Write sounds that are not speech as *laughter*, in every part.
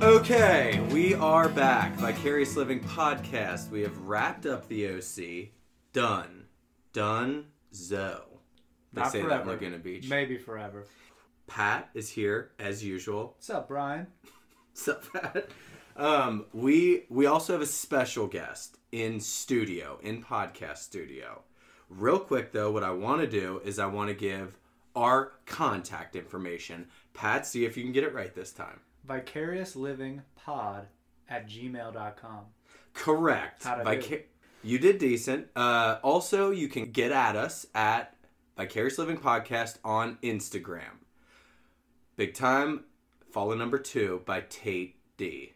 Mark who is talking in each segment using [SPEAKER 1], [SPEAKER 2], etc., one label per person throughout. [SPEAKER 1] Okay, we are back. Vicarious Living podcast. We have wrapped up the OC. Done. Done. Zo. They
[SPEAKER 2] Not
[SPEAKER 1] say that in
[SPEAKER 2] forever.
[SPEAKER 1] Laguna Beach.
[SPEAKER 2] Maybe forever.
[SPEAKER 1] Pat is here as usual.
[SPEAKER 2] What's up, Brian?
[SPEAKER 1] What's *laughs* up, Pat? Um, we we also have a special guest in studio, in podcast studio. Real quick though, what I want to do is I want to give our contact information. Pat, see if you can get it right this time.
[SPEAKER 2] VicariousLivingPod at gmail.com.
[SPEAKER 1] Correct.
[SPEAKER 2] How'd I do?
[SPEAKER 1] Vica- You did decent. Uh, also, you can get at us at Vicarious Living Podcast on Instagram. Big time follow number two by Tate D,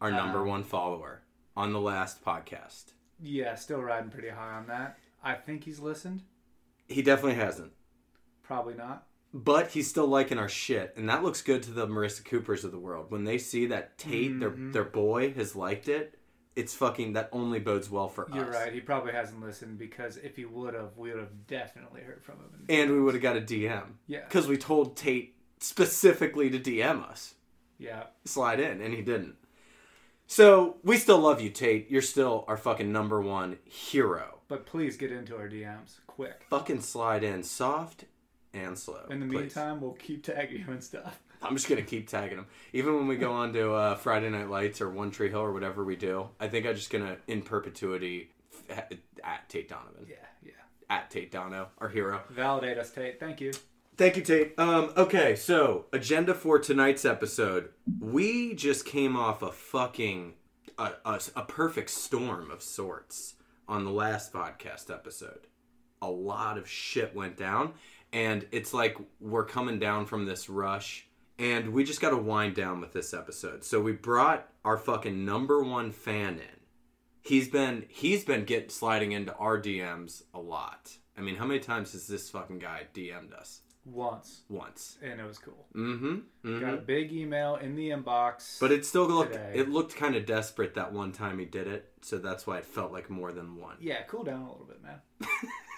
[SPEAKER 1] our
[SPEAKER 2] Uh-huh.
[SPEAKER 1] number one follower on the last podcast.
[SPEAKER 2] Yeah, still riding pretty high on that. I think he's listened.
[SPEAKER 1] He definitely hasn't,
[SPEAKER 2] Probably not.
[SPEAKER 1] but he's still liking our shit, and that looks good to the Marissa Coopers of the world. When they see that Tate, their
[SPEAKER 2] Mhm.
[SPEAKER 1] their boy, has liked it, it's fucking that only bodes well for
[SPEAKER 2] You're
[SPEAKER 1] us.
[SPEAKER 2] right. He probably hasn't listened because if he would have, we would have definitely heard from him.
[SPEAKER 1] And we would have got a DM.
[SPEAKER 2] yeah.
[SPEAKER 1] because we told Tate specifically to DM us,
[SPEAKER 2] Yeah.
[SPEAKER 1] slide in, and he didn't. So we still love you, Tate. You're still our fucking number one hero.
[SPEAKER 2] But please get into our DMs quick.
[SPEAKER 1] Fucking slide in, soft and slow.
[SPEAKER 2] In the
[SPEAKER 1] please.
[SPEAKER 2] meantime, we'll keep tagging you and
[SPEAKER 1] *laughs*
[SPEAKER 2] stuff.
[SPEAKER 1] I'm just gonna keep tagging him, even when we go on to uh, Friday Night Lights or One Tree Hill or whatever we do. I think I'm just gonna in perpetuity f- at Tate Donovan,
[SPEAKER 2] Yeah, yeah.
[SPEAKER 1] at Tate Dono, our hero.
[SPEAKER 2] Validate us, Tate. Thank you.
[SPEAKER 1] Thank you, Tate. Um, okay, so agenda for tonight's episode. We just came off a fucking a, a, a perfect storm of sorts on the last podcast episode. A lot of shit went down, and it's like we're coming down from this rush, and we just got to wind down with this episode. So we brought our fucking number one fan in. He's been he's been get sliding into our DMs a lot. I mean, how many times has this fucking guy DM'd us?
[SPEAKER 2] Once.
[SPEAKER 1] once.
[SPEAKER 2] And it was cool.
[SPEAKER 1] hmm
[SPEAKER 2] Got a big email in the inbox.
[SPEAKER 1] But it still looked
[SPEAKER 2] Today.
[SPEAKER 1] it looked kind of desperate that one time he did it, so that's why it felt like more than one. *laughs*
[SPEAKER 2] yeah, cool down a little bit, man.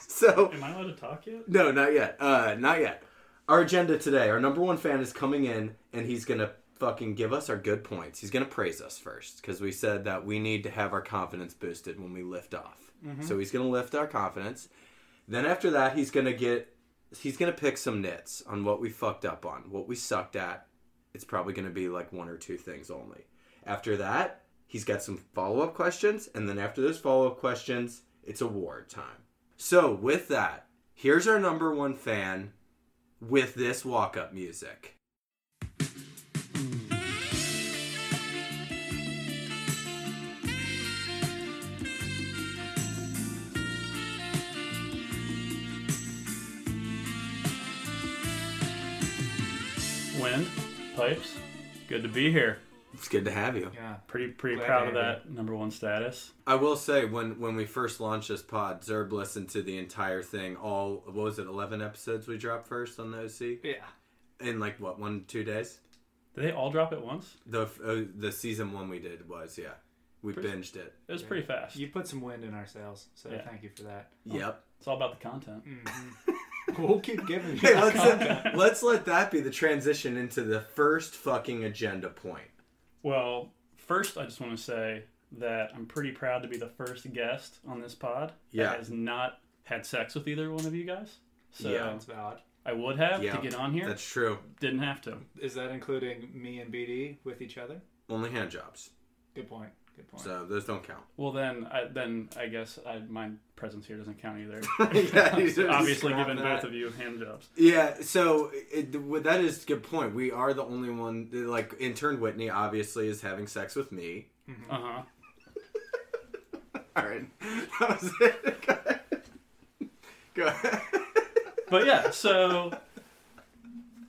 [SPEAKER 1] So
[SPEAKER 3] Am I allowed to talk yet?
[SPEAKER 1] no, not yet. Uh, not yet. Our agenda today. Our number one fan is coming in, and he's gonna fucking give us our good points. He's gonna praise us first because we said that we need to have our confidence boosted when we lift off. So he's gonna lift our confidence. Then after that, he's gonna get he's gonna pick some nits on what we fucked up on, what we sucked at. It's probably gonna be like one or two things only. After that, he's got some follow up questions, and then after those follow up questions, it's award time. So with that, here's our number one fan with this walk up music.
[SPEAKER 3] Wind, pipes. Good to be here.
[SPEAKER 1] It's good to have you.
[SPEAKER 2] Yeah.
[SPEAKER 3] Pretty pretty
[SPEAKER 2] Glad
[SPEAKER 3] proud
[SPEAKER 2] to
[SPEAKER 3] of
[SPEAKER 2] have
[SPEAKER 3] that number one status.
[SPEAKER 1] I will say when when we first launched this pod, Zerb listened to the entire thing. All what was it, eleven episodes we dropped first on the OC
[SPEAKER 2] Yeah.
[SPEAKER 1] in like what one two days.
[SPEAKER 3] Did they all drop at once?
[SPEAKER 1] The uh, the season one we did was yeah, we
[SPEAKER 3] Pretty-
[SPEAKER 1] binged it.
[SPEAKER 3] It was pretty fast.
[SPEAKER 2] You put some wind in our sails, so
[SPEAKER 3] Yeah.
[SPEAKER 2] thank you for that.
[SPEAKER 1] *laughs* Yep.
[SPEAKER 3] It's all about the content. Mm-hmm.
[SPEAKER 2] *laughs* We'll keep giving you
[SPEAKER 1] Hey,
[SPEAKER 2] that content.
[SPEAKER 1] let's, let's let that be the transition into the first fucking agenda point.
[SPEAKER 3] Well, first I just want to say that I'm pretty proud to be the first guest on this pod
[SPEAKER 1] Yeah.
[SPEAKER 3] that has not had sex with either one of you guys. So
[SPEAKER 1] Yeah.
[SPEAKER 2] That's valid.
[SPEAKER 3] I would have
[SPEAKER 1] Yeah.
[SPEAKER 3] to get on here.
[SPEAKER 1] That's true.
[SPEAKER 3] Didn't have to.
[SPEAKER 2] Is that including me and BD with each other?
[SPEAKER 1] Only hand jobs,
[SPEAKER 2] Good point. Good point.
[SPEAKER 1] so those don't count.
[SPEAKER 3] Well then, I, then I guess I, my presence here doesn't count either.
[SPEAKER 1] *laughs* Yeah,
[SPEAKER 3] *laughs*
[SPEAKER 1] you should
[SPEAKER 3] Obviously,
[SPEAKER 1] describe
[SPEAKER 3] given
[SPEAKER 1] that.
[SPEAKER 3] both of you hand jobs.
[SPEAKER 1] Yeah, so it, well, that is a good point. We are the only one, like, intern Whitney obviously is having sex with me. *laughs*
[SPEAKER 3] Uh huh.
[SPEAKER 1] All right. That was it. *laughs* Go ahead. Go ahead.
[SPEAKER 3] But yeah, so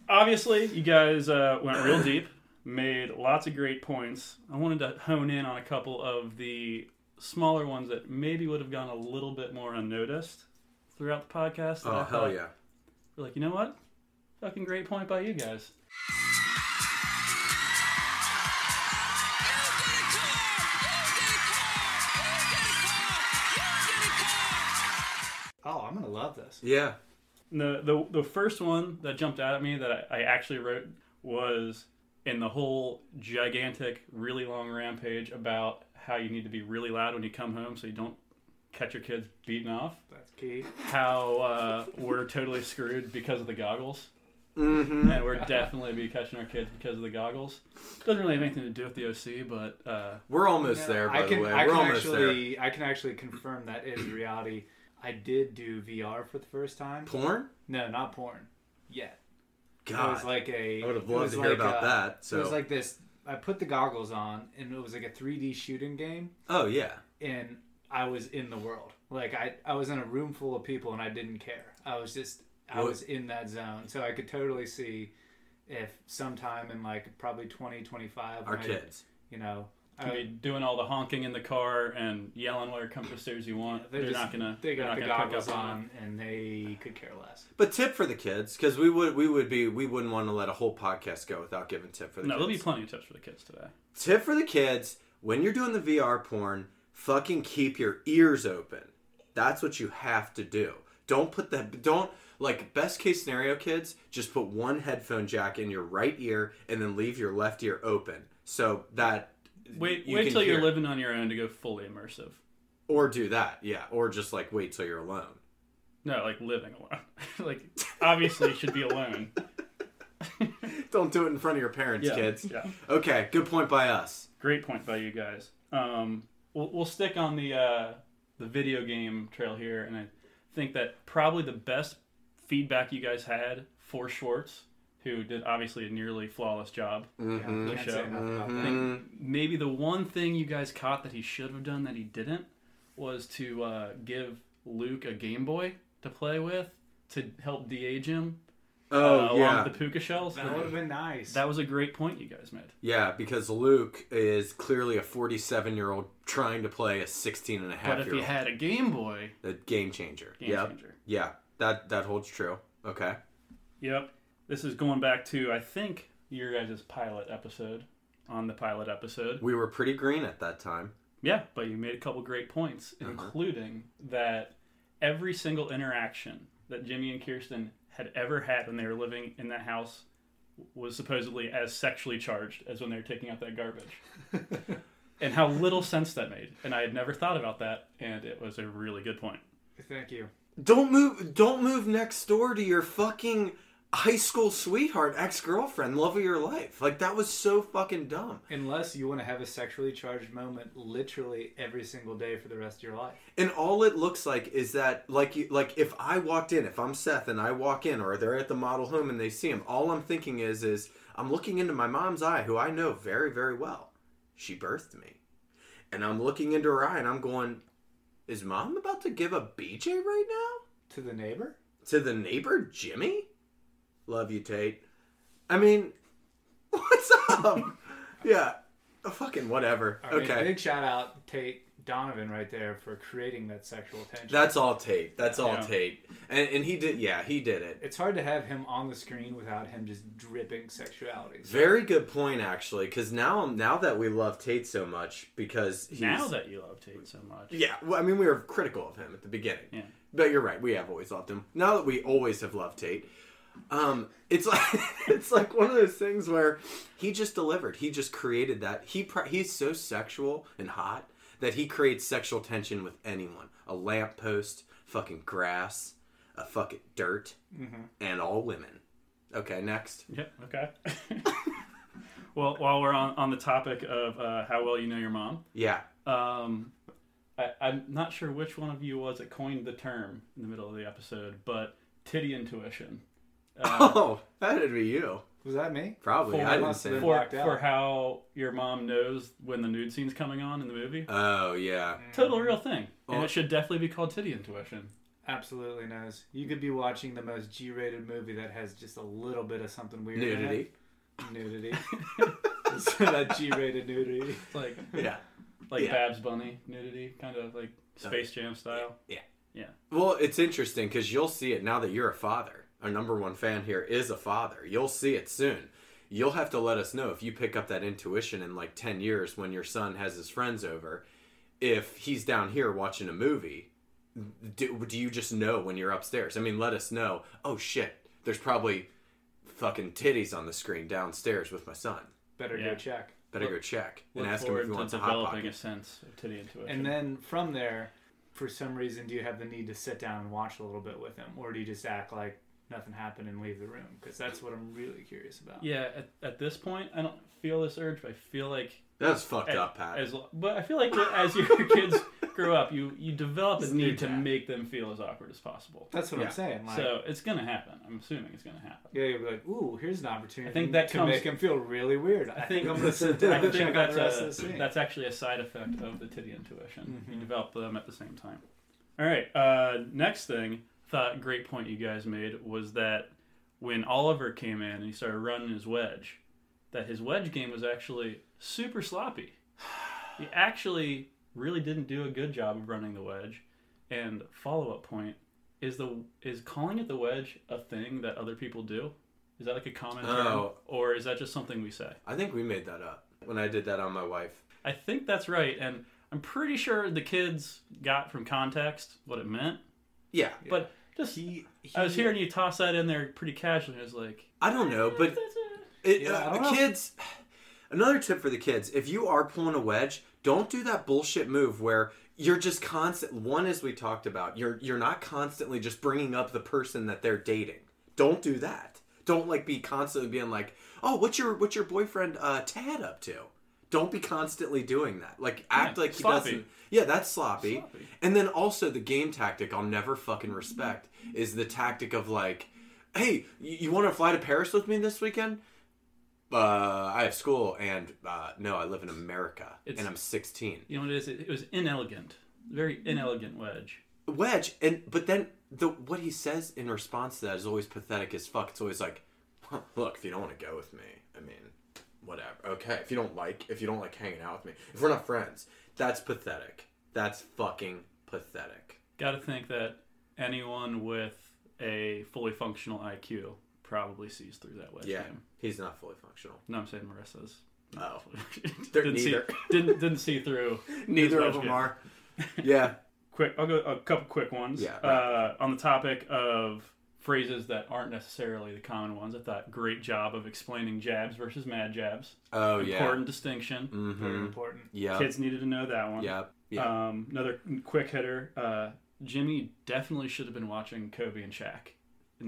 [SPEAKER 3] obviously, you guys uh, went real deep, made lots of great points. I wanted to hone in on a couple of the smaller ones that maybe would have gone a little bit more unnoticed throughout the podcast. that I
[SPEAKER 1] Oh hell
[SPEAKER 3] thought
[SPEAKER 1] yeah!
[SPEAKER 3] We're like, you know what? Fucking great point by you guys.
[SPEAKER 2] Oh, I'm gonna love this.
[SPEAKER 1] Yeah,
[SPEAKER 3] The, the, the first one that jumped out at me that I, I actually wrote was in the whole gigantic, really long rampage about how you need to be really loud when you come home so you don't catch your kids beating off.
[SPEAKER 2] That's key.
[SPEAKER 3] How uh, we're totally screwed because of the goggles.
[SPEAKER 1] Mm-hmm.
[SPEAKER 2] *laughs*
[SPEAKER 3] And we're definitely be catching our kids because of the goggles. Doesn't really have anything to do with the OC, but uh,
[SPEAKER 1] we're almost
[SPEAKER 2] Yeah,
[SPEAKER 1] there. By
[SPEAKER 2] I can,
[SPEAKER 1] the way,
[SPEAKER 2] I
[SPEAKER 1] we're
[SPEAKER 2] can
[SPEAKER 1] almost there.
[SPEAKER 2] actually, I can actually confirm that is reality. I did do VR for the first time.
[SPEAKER 1] Porn?
[SPEAKER 2] No, not porn. Yet it
[SPEAKER 1] God,
[SPEAKER 2] was like a.
[SPEAKER 1] I would have
[SPEAKER 2] it
[SPEAKER 1] loved
[SPEAKER 2] was
[SPEAKER 1] to hear
[SPEAKER 2] like,
[SPEAKER 1] about
[SPEAKER 2] uh,
[SPEAKER 1] that.
[SPEAKER 2] It
[SPEAKER 1] So,
[SPEAKER 2] was like this. I put the goggles on, and it was like a 3D shooting game,
[SPEAKER 1] oh yeah,
[SPEAKER 2] and I was in the world. Like I, I was in a room full of people, and I didn't care. I was just, I
[SPEAKER 1] What-
[SPEAKER 2] was in that zone, so I could totally see if sometime in like probably 20, 25,
[SPEAKER 1] our
[SPEAKER 2] when I-
[SPEAKER 1] kids.
[SPEAKER 2] you know, I
[SPEAKER 3] I mean, doing all the honking in the car and yelling whatever comfort stairs you want.
[SPEAKER 2] They
[SPEAKER 3] they're
[SPEAKER 2] just-
[SPEAKER 3] not gonna.
[SPEAKER 2] They
[SPEAKER 3] are
[SPEAKER 2] got
[SPEAKER 3] not
[SPEAKER 2] the
[SPEAKER 3] gonna pick
[SPEAKER 2] goggles
[SPEAKER 3] up it.
[SPEAKER 2] on, and they could care less.
[SPEAKER 1] But tip for the kids, because we would we would be we wouldn't want to let a whole podcast go without giving tip for the
[SPEAKER 3] No,
[SPEAKER 1] kids.
[SPEAKER 3] there'll be plenty of tips for the kids today.
[SPEAKER 1] tip for the kids when you're doing the VR porn, fucking keep your ears open. That's what you have to do. Don't put the don't like best case scenario kids, just put one headphone jack in your right ear and then leave your left ear open. So that
[SPEAKER 3] Wait,
[SPEAKER 1] you
[SPEAKER 3] wait
[SPEAKER 1] can
[SPEAKER 3] till you're
[SPEAKER 1] hear.
[SPEAKER 3] living on your own to go fully immersive.
[SPEAKER 1] or do that. Yeah, or just like wait till you're alone.
[SPEAKER 3] No, like living alone. *laughs* like obviously you should be
[SPEAKER 1] *laughs*
[SPEAKER 3] alone.
[SPEAKER 1] Don't do it in front of your parents,
[SPEAKER 3] Yeah,
[SPEAKER 1] kids.
[SPEAKER 3] yeah.
[SPEAKER 1] Okay, good point by us.
[SPEAKER 3] Great point by you guys. Um, we'll, we'll stick on the uh, the video game trail here, and I think that probably the best feedback you guys had for Schwartz, who did obviously a nearly flawless job.
[SPEAKER 1] Mhm.
[SPEAKER 2] Yeah, can't say
[SPEAKER 3] show.
[SPEAKER 2] enough about
[SPEAKER 1] Mhm.
[SPEAKER 2] that.
[SPEAKER 1] Mm.
[SPEAKER 3] maybe the one thing you guys caught that he should have done that he didn't was to uh, give Luke a Game Boy to play with to help de-age him uh,
[SPEAKER 1] Oh
[SPEAKER 3] along
[SPEAKER 1] yeah,
[SPEAKER 3] with the puka shells.
[SPEAKER 2] That would have been nice.
[SPEAKER 3] That was a great point you guys made.
[SPEAKER 1] Yeah, because Luke is clearly a 47 year old trying to play a 16 and a half
[SPEAKER 3] But if
[SPEAKER 1] year
[SPEAKER 3] he
[SPEAKER 1] old.
[SPEAKER 3] had a Game Boy,
[SPEAKER 1] the game changer.
[SPEAKER 3] game
[SPEAKER 1] yep.
[SPEAKER 3] changer.
[SPEAKER 1] Yeah, that that holds true. Okay.
[SPEAKER 3] Yep. This is going back to I think your guys' pilot episode on the pilot episode.
[SPEAKER 1] We were pretty green at that time.
[SPEAKER 3] Yeah, but you made a couple great points,
[SPEAKER 1] Uh-huh.
[SPEAKER 3] including that every single interaction that Jimmy and Kirsten had ever had when they were living in that house was supposedly as sexually charged as when they were taking out that garbage.
[SPEAKER 1] *laughs*
[SPEAKER 3] and how little sense that made. And I had never thought about that, and it was a really good point.
[SPEAKER 2] Thank you.
[SPEAKER 1] Don't move don't move next door to your fucking high school sweetheart, ex-girlfriend, love of your life. Like that was so fucking dumb.
[SPEAKER 2] Unless you want to have a sexually charged moment literally every single day for the rest of your life.
[SPEAKER 1] And all it looks like is that, like, you, like if I walked in, if I'm Seth and I walk in, or they're at the model home and they see him, all I'm thinking is, is I'm looking into my mom's eye, who I know very, very well. She birthed me, and I'm looking into her eye, and I'm going, is mom about to give a BJ right now
[SPEAKER 2] To the neighbor?
[SPEAKER 1] to the neighbor Jimmy? Love you, Tate. I mean, *laughs* what's up? yeah, fucking whatever.
[SPEAKER 2] I mean,
[SPEAKER 1] okay.
[SPEAKER 2] Big shout out Tate Donovan right there for creating that sexual tension.
[SPEAKER 1] That's all Tate. That's all
[SPEAKER 3] Yeah.
[SPEAKER 1] Tate. And, and he did, yeah, he did it.
[SPEAKER 2] it's hard to have him on the screen without him just dripping sexuality.
[SPEAKER 1] Very good point, actually, because now now that we love Tate so much, because he's,
[SPEAKER 3] Now that you love Tate so much.
[SPEAKER 1] yeah, well, I mean, we were critical of him at the beginning,
[SPEAKER 3] Yeah.
[SPEAKER 1] but you're right, we have always loved him. Now that we always have loved Tate, um, it's like *laughs* it's like one of those things where he just delivered. He just created that. He pr- he's so sexual and hot that he creates sexual tension with anyone. A lamppost, fucking grass, a fucking dirt,
[SPEAKER 3] Mm-hmm.
[SPEAKER 1] and all women. Okay, next.
[SPEAKER 3] Yep. Okay. *laughs* well, while we're on, on the topic of uh, how well you know your mom,
[SPEAKER 1] Yeah.
[SPEAKER 3] um, I, I'm not sure which one of you was that coined the term in the middle of the episode, but titty intuition. Uh,
[SPEAKER 1] *laughs* Oh, that'd be you.
[SPEAKER 2] Was that me?
[SPEAKER 1] Probably.
[SPEAKER 3] Full
[SPEAKER 1] I didn't
[SPEAKER 2] must
[SPEAKER 1] say
[SPEAKER 2] have been-
[SPEAKER 1] that.
[SPEAKER 3] for,
[SPEAKER 2] Blacked out.
[SPEAKER 3] for how your mom knows when the nude scene's coming on in the movie.
[SPEAKER 1] Oh, yeah.
[SPEAKER 3] Total real thing.
[SPEAKER 1] Oh.
[SPEAKER 3] And it should definitely be called titty intuition.
[SPEAKER 2] absolutely knows. You could be watching the most G-rated movie that has just a little bit of something
[SPEAKER 3] Mm-hmm.
[SPEAKER 2] weird. in it.
[SPEAKER 1] Nudity.
[SPEAKER 2] Nudity. *laughs* so that G-rated nudity.
[SPEAKER 1] *laughs*
[SPEAKER 3] It's like
[SPEAKER 1] Yeah.
[SPEAKER 3] like
[SPEAKER 1] Yeah.
[SPEAKER 3] Babs Bunny nudity, kind of like Space Jam style.
[SPEAKER 1] Well, it's interesting because you'll see it now that you're a father. Our number one fan here is a father. You'll see it soon. You'll have to let us know if you pick up that intuition in like 10 years when your son has his friends over. If he's down here watching a movie, do, do you just know when you're upstairs? I mean, let us know. Oh shit, there's probably fucking titties on the screen downstairs with my son.
[SPEAKER 2] Better
[SPEAKER 3] Yeah.
[SPEAKER 2] go check.
[SPEAKER 1] Better go
[SPEAKER 3] Look-
[SPEAKER 1] check and
[SPEAKER 3] Look
[SPEAKER 1] ask him
[SPEAKER 3] forward
[SPEAKER 1] if he
[SPEAKER 3] to
[SPEAKER 1] wants a hot
[SPEAKER 3] developing
[SPEAKER 1] pocket.
[SPEAKER 3] a sense of titty intuition.
[SPEAKER 2] And then from there, for some reason, do you have the need to sit down and watch a little bit with him, or do you just act like nothing happened and leave the room? Because that's what I'm really curious about.
[SPEAKER 3] yeah, at, at this point, I don't feel this urge, but I feel like
[SPEAKER 1] That's fucked
[SPEAKER 3] a-
[SPEAKER 1] up, Pat.
[SPEAKER 3] as lo- but I feel like that as your *laughs* kids grow up, you you develop a
[SPEAKER 1] It's new
[SPEAKER 3] need to
[SPEAKER 1] Pat.
[SPEAKER 3] make them feel as awkward as possible.
[SPEAKER 2] That's what
[SPEAKER 1] Yeah.
[SPEAKER 2] I'm saying. Like,
[SPEAKER 3] So it's gonna happen. I'm assuming it's gonna happen.
[SPEAKER 2] yeah, you'll be like, "Ooh, here's an opportunity."
[SPEAKER 3] I think that
[SPEAKER 2] to
[SPEAKER 3] comes-
[SPEAKER 2] make him feel really weird. I, *laughs*
[SPEAKER 3] think-
[SPEAKER 2] think I'm gonna sit down
[SPEAKER 3] I
[SPEAKER 2] and
[SPEAKER 3] think
[SPEAKER 2] check out
[SPEAKER 3] that's,
[SPEAKER 2] the rest
[SPEAKER 3] a-
[SPEAKER 2] of the scene. Mm-hmm.
[SPEAKER 3] that's actually a side effect of the titty intuition. You develop them at the same time. All right. Uh, next thing, thought great point you guys made was that when Oliver came in and he started running his wedge, that his wedge game was actually super sloppy. He actually really didn't do a good job of running the wedge. And follow up point is the is calling it the wedge a thing that other people do? Is that like a common term,
[SPEAKER 1] Oh.
[SPEAKER 3] or is that just something we say?
[SPEAKER 1] I think we made that up when I did that on my wife.
[SPEAKER 3] I think that's right, and I'm pretty sure the kids got from context what it meant.
[SPEAKER 1] Yeah.
[SPEAKER 3] But just
[SPEAKER 1] He, he,
[SPEAKER 3] I was hearing you toss that in there pretty casually. and I was like,
[SPEAKER 1] I don't know,
[SPEAKER 3] "Eh,
[SPEAKER 1] but
[SPEAKER 3] that's it."
[SPEAKER 1] It,
[SPEAKER 2] Yeah, I
[SPEAKER 1] uh,
[SPEAKER 2] don't know.
[SPEAKER 1] kids. Another tip for the kids: if you are pulling a wedge, don't do that bullshit move where you're just constant. One, as we talked about, you're you're not constantly just bringing up the person that they're dating. Don't do that. Don't like be constantly being like, "Oh, what's your what's your boyfriend uh, Tad up to?" Don't be constantly doing that. Like act
[SPEAKER 3] Yeah,
[SPEAKER 1] like he
[SPEAKER 3] sloppy.
[SPEAKER 1] doesn't. Yeah, that's sloppy.
[SPEAKER 3] Sloppy.
[SPEAKER 1] And then also the game tactic I'll never fucking respect is the tactic of like, "Hey, you, you want to fly to Paris with me this weekend?" Uh, I have school, and uh, no, I live in America,
[SPEAKER 3] It's-
[SPEAKER 1] and I'm 16.
[SPEAKER 3] you know what it is? It, it was inelegant, very
[SPEAKER 1] Mm-hmm.
[SPEAKER 3] inelegant wedge.
[SPEAKER 1] Wedge, and but then the what he says in response to that is always pathetic as fuck. It's always like, "Huh, look, if you don't want to go with me, I mean, whatever. Okay, if you don't like, if you don't like hanging out with me, if we're not friends, that's pathetic. That's fucking pathetic.
[SPEAKER 3] Got to think that anyone with a fully functional IQ probably sees through that wedge
[SPEAKER 1] Yeah,
[SPEAKER 3] game.
[SPEAKER 1] he's not fully functional.
[SPEAKER 3] No, I'm saying Marissa's. *laughs*
[SPEAKER 1] Oh. They're
[SPEAKER 3] didn't see,
[SPEAKER 1] neither.
[SPEAKER 3] *laughs* didn't didn't see through.
[SPEAKER 1] Neither
[SPEAKER 3] wedge
[SPEAKER 1] of them
[SPEAKER 3] game.
[SPEAKER 1] are. Yeah,
[SPEAKER 3] quick i'll go a couple quick ones
[SPEAKER 1] Yeah,
[SPEAKER 3] uh, on the topic of phrases that aren't necessarily the common ones i thought great job of explaining jabs versus mad jabs
[SPEAKER 1] *laughs* Oh yeah.
[SPEAKER 3] important distinction
[SPEAKER 2] Very
[SPEAKER 1] Mm-hmm.
[SPEAKER 2] important.
[SPEAKER 1] Yeah.
[SPEAKER 3] kids needed to know that one
[SPEAKER 1] Yeah. Yeah.
[SPEAKER 3] Um, another quick hitter uh, jimmy definitely should have been watching kobe and Shaq in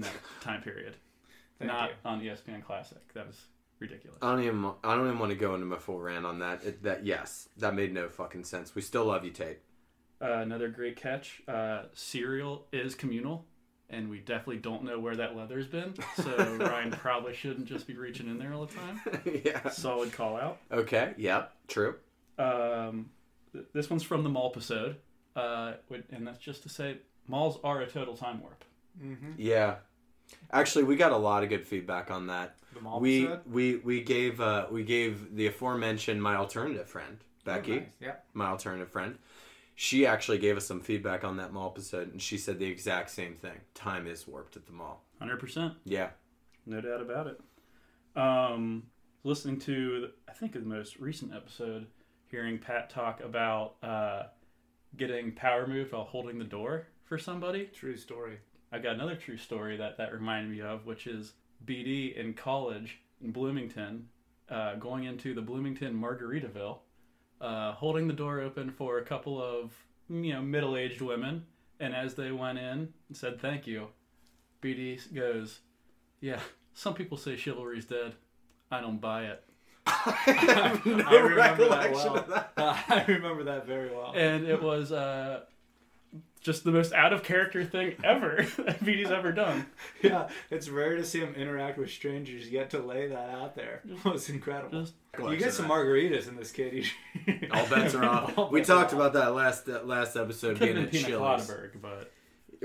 [SPEAKER 1] *laughs*
[SPEAKER 3] that time period
[SPEAKER 2] Thank
[SPEAKER 3] not
[SPEAKER 2] you.
[SPEAKER 3] on E espn classic that was ridiculous
[SPEAKER 1] I don't even. I don't even want to go into my full rant on that. It, that yes, that made no fucking sense. We still love you, Tate. *laughs*
[SPEAKER 3] uh, another great catch uh, cereal is communal and we definitely don't know where that leather's been
[SPEAKER 2] *laughs*
[SPEAKER 3] so ryan probably shouldn't just be reaching in there all the time
[SPEAKER 1] yeah.
[SPEAKER 3] Solid call out.
[SPEAKER 1] Okay. Yep. True.
[SPEAKER 3] Um, th- this one's from the mall episode, uh, wi- and that's just to say malls are a total time warp.
[SPEAKER 2] Mm-hmm.
[SPEAKER 1] Yeah. Actually, we got a lot of good feedback on that.
[SPEAKER 2] The mall
[SPEAKER 1] we
[SPEAKER 2] episode?
[SPEAKER 1] we we gave uh, we gave the aforementioned my alternative friend Becky,
[SPEAKER 2] Oh, Nice. Yeah.
[SPEAKER 1] my alternative friend. She actually gave us some feedback on that mall episode, and she said the exact same thing. Time is warped at the mall.
[SPEAKER 3] Hundred percent,
[SPEAKER 1] Yeah. *laughs*
[SPEAKER 3] no doubt about it. Um, listening to the, I think the most recent episode, hearing Pat talk about uh, getting power moved while holding the door for somebody.
[SPEAKER 2] True story. *laughs*
[SPEAKER 3] I got another true story that that reminded me of, which is BD in college in Bloomington, uh, going into the Bloomington Margaritaville, uh, holding the door open for a couple of you know middle-aged women, and as they went in and said thank you, BD goes, "Yeah, some people say chivalry's dead. I don't buy it."
[SPEAKER 1] have no
[SPEAKER 2] *laughs* I remember that
[SPEAKER 1] recollection
[SPEAKER 2] well.
[SPEAKER 1] of that.
[SPEAKER 2] *laughs* I remember that very well.
[SPEAKER 3] and it was uh, just the most out of character thing ever *laughs* that BD's ever done.
[SPEAKER 2] *laughs* Yeah, it's rare to see him interact with strangers. Yet to lay *laughs* that out there It was incredible.
[SPEAKER 3] Just-
[SPEAKER 2] You get some margaritas in this kid. *laughs* you-
[SPEAKER 1] uh, All bets are
[SPEAKER 2] *laughs* All
[SPEAKER 1] off. We
[SPEAKER 2] bets
[SPEAKER 1] talked
[SPEAKER 2] are
[SPEAKER 1] about that last that last episode
[SPEAKER 3] Could
[SPEAKER 1] being
[SPEAKER 3] have been
[SPEAKER 1] at
[SPEAKER 3] Pina
[SPEAKER 1] Chili's.
[SPEAKER 3] Colaberg, but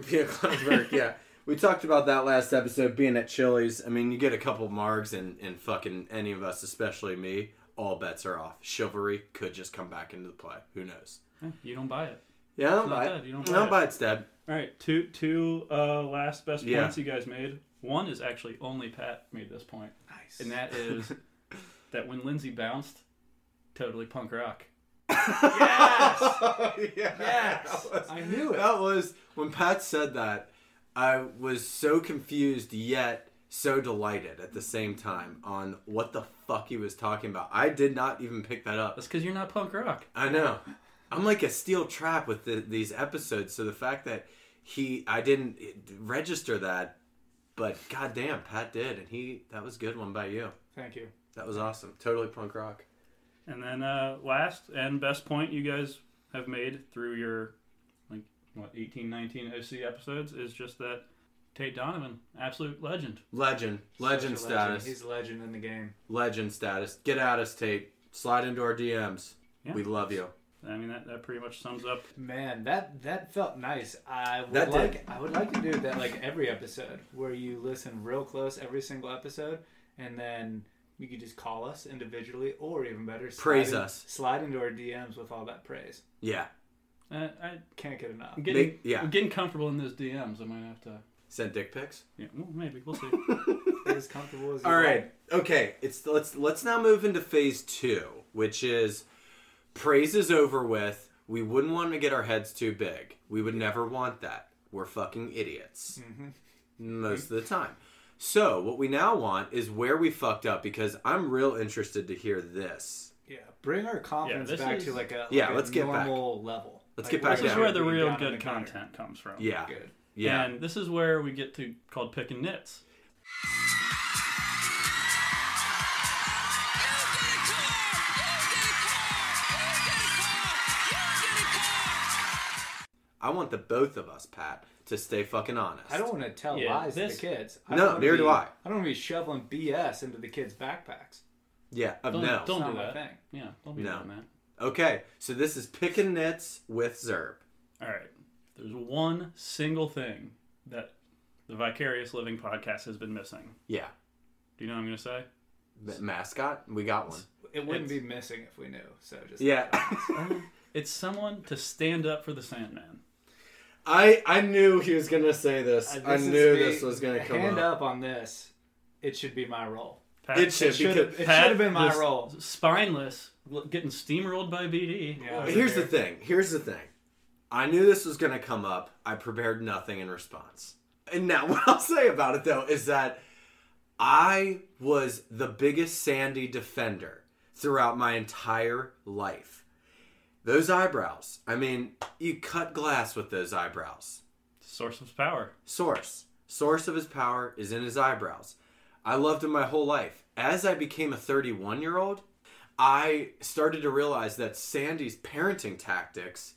[SPEAKER 1] *laughs* Pia Cloudberg, yeah. We talked about that last episode, being at Chili's. I mean, you get a couple margs, and, and fucking any of us, especially me, all bets are off. Chivalry could just come back into the play. Who knows?
[SPEAKER 3] Eh, You don't buy it.
[SPEAKER 1] Yeah, I don't
[SPEAKER 3] It's
[SPEAKER 1] buy
[SPEAKER 3] not
[SPEAKER 1] it.
[SPEAKER 3] dead. You don't
[SPEAKER 1] I
[SPEAKER 3] buy
[SPEAKER 1] don't
[SPEAKER 3] it.
[SPEAKER 1] buy it, it's dead.
[SPEAKER 3] All right, two two uh, last best
[SPEAKER 1] Yeah.
[SPEAKER 3] points you guys made. One is actually only Pat made this point,
[SPEAKER 2] Nice.
[SPEAKER 3] and
[SPEAKER 1] *laughs*
[SPEAKER 3] that is that when Lindsay bounced, totally punk rock.
[SPEAKER 1] *laughs* Yes!
[SPEAKER 2] Yes! I knew it.
[SPEAKER 1] That was when Pat said that. I was so confused yet so delighted at the same time on what the fuck he was talking about. I did not even pick that up.
[SPEAKER 3] That's because you're not punk rock.
[SPEAKER 1] I know. I'm like a steel trap with the, these episodes. So the fact that he, I didn't register that, but goddamn, Pat did, and he that was a good one by you.
[SPEAKER 2] Thank you.
[SPEAKER 1] That was awesome. Totally punk rock.
[SPEAKER 3] And then uh, last and best point you guys have made through your like what 18, 19 OC episodes is just that Tate Donovan, absolute legend.
[SPEAKER 1] Legend, legend
[SPEAKER 2] Such a legend.
[SPEAKER 1] status,
[SPEAKER 2] He's a legend in the game.
[SPEAKER 1] legend status. Get at us, Tate. Slide into our DMs.
[SPEAKER 3] Yeah.
[SPEAKER 1] We love you.
[SPEAKER 3] I mean that, that pretty much sums up.
[SPEAKER 2] Man, that that felt nice. I would
[SPEAKER 1] That did.
[SPEAKER 2] like I would like to do that like every episode where you listen real close every single episode and then you could just call us individually or even better slide
[SPEAKER 1] Praise
[SPEAKER 2] in-
[SPEAKER 1] us.
[SPEAKER 2] Slide into our DMs with all that praise.
[SPEAKER 1] Yeah,
[SPEAKER 3] Uh, I,
[SPEAKER 2] Can't get enough.
[SPEAKER 3] I'm getting
[SPEAKER 1] Make- yeah.
[SPEAKER 3] I'm getting comfortable in those DMs. I might have to.
[SPEAKER 1] send dick pics.
[SPEAKER 3] Yeah, well, maybe we'll see.
[SPEAKER 2] as comfortable as you
[SPEAKER 1] All
[SPEAKER 2] like.
[SPEAKER 1] right. Okay. It's let's let's now move into phase two, which is praise is over with. We wouldn't want to get our heads too big. We would never want that. We're fucking idiots
[SPEAKER 2] Mm-hmm.
[SPEAKER 1] most of the time. So what we now want is where we fucked up because I'm real interested to hear this.
[SPEAKER 2] Yeah. Bring our confidence
[SPEAKER 3] this
[SPEAKER 2] back
[SPEAKER 3] is-
[SPEAKER 2] to like a
[SPEAKER 1] Yeah,
[SPEAKER 2] like a
[SPEAKER 1] let's get back.
[SPEAKER 2] normal level.
[SPEAKER 1] Let's
[SPEAKER 2] Like,
[SPEAKER 1] get
[SPEAKER 2] we're
[SPEAKER 1] back
[SPEAKER 3] This
[SPEAKER 2] just
[SPEAKER 3] is
[SPEAKER 1] down.
[SPEAKER 3] where
[SPEAKER 2] gonna
[SPEAKER 3] the
[SPEAKER 2] be
[SPEAKER 3] real
[SPEAKER 2] down in
[SPEAKER 3] good
[SPEAKER 2] the gutter.
[SPEAKER 3] content comes from.
[SPEAKER 1] Yeah.
[SPEAKER 2] Good.
[SPEAKER 1] Yeah.
[SPEAKER 3] And this is where we get to called picking nits.
[SPEAKER 1] I want the both of us, Pat, to stay fucking honest.
[SPEAKER 2] I don't want to tell
[SPEAKER 3] Yeah,
[SPEAKER 2] lies
[SPEAKER 3] this-
[SPEAKER 2] to the kids. I
[SPEAKER 1] No,
[SPEAKER 2] don't wanna
[SPEAKER 1] neither
[SPEAKER 2] be-
[SPEAKER 1] do I.
[SPEAKER 2] I don't want to be shoveling BS into the kids' backpacks.
[SPEAKER 1] Yeah. Of
[SPEAKER 3] Don't,
[SPEAKER 1] no.
[SPEAKER 3] don't
[SPEAKER 2] It's
[SPEAKER 3] do
[SPEAKER 2] not my
[SPEAKER 3] that.
[SPEAKER 2] thing.
[SPEAKER 3] Yeah, don't be
[SPEAKER 1] No.
[SPEAKER 3] doing that.
[SPEAKER 1] Okay. So this is picking nits with Zerb.
[SPEAKER 3] All right. There's one single thing that the Vicarious Living podcast has been missing.
[SPEAKER 1] Yeah.
[SPEAKER 3] Do you know what I'm going to say?
[SPEAKER 1] The mascot. We got one.
[SPEAKER 2] It wouldn't
[SPEAKER 3] It's-
[SPEAKER 2] be missing if we knew. So just
[SPEAKER 1] Yeah.
[SPEAKER 2] Uh-huh.
[SPEAKER 3] It's someone to stand up for the Sandman.
[SPEAKER 1] *laughs* I I knew he was gonna say this.
[SPEAKER 2] Uh,
[SPEAKER 1] I
[SPEAKER 2] is
[SPEAKER 1] knew
[SPEAKER 2] the-
[SPEAKER 1] this was gonna come
[SPEAKER 2] hand
[SPEAKER 1] up.
[SPEAKER 2] up. on this. It should be my role.
[SPEAKER 3] Pat,
[SPEAKER 1] It should
[SPEAKER 2] It should
[SPEAKER 1] because
[SPEAKER 2] have it should have been my
[SPEAKER 3] this-
[SPEAKER 2] role.
[SPEAKER 3] Spineless, l- getting steamrolled by BD.
[SPEAKER 2] Yeah, I was
[SPEAKER 1] here's the
[SPEAKER 2] there.
[SPEAKER 1] thing. Here's the thing. I knew this was gonna come up. I prepared nothing in response. And now *laughs* what I'll say about it though is that I was the biggest Sandy defender throughout my entire life. Those eyebrows. I mean, you cut glass with those eyebrows.
[SPEAKER 3] Source of power.
[SPEAKER 1] Source. Source of his power is in his eyebrows. I loved him my whole life. As I became a 31 year old, I started to realize that Sandy's parenting tactics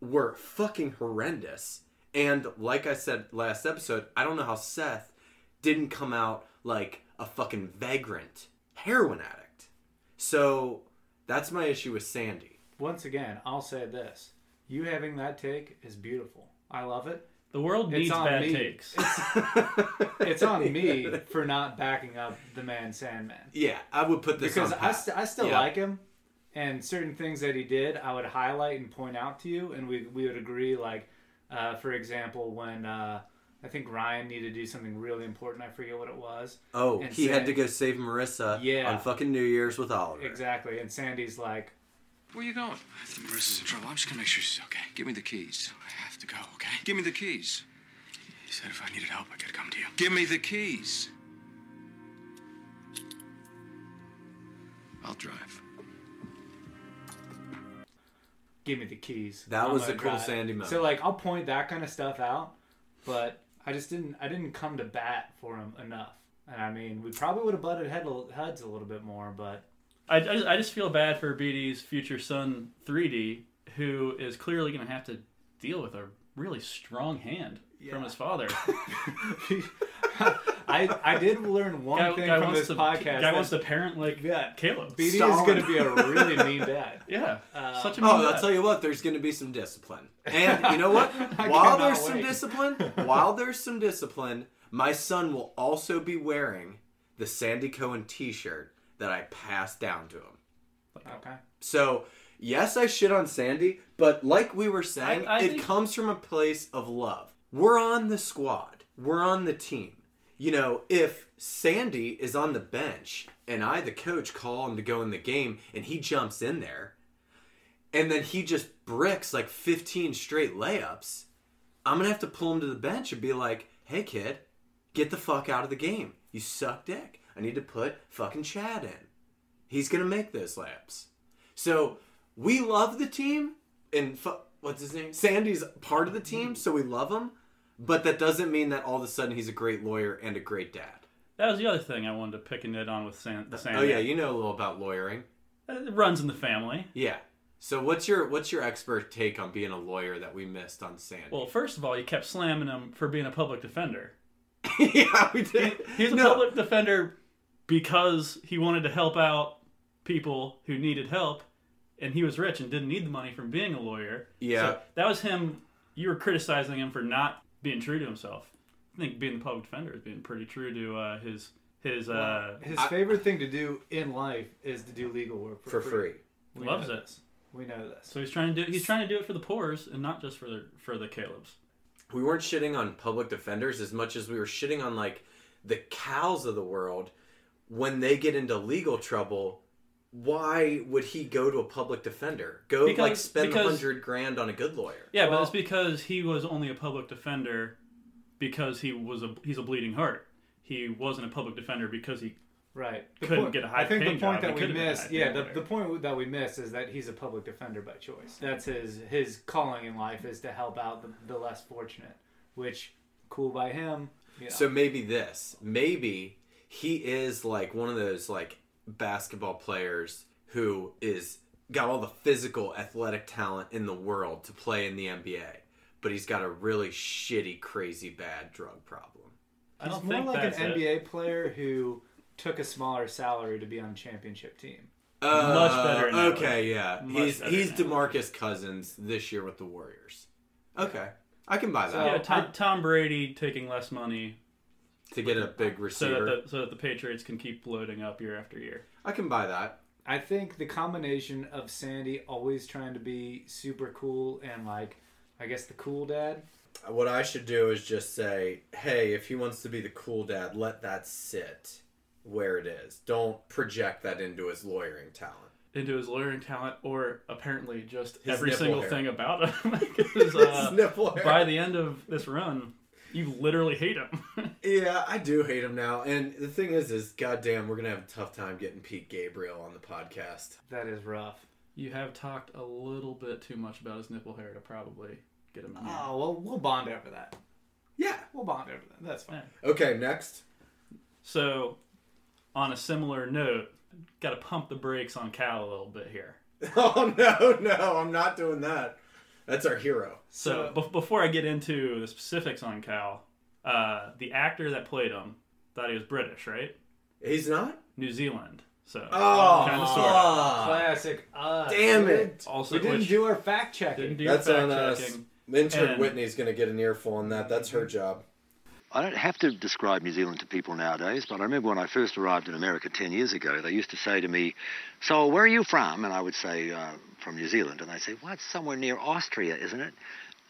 [SPEAKER 1] were fucking horrendous. And like I said last episode, I don't know how Seth didn't come out like a fucking vagrant heroin addict. So that's my issue with Sandy.
[SPEAKER 2] Once again, I'll say this: you having that take is beautiful. I love it.
[SPEAKER 3] The world
[SPEAKER 2] It's
[SPEAKER 3] needs
[SPEAKER 2] on
[SPEAKER 3] bad
[SPEAKER 2] me.
[SPEAKER 3] takes.
[SPEAKER 2] It's on me
[SPEAKER 1] *laughs*
[SPEAKER 2] for not backing up the man Sandman
[SPEAKER 1] Yeah, I would put this
[SPEAKER 2] because
[SPEAKER 1] on
[SPEAKER 2] I,
[SPEAKER 1] Pat.
[SPEAKER 2] st- I still
[SPEAKER 1] Yeah.
[SPEAKER 2] like him, and certain things that he did, I would highlight and point out to you, and we we would agree. Like, uh, for example, when uh, I think Ryan needed to do something really important, I forget what it was.
[SPEAKER 1] Oh,
[SPEAKER 2] and
[SPEAKER 1] he had
[SPEAKER 2] say-
[SPEAKER 1] to go save Marissa
[SPEAKER 2] Yeah.
[SPEAKER 1] on fucking New Year's with Oliver.
[SPEAKER 2] Exactly. And Sandy's like,
[SPEAKER 4] Where are you going? I think Marissa's in trouble. I'm just gonna make sure she's okay. Give me the keys. I have to go, okay? Give me the keys. He said if I needed help, I could come to you. Give me the keys. I'll drive.
[SPEAKER 2] give me the keys.
[SPEAKER 1] That
[SPEAKER 2] I'm
[SPEAKER 1] was
[SPEAKER 2] gonna
[SPEAKER 1] a cool
[SPEAKER 2] drive.
[SPEAKER 1] Sandy moment.
[SPEAKER 2] So like I'll point that kind of stuff out, but I just didn't I didn't come to bat for him enough. And I mean, we probably would have butted head, heads a little bit more, but
[SPEAKER 3] I, I, just, I just feel bad for BD's future son, 3D, who is clearly going to have to
[SPEAKER 2] *laughs*
[SPEAKER 3] deal with a really strong hand from his father.
[SPEAKER 2] I, I did learn one
[SPEAKER 3] guy,
[SPEAKER 2] thing
[SPEAKER 3] guy
[SPEAKER 2] from
[SPEAKER 3] wants
[SPEAKER 2] this
[SPEAKER 3] to,
[SPEAKER 2] podcast.
[SPEAKER 3] Guy wants
[SPEAKER 2] that
[SPEAKER 3] to parent like
[SPEAKER 2] Yeah.
[SPEAKER 3] Caleb.
[SPEAKER 2] BD is
[SPEAKER 1] Stalin.
[SPEAKER 2] going to be a really mean dad.
[SPEAKER 3] Yeah,
[SPEAKER 2] Uh,
[SPEAKER 3] such a mean
[SPEAKER 1] Oh, I'll
[SPEAKER 3] guy.
[SPEAKER 1] tell you what, there's going to be some discipline. And you know what?
[SPEAKER 2] *laughs* I
[SPEAKER 1] while
[SPEAKER 2] cannot
[SPEAKER 1] there's some
[SPEAKER 2] wait.
[SPEAKER 1] discipline, while there's some discipline, my son will also be wearing the Sandy Cohen t shirt that I passed down to him.
[SPEAKER 2] *laughs* Okay.
[SPEAKER 1] So, yes, I shit on Sandy, but like we were saying,
[SPEAKER 3] I
[SPEAKER 1] it
[SPEAKER 3] think-
[SPEAKER 1] comes from a place of love. We're on the squad, we're on the team. You know, if Sandy is on the bench and I, the coach, call him to go in the game and he jumps in there and then he just bricks like 15 straight layups, I'm gonna have to pull him to the bench and be like, hey kid, get the fuck out of the game. You suck dick. I need to put fucking Chad in. He's gonna make those layups. So we love the team, and fu- what's his name? Sandy's part of the team, so we love him. But that doesn't mean that all of a sudden he's a great lawyer and a great dad.
[SPEAKER 3] That was the other thing I wanted to pick a nit on with San, the Sandman.
[SPEAKER 1] Oh yeah, you know a little about lawyering.
[SPEAKER 3] It runs in the family.
[SPEAKER 1] Yeah. So what's your what's your expert take on being a lawyer that we missed on Sandy?
[SPEAKER 3] Well, first of all, you kept slamming him for being a public defender.
[SPEAKER 1] *laughs* yeah, we did.
[SPEAKER 3] He's a
[SPEAKER 1] No.
[SPEAKER 3] public defender because he wanted to help out people who needed help, and he was rich and didn't need the money from being a lawyer.
[SPEAKER 1] Yeah.
[SPEAKER 3] So that was him. You were criticizing him for not being true to himself. I think being the public defender is being pretty true to uh, his his. Uh,
[SPEAKER 2] His favorite thing to do in life is to do legal work
[SPEAKER 1] for
[SPEAKER 2] for,
[SPEAKER 1] free.
[SPEAKER 2] We
[SPEAKER 3] loves
[SPEAKER 2] know
[SPEAKER 3] it.
[SPEAKER 2] this. We know this.
[SPEAKER 3] So he's trying to do he's trying to do it for the poor's and not just for the for the Caleb's.
[SPEAKER 1] we weren't shitting on public defenders as much as we were shitting on like the cows of the world when they get into legal trouble why would he go to a public defender go
[SPEAKER 3] Because-
[SPEAKER 1] like spend a
[SPEAKER 3] because-
[SPEAKER 1] 100 grand on a good lawyer
[SPEAKER 3] Yeah,
[SPEAKER 2] Well-
[SPEAKER 3] but it's because he was only a public defender because he was a he's a bleeding heart. He wasn't a public defender because he
[SPEAKER 2] Right. The
[SPEAKER 3] Couldn't
[SPEAKER 2] point-
[SPEAKER 3] get a
[SPEAKER 2] I think the point
[SPEAKER 3] high-paying job. He
[SPEAKER 2] that we
[SPEAKER 3] could've been a
[SPEAKER 2] missed,
[SPEAKER 3] high-paying
[SPEAKER 2] yeah, the,
[SPEAKER 3] lawyer.
[SPEAKER 2] the point that we missed is that he's a public defender by choice. That's his his calling in life is to help out the, the less fortunate, which cool by him. Yeah.
[SPEAKER 1] So maybe this, maybe he is like one of those like basketball players who is got all the physical athletic talent in the world to play in the NBA, but he's got a really shitty crazy bad drug problem.
[SPEAKER 3] I don't
[SPEAKER 2] He's more
[SPEAKER 3] think
[SPEAKER 2] like an
[SPEAKER 3] that's it.
[SPEAKER 2] NBA player who took a smaller salary to be on a championship team.
[SPEAKER 3] Much better in that
[SPEAKER 1] Uh, okay, yeah.
[SPEAKER 3] Much
[SPEAKER 1] he's
[SPEAKER 3] better
[SPEAKER 1] he's
[SPEAKER 3] in that
[SPEAKER 1] DeMarcus Cousins this year with the Warriors. Okay. I can buy that
[SPEAKER 3] Yeah,
[SPEAKER 2] So-
[SPEAKER 3] Tom, Tom Brady taking less money
[SPEAKER 1] to get a big
[SPEAKER 3] so that
[SPEAKER 1] receiver.
[SPEAKER 3] the, so that the Patriots can keep loading up year after year.
[SPEAKER 1] I can buy that.
[SPEAKER 2] I think the combination of Sandy always trying to be super cool and like I guess the cool dad.
[SPEAKER 1] What I should do is just say, hey, if he wants to be the cool dad, let that sit where it is. Don't project that into his lawyering talent.
[SPEAKER 3] Into his lawyering talent, or apparently just
[SPEAKER 1] His
[SPEAKER 3] every
[SPEAKER 1] nipple
[SPEAKER 3] single
[SPEAKER 1] hair.
[SPEAKER 3] thing about
[SPEAKER 1] *laughs*
[SPEAKER 3] him. *laughs* 'Cause, uh,
[SPEAKER 1] nipple hair.
[SPEAKER 3] by the end of this run, you literally hate him. *laughs*
[SPEAKER 1] Yeah, I do hate him now. And the thing is, is goddamn, we're gonna have a tough time getting Pete Gabriel on the podcast.
[SPEAKER 2] That is rough.
[SPEAKER 3] you have talked a little bit too much about his nipple hair to probably get him. in here.
[SPEAKER 2] Oh well, we'll bond over that.
[SPEAKER 1] Yeah.
[SPEAKER 2] We'll bond over that. That's fine.
[SPEAKER 3] Yeah.
[SPEAKER 1] Okay, next.
[SPEAKER 3] So, on a similar note, got to pump the brakes on Cal a little bit here.
[SPEAKER 1] *laughs* Oh no, no, I'm not doing that. That's our hero.
[SPEAKER 3] So, bef- before I get into the specifics on Cal, uh, the actor that played him thought he was British, right?
[SPEAKER 1] He's not?
[SPEAKER 3] New Zealand. So,
[SPEAKER 1] Oh,
[SPEAKER 3] kind of sort of.
[SPEAKER 1] ah,
[SPEAKER 2] Classic. Uh,
[SPEAKER 1] damn it.
[SPEAKER 3] Also,
[SPEAKER 2] We didn't
[SPEAKER 3] which-
[SPEAKER 2] do our fact checking.
[SPEAKER 3] didn't do
[SPEAKER 1] That's
[SPEAKER 3] fact
[SPEAKER 1] on us.
[SPEAKER 3] checking.
[SPEAKER 1] Intern
[SPEAKER 3] And-
[SPEAKER 1] Whitney's gonna get an earful on that. That's her job.
[SPEAKER 5] I don't have to describe New Zealand to people nowadays, but I remember when I first arrived in America 10 years ago, they used to say to me, So, where are you from? And I would say, uh, From New Zealand. And they'd say, Well, it's somewhere near Austria, isn't it?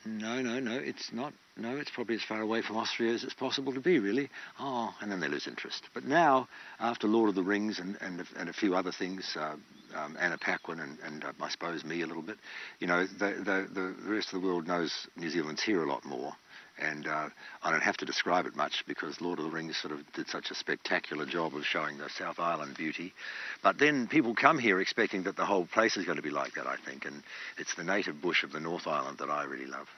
[SPEAKER 5] No, no, no, it's not. No, it's probably as far away from Austria as it's possible to be, really. Oh, and then they lose interest. But now, after Lord of the Rings and, and, a- and a few other things, uh, um, Anna Paquin and, and uh, I suppose me a little bit, you know, the, the, the rest of the world knows New Zealand's here a lot more. And uh, I don't have to describe it much because Lord of the Rings sort of did such a spectacular job of showing the South Island beauty. But then people come here expecting that the whole place is going to be like that, I think. And it's the native bush of the North Island that I really love.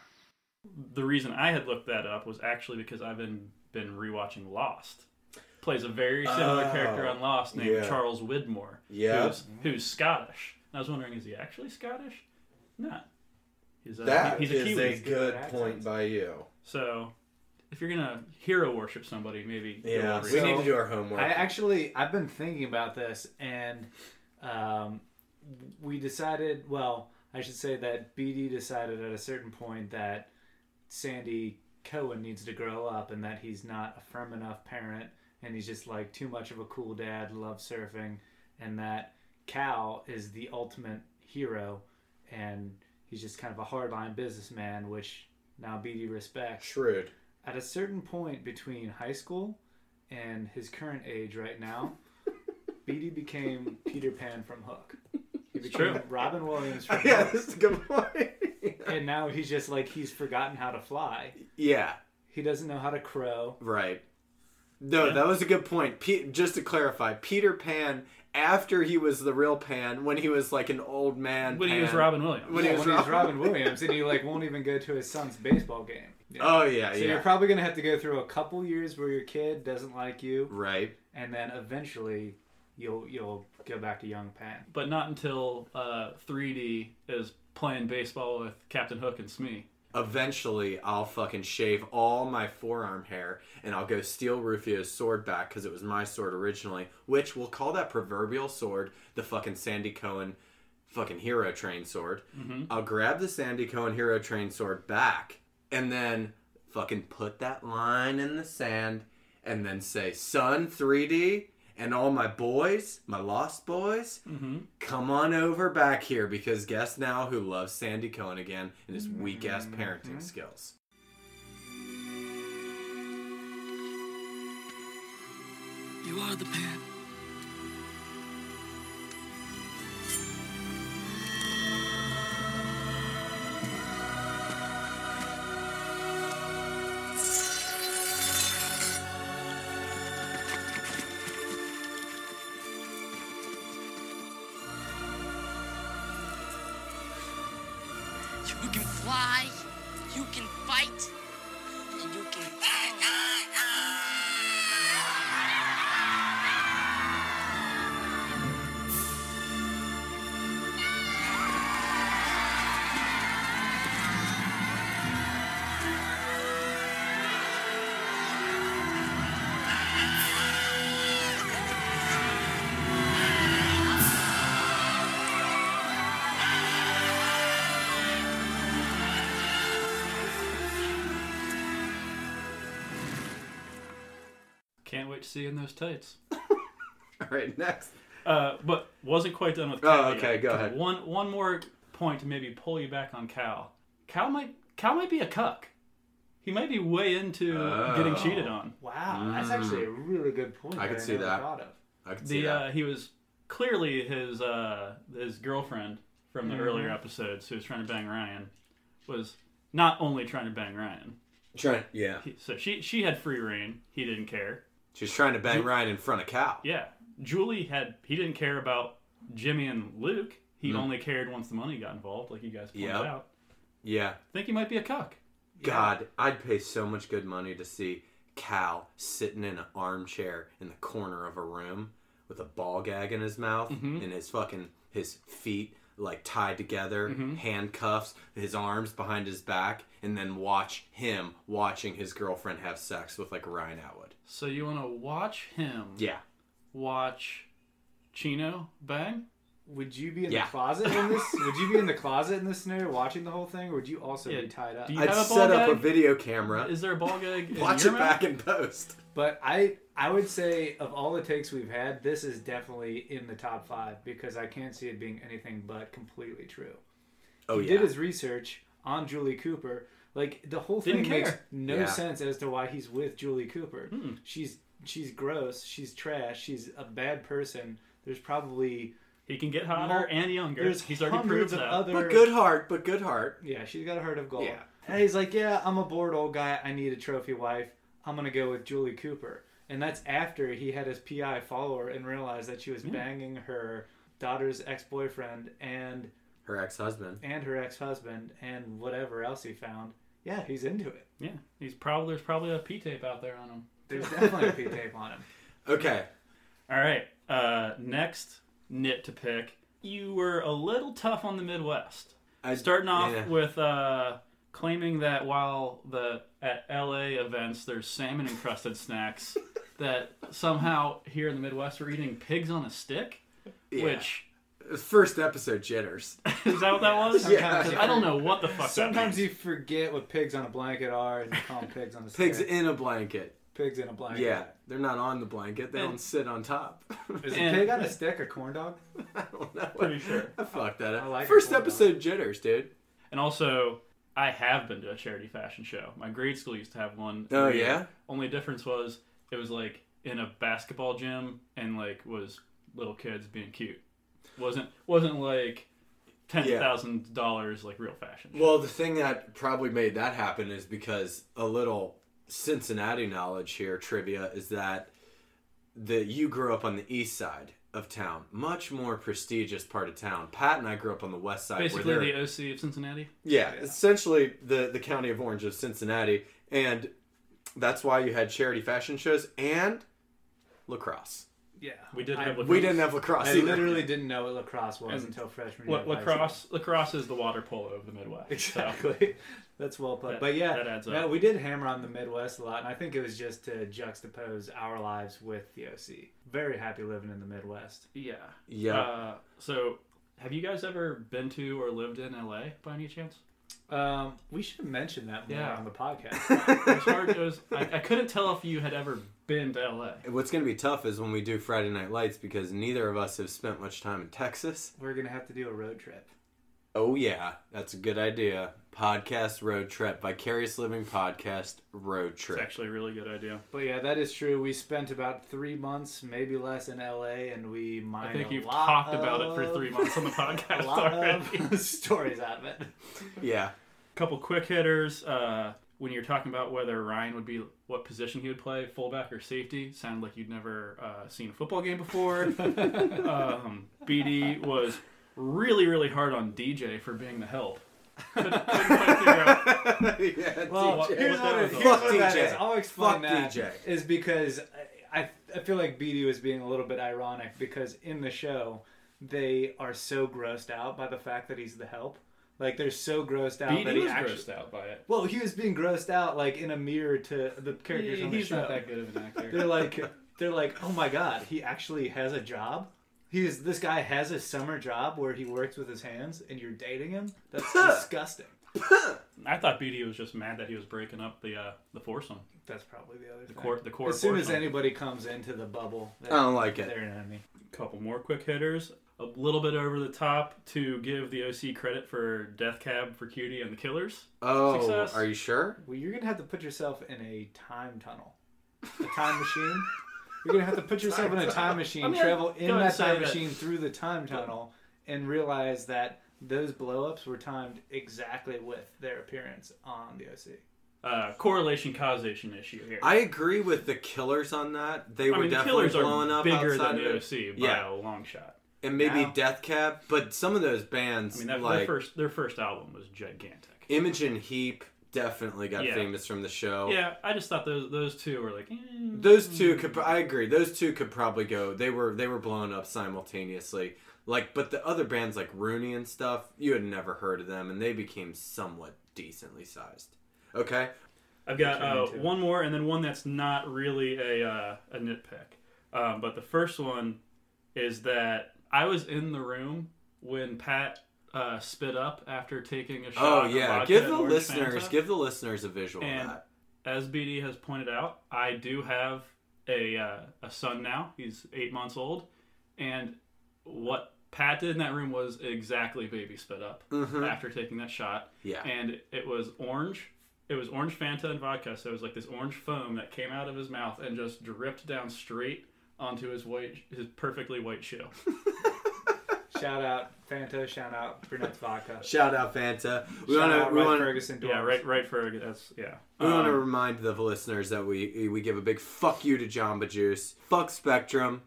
[SPEAKER 3] The reason I had looked that up was actually because I've been been rewatching Lost. Plays a very similar
[SPEAKER 1] Oh,
[SPEAKER 3] character on Lost named
[SPEAKER 1] yeah.
[SPEAKER 3] Charles Widmore.
[SPEAKER 1] Yeah.
[SPEAKER 3] Who's, who's Scottish. And I was wondering, is he actually Scottish? Not. He's a,
[SPEAKER 1] That
[SPEAKER 3] he's
[SPEAKER 1] is
[SPEAKER 3] a Kiwi.
[SPEAKER 1] a good
[SPEAKER 2] Accents.
[SPEAKER 1] point by you.
[SPEAKER 3] So if you're gonna hero worship somebody, maybe do a
[SPEAKER 1] Yeah,
[SPEAKER 3] little
[SPEAKER 1] we
[SPEAKER 2] So-
[SPEAKER 1] need to do our homework.
[SPEAKER 2] I actually I've been thinking about this, and um, we decided. Well, I should say that BD decided at a certain point that Sandy Cohen needs to grow up, and that he's not a firm enough parent, and he's just like too much of a cool dad, loves surfing, and that Cal is the ultimate hero, and he's just kind of a hardline businessman, which now BD respects
[SPEAKER 1] Shrewd.
[SPEAKER 2] at a certain point between high school and his current age right
[SPEAKER 1] *laughs*
[SPEAKER 2] now, BD became Peter Pan from Hook. He became
[SPEAKER 3] true.
[SPEAKER 2] Robin Williams from
[SPEAKER 1] *laughs* *laughs* Yeah,
[SPEAKER 2] Hook.
[SPEAKER 1] that's a good point. *laughs*
[SPEAKER 2] And now he's just like he's forgotten how to fly.
[SPEAKER 1] yeah,
[SPEAKER 2] He doesn't know how to crow.
[SPEAKER 1] right. No, that was a good point. Pe- just to clarify, Peter Pan, after he was the real Pan, when he was like an old man.
[SPEAKER 3] When he was
[SPEAKER 1] Pan-
[SPEAKER 3] Robin Williams.
[SPEAKER 1] When he
[SPEAKER 2] Yeah,
[SPEAKER 1] was
[SPEAKER 2] when he's
[SPEAKER 1] Robin-
[SPEAKER 2] Robin Williams and he like won't even go to his son's baseball game. Yeah.
[SPEAKER 1] Oh, yeah,
[SPEAKER 2] so
[SPEAKER 1] yeah.
[SPEAKER 2] you're probably gonna have to go through a couple years where your kid doesn't like you
[SPEAKER 1] right.
[SPEAKER 2] and then eventually you'll you'll go back to young Pan.
[SPEAKER 3] but not until uh, 3D is playing baseball with Captain Hook and Smee.
[SPEAKER 1] Eventually, I'll fucking shave all my forearm hair and I'll go steal Rufio's sword back because it was my sword originally, which we'll call that proverbial sword the fucking Sandy Cohen fucking hero train sword.
[SPEAKER 2] Mm-hmm.
[SPEAKER 1] I'll grab the Sandy Cohen hero train sword back and then fucking put that line in the sand and then say, Son, 3D, and all my boys, my lost boys, come on over back here because guess now who loves Sandy Cohen again and his weak ass
[SPEAKER 3] Mm-hmm.
[SPEAKER 1] parenting skills. *laughs*
[SPEAKER 4] You are the pan.
[SPEAKER 6] You can fly, you can fight, and you can.
[SPEAKER 3] Can't wait to see you in those tights.
[SPEAKER 1] All right, next.
[SPEAKER 3] Uh, but wasn't quite done with.
[SPEAKER 1] Oh,
[SPEAKER 3] Cal yet.
[SPEAKER 1] okay, go ahead.
[SPEAKER 3] One one more point to maybe pull you back on Cal. Cal might Cal might be a cuck. He might be way into
[SPEAKER 1] Oh.
[SPEAKER 3] getting cheated on.
[SPEAKER 2] Wow, that's actually a really good point.
[SPEAKER 1] Mm. I
[SPEAKER 2] that
[SPEAKER 1] could see
[SPEAKER 2] never
[SPEAKER 1] that.
[SPEAKER 2] Thought of.
[SPEAKER 1] I can see
[SPEAKER 3] The
[SPEAKER 1] that.
[SPEAKER 3] uh, he was clearly his uh, his girlfriend from the
[SPEAKER 1] Mm-hmm.
[SPEAKER 3] earlier episodes who was trying to bang Ryan was not only trying to bang Ryan.
[SPEAKER 1] Trying, yeah.
[SPEAKER 3] He- So she she had free reign. He didn't care.
[SPEAKER 1] She's trying to bang Ryan in front of Cal.
[SPEAKER 3] Yeah, Julie had he didn't care about Jimmy and Luke. He only cared once the money got involved, like you guys pointed
[SPEAKER 1] Yep.
[SPEAKER 3] out.
[SPEAKER 1] Yeah.
[SPEAKER 3] think he might be a cuck.
[SPEAKER 1] God, I'd pay so much good money to see Cal sitting in an armchair in the corner of a room with a ball gag in his mouth and his fucking his feet like tied together, handcuffs, his arms behind his back, and then watch him watching his girlfriend have sex with like Ryan Atwood.
[SPEAKER 3] So you want to watch him?
[SPEAKER 1] Yeah.
[SPEAKER 3] Watch Chino bang?
[SPEAKER 2] Would you be in
[SPEAKER 1] Yeah.
[SPEAKER 2] the closet in
[SPEAKER 3] *laughs*
[SPEAKER 2] this? would you be in the closet in this scenario watching the whole thing, or would you also
[SPEAKER 3] Yeah,
[SPEAKER 2] be tied up?
[SPEAKER 3] do you-
[SPEAKER 1] I'd
[SPEAKER 3] have a ball
[SPEAKER 1] set up a
[SPEAKER 3] gag?
[SPEAKER 1] video camera.
[SPEAKER 3] Is there a ball gag? in
[SPEAKER 1] Watch
[SPEAKER 3] your
[SPEAKER 1] it
[SPEAKER 3] mouth?
[SPEAKER 1] back in post.
[SPEAKER 2] But I, I would say of all the takes we've had, this is definitely in the top five because I can't see it being anything but completely true.
[SPEAKER 1] Oh
[SPEAKER 2] he
[SPEAKER 1] yeah.
[SPEAKER 2] did his research on Julie Cooper. Like the whole thing
[SPEAKER 3] Didn't
[SPEAKER 2] makes
[SPEAKER 3] care. Hmm.
[SPEAKER 2] no
[SPEAKER 1] Yeah.
[SPEAKER 2] sense as to why he's with Julie Cooper. She's she's gross. She's trash. She's a bad person. There's probably
[SPEAKER 3] He can get hotter
[SPEAKER 2] Well,
[SPEAKER 3] and younger.
[SPEAKER 2] there's
[SPEAKER 3] He's already
[SPEAKER 2] hundreds
[SPEAKER 3] proved
[SPEAKER 2] of
[SPEAKER 3] that.
[SPEAKER 2] other
[SPEAKER 1] but good heart, but good heart.
[SPEAKER 2] Yeah, she's got a heart of gold.
[SPEAKER 1] Yeah.
[SPEAKER 2] And he's like, Yeah, I'm a bored old guy. I need a trophy wife. I'm going to go with Julie Cooper. And that's after he had his PI follow her and realized that she was banging her daughter's ex boyfriend and
[SPEAKER 1] Her ex husband.
[SPEAKER 2] and her ex husband and whatever else he found. Yeah, he's into it.
[SPEAKER 3] yeah, he's probably there's probably a P tape out there on him.
[SPEAKER 2] *laughs* There's definitely a P tape on him.
[SPEAKER 1] Okay.
[SPEAKER 3] All right, uh, next nit to pick. You were a little tough on the Midwest.
[SPEAKER 1] I-
[SPEAKER 3] Starting off
[SPEAKER 1] yeah.
[SPEAKER 3] with uh, claiming that while the at LA events there's salmon encrusted snacks,
[SPEAKER 1] *laughs*
[SPEAKER 3] that somehow here in the Midwest we're eating pigs on a stick,
[SPEAKER 1] Yeah.
[SPEAKER 3] which
[SPEAKER 1] First episode jitters.
[SPEAKER 3] is that what that was?
[SPEAKER 1] Yeah.
[SPEAKER 3] I don't know what the fuck.
[SPEAKER 2] Sometimes
[SPEAKER 3] that
[SPEAKER 2] you forget what pigs on a blanket are, and you call them pigs on a
[SPEAKER 1] Pigs
[SPEAKER 2] stick.
[SPEAKER 1] in a blanket.
[SPEAKER 2] pigs in a blanket.
[SPEAKER 1] Yeah, they're not on the blanket. They
[SPEAKER 3] And-
[SPEAKER 1] don't sit on top. *laughs*
[SPEAKER 2] Is
[SPEAKER 3] And-
[SPEAKER 2] a pig on a stick a corn dog?
[SPEAKER 1] I don't know.
[SPEAKER 3] Pretty sure.
[SPEAKER 1] I fucked that up.
[SPEAKER 2] I like it
[SPEAKER 1] First
[SPEAKER 2] more, though.
[SPEAKER 1] episode jitters, dude.
[SPEAKER 3] And also, I have been to a charity fashion show. My grade school used to have one.
[SPEAKER 1] Oh,
[SPEAKER 3] every year.
[SPEAKER 1] yeah?
[SPEAKER 3] Only difference was it was like in a basketball gym and like was little kids being cute. wasn't wasn't like ten thousand dollars like real fashion. show.
[SPEAKER 1] Well, the thing that probably made that happen is because a little Cincinnati knowledge here, trivia, is that that you grew up on the east side of town, much more prestigious part of town. Pat and I grew up on the west side.
[SPEAKER 3] Basically,
[SPEAKER 1] where there-
[SPEAKER 3] the OC of Cincinnati.
[SPEAKER 1] yeah, essentially the the county of Orange of Cincinnati, and that's why you had charity fashion shows and lacrosse.
[SPEAKER 2] Yeah.
[SPEAKER 3] We did have
[SPEAKER 2] I,
[SPEAKER 3] lacrosse.
[SPEAKER 1] We didn't have lacrosse.
[SPEAKER 2] I
[SPEAKER 1] either.
[SPEAKER 2] literally didn't know what lacrosse was
[SPEAKER 3] And
[SPEAKER 2] until freshman year.
[SPEAKER 3] La-
[SPEAKER 2] of high
[SPEAKER 3] lacrosse. Lacrosse is the water polo of the Midwest.
[SPEAKER 2] *laughs*
[SPEAKER 3] So.
[SPEAKER 2] Exactly. That's well put.
[SPEAKER 3] That-
[SPEAKER 2] but yeah,
[SPEAKER 3] that adds
[SPEAKER 2] no,
[SPEAKER 3] up.
[SPEAKER 2] we did hammer on the Midwest a lot, and I think it was just to juxtapose our lives with the OC. Very happy living in the Midwest.
[SPEAKER 3] Yeah.
[SPEAKER 1] Yeah.
[SPEAKER 3] Uh, so, have you guys ever been to or lived in LA by any chance?
[SPEAKER 2] Um, we should mention that more
[SPEAKER 3] Yeah.
[SPEAKER 2] on the
[SPEAKER 3] *laughs*
[SPEAKER 2] podcast.
[SPEAKER 1] *laughs*
[SPEAKER 3] As hard as- I, I couldn't tell if you had ever been to LA.
[SPEAKER 1] What's going to be tough is when we do Friday Night Lights because neither of us have spent much time in Texas.
[SPEAKER 2] We're gonna have to do a road trip.
[SPEAKER 1] Oh, yeah, that's a good idea. Podcast road trip, vicarious living podcast road
[SPEAKER 3] It's
[SPEAKER 1] trip.
[SPEAKER 3] actually a really good idea.
[SPEAKER 2] But yeah, that is true. We spent about three months, maybe less, in LA, and we mined
[SPEAKER 3] I think
[SPEAKER 2] a
[SPEAKER 3] you've
[SPEAKER 2] lot
[SPEAKER 3] talked about it
[SPEAKER 2] of,
[SPEAKER 3] for three months on the
[SPEAKER 2] *laughs*
[SPEAKER 3] podcast
[SPEAKER 2] A lot
[SPEAKER 3] already.
[SPEAKER 2] of *laughs* stories out of it.
[SPEAKER 1] Yeah,
[SPEAKER 3] couple quick hitters. Uh, when you're talking about whether Ryan would be what position he would play, fullback or safety, sounded like you'd never uh, seen a football game before. um, BD was really, really hard on DJ for being the help. Couldn't, couldn't quite figure
[SPEAKER 1] *laughs*
[SPEAKER 3] out.
[SPEAKER 1] yeah.
[SPEAKER 2] Well, here's what,
[SPEAKER 3] DJ. What that
[SPEAKER 2] it, here's
[SPEAKER 3] was
[SPEAKER 1] all about.
[SPEAKER 2] what that
[SPEAKER 1] Fuck
[SPEAKER 2] is.
[SPEAKER 1] DJ.
[SPEAKER 2] I'll explain
[SPEAKER 1] Fuck
[SPEAKER 2] that.
[SPEAKER 1] DJ.
[SPEAKER 2] Is because I, I I feel like BD was being a little bit ironic because in the show they are so grossed out by the fact that he's the help. Like they're so grossed out that
[SPEAKER 3] BD
[SPEAKER 2] he
[SPEAKER 3] was
[SPEAKER 2] actually.
[SPEAKER 3] grossed out by it.
[SPEAKER 2] Well, he was being grossed out like in a mirror to the characters on the
[SPEAKER 3] He's
[SPEAKER 2] show.
[SPEAKER 3] not that good of an actor.
[SPEAKER 2] They're like, they're like, oh my god, he actually has a job. He is this guy has a summer job where he works with his hands, and you're dating him. That's disgusting.
[SPEAKER 3] *laughs* I thought BD was just mad that he was breaking up the uh, the foursome,
[SPEAKER 2] That's probably the other thing.
[SPEAKER 3] the core, the core.
[SPEAKER 2] as soon as
[SPEAKER 3] foursome.
[SPEAKER 2] anybody comes into the bubble,
[SPEAKER 1] I don't like it.
[SPEAKER 2] they're an enemy.
[SPEAKER 3] couple more quick hitters. A little bit over the top to give the OC credit for Death Cab for Cutie and the Killers.
[SPEAKER 1] Oh,
[SPEAKER 3] Success.
[SPEAKER 1] are you sure?
[SPEAKER 2] Well, you're gonna have to put yourself in a time tunnel, a time machine. You're gonna have to put yourself in a time machine,
[SPEAKER 3] I mean,
[SPEAKER 2] travel
[SPEAKER 3] I'd
[SPEAKER 2] in
[SPEAKER 3] go and
[SPEAKER 2] that
[SPEAKER 3] say
[SPEAKER 2] time
[SPEAKER 3] that-
[SPEAKER 2] machine through the time tunnel, and realize that those blow-ups were timed exactly with their appearance on the OC.
[SPEAKER 3] Uh, correlation causation issue here.
[SPEAKER 1] I agree with the killers on that. They
[SPEAKER 3] I
[SPEAKER 1] were
[SPEAKER 3] mean, the
[SPEAKER 1] definitely
[SPEAKER 3] Killers
[SPEAKER 1] blowing
[SPEAKER 3] are
[SPEAKER 1] up
[SPEAKER 3] bigger
[SPEAKER 1] outside
[SPEAKER 3] than the
[SPEAKER 1] of it.
[SPEAKER 3] OC by
[SPEAKER 1] Yeah,
[SPEAKER 3] a long shot.
[SPEAKER 1] and maybe
[SPEAKER 2] Now-
[SPEAKER 1] Death Cab, but some of those bands,
[SPEAKER 3] I mean, that, their
[SPEAKER 1] like
[SPEAKER 3] first their first album was gigantic.
[SPEAKER 1] Imogen Heap, definitely got
[SPEAKER 3] Yeah.
[SPEAKER 1] famous from the show.
[SPEAKER 3] Yeah, I just thought those those two were like. eh.
[SPEAKER 1] Those two could. pro- I agree. Those two could probably go. They were they were blown up simultaneously. Like, but the other bands like Rooney and stuff, you had never heard of them, and they became somewhat decently sized. Okay,
[SPEAKER 3] I've got
[SPEAKER 2] Turn
[SPEAKER 3] uh,
[SPEAKER 2] into-
[SPEAKER 3] one more, and then one that's not really a uh, a nitpick. Um, but the first one is that I was in the room when Pat uh, spit up after taking a shot.
[SPEAKER 1] Oh
[SPEAKER 3] of
[SPEAKER 1] yeah,
[SPEAKER 3] vodka
[SPEAKER 1] give
[SPEAKER 3] and
[SPEAKER 1] the
[SPEAKER 3] orange
[SPEAKER 1] listeners,
[SPEAKER 3] Fanta.
[SPEAKER 1] give the listeners a visual
[SPEAKER 3] And-
[SPEAKER 1] of that.
[SPEAKER 3] As BD has pointed out, I do have a uh, a son now. He's eight months old, and what Pat did in that room was exactly baby spit up after taking that shot.
[SPEAKER 1] Yeah.
[SPEAKER 3] and it was orange. It was orange Fanta and vodka, so it was like this orange foam that came out of his mouth and just dripped down straight onto his white, his perfectly white shoe.
[SPEAKER 2] Shout out Fanta. Shout out Brunette's Vodka.
[SPEAKER 1] Shout out Fanta. We
[SPEAKER 2] Shout
[SPEAKER 1] want to
[SPEAKER 2] out
[SPEAKER 1] we
[SPEAKER 2] Rod
[SPEAKER 1] want to
[SPEAKER 2] Ferguson.
[SPEAKER 3] *laughs* yeah,
[SPEAKER 2] Dorms.
[SPEAKER 3] right, right for that's yeah.
[SPEAKER 1] we want to
[SPEAKER 3] Um,
[SPEAKER 1] remind the listeners that we we give a big fuck you to Jamba Juice, fuck Spectrum,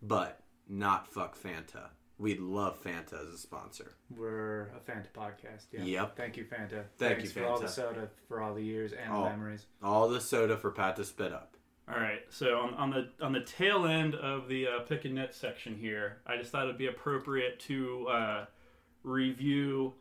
[SPEAKER 1] but not fuck Fanta. We love Fanta as a sponsor.
[SPEAKER 2] We're a Fanta podcast. Yeah.
[SPEAKER 1] Yep.
[SPEAKER 2] Thank you, Fanta.
[SPEAKER 1] Thank
[SPEAKER 2] Thanks
[SPEAKER 1] you,
[SPEAKER 2] for all
[SPEAKER 1] Fanta.
[SPEAKER 2] the soda, for all the years and
[SPEAKER 1] Oh.
[SPEAKER 2] the memories.
[SPEAKER 1] All the soda for Pat to spit up.
[SPEAKER 3] All right, so on, on the on the tail end of the uh, pick and knit section here, I just thought it'd be appropriate to uh, review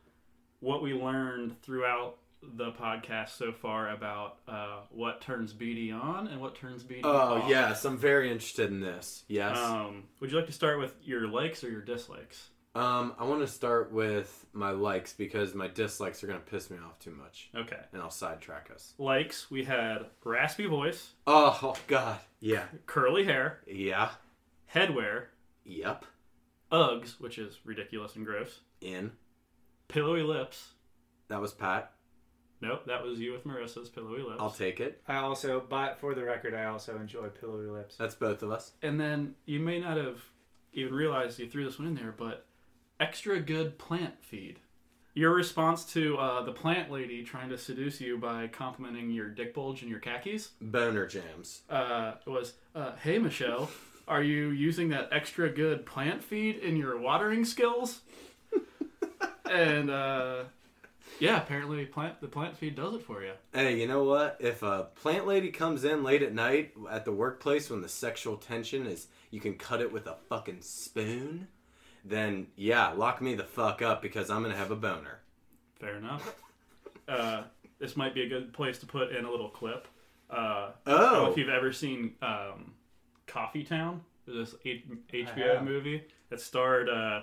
[SPEAKER 3] what we learned throughout the podcast so far about uh, what turns BD on and what turns BD
[SPEAKER 1] Oh
[SPEAKER 3] off.
[SPEAKER 1] yes, I'm very interested in this. Yes.
[SPEAKER 3] Um, would you like to start with your likes or your dislikes?
[SPEAKER 1] Um, I want to start with my likes because my dislikes are gonna piss me off too much,
[SPEAKER 3] Okay.
[SPEAKER 1] and I'll sidetrack us.
[SPEAKER 3] Likes, we had raspy voice,
[SPEAKER 1] Oh, oh God. Yeah.
[SPEAKER 3] curly hair,
[SPEAKER 1] Yeah.
[SPEAKER 3] headwear,
[SPEAKER 1] Yep.
[SPEAKER 3] Uggs, which is ridiculous and gross,
[SPEAKER 1] In.
[SPEAKER 3] pillowy lips.
[SPEAKER 1] That was Pat.
[SPEAKER 3] Nope, that was you with Marissa's pillowy lips.
[SPEAKER 1] I'll take it.
[SPEAKER 2] I also, but for the record, I also enjoy pillowy lips.
[SPEAKER 1] That's both of us.
[SPEAKER 3] and then you may not have even realized you threw this one in there, but extra good plant feed. Your response to uh, the plant lady trying to seduce you by complimenting your dick bulge and your khakis
[SPEAKER 1] Boner jams.
[SPEAKER 3] uh, was, uh, "Hey Michelle, are you using that extra good plant feed in your watering skills?" and uh, yeah, apparently plant the plant feed does it for you.
[SPEAKER 1] Hey, you know what? If a plant lady comes in late at night at the workplace when the sexual tension is, you can cut it with a fucking spoon, then yeah, lock me the fuck up because I'm gonna have a boner.
[SPEAKER 3] Fair enough. Uh, this might be a good place to put in a little clip. Uh, I don't know
[SPEAKER 1] Oh,
[SPEAKER 3] if you've ever seen um, Coffee Town, this H-
[SPEAKER 2] I
[SPEAKER 3] HBO
[SPEAKER 2] have.
[SPEAKER 3] movie that starred uh,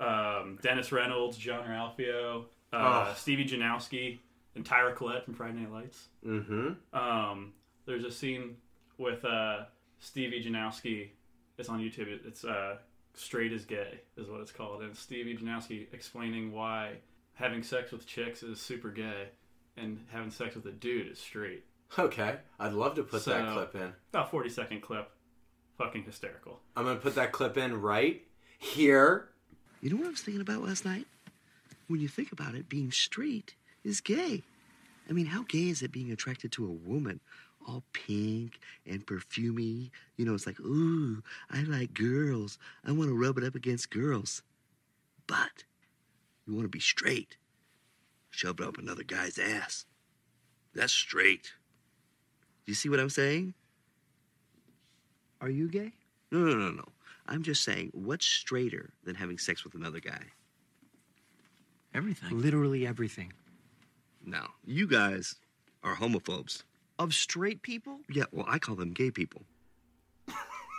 [SPEAKER 3] um, Dennis Reynolds, John Ralphio, uh,
[SPEAKER 1] Oh.
[SPEAKER 3] Stevie Janowski, and Tyra Collette from Friday Night Lights.
[SPEAKER 1] mm-hmm.
[SPEAKER 3] Um, there's a scene with uh, Stevie Janowski. It's on YouTube. It- It's uh, Straight as Gay, is what it's called. And it's Stevie Janowski explaining why having sex with chicks is super gay and having sex with a dude is straight.
[SPEAKER 1] Oh, Okay, I'd love to put that
[SPEAKER 3] So-
[SPEAKER 1] clip in.
[SPEAKER 3] About 40 second clip. Fucking hysterical.
[SPEAKER 1] I'm gonna put that clip in right here.
[SPEAKER 7] You know what I was thinking about last night? When you think about it, being straight is gay. I mean, how gay is it being attracted to a woman all pink and perfumey? You know, it's like, ooh, I like girls. I want to rub it up against girls. But you want to be straight, shove it up another guy's ass. That's straight. Do you see what I'm saying? Are you gay? No, no, no, no. I'm just saying, what's straighter than having sex with another guy?
[SPEAKER 8] Everything. Literally everything.
[SPEAKER 7] No, you guys are homophobes.
[SPEAKER 8] Of straight people?
[SPEAKER 7] Yeah, well, I call them gay people.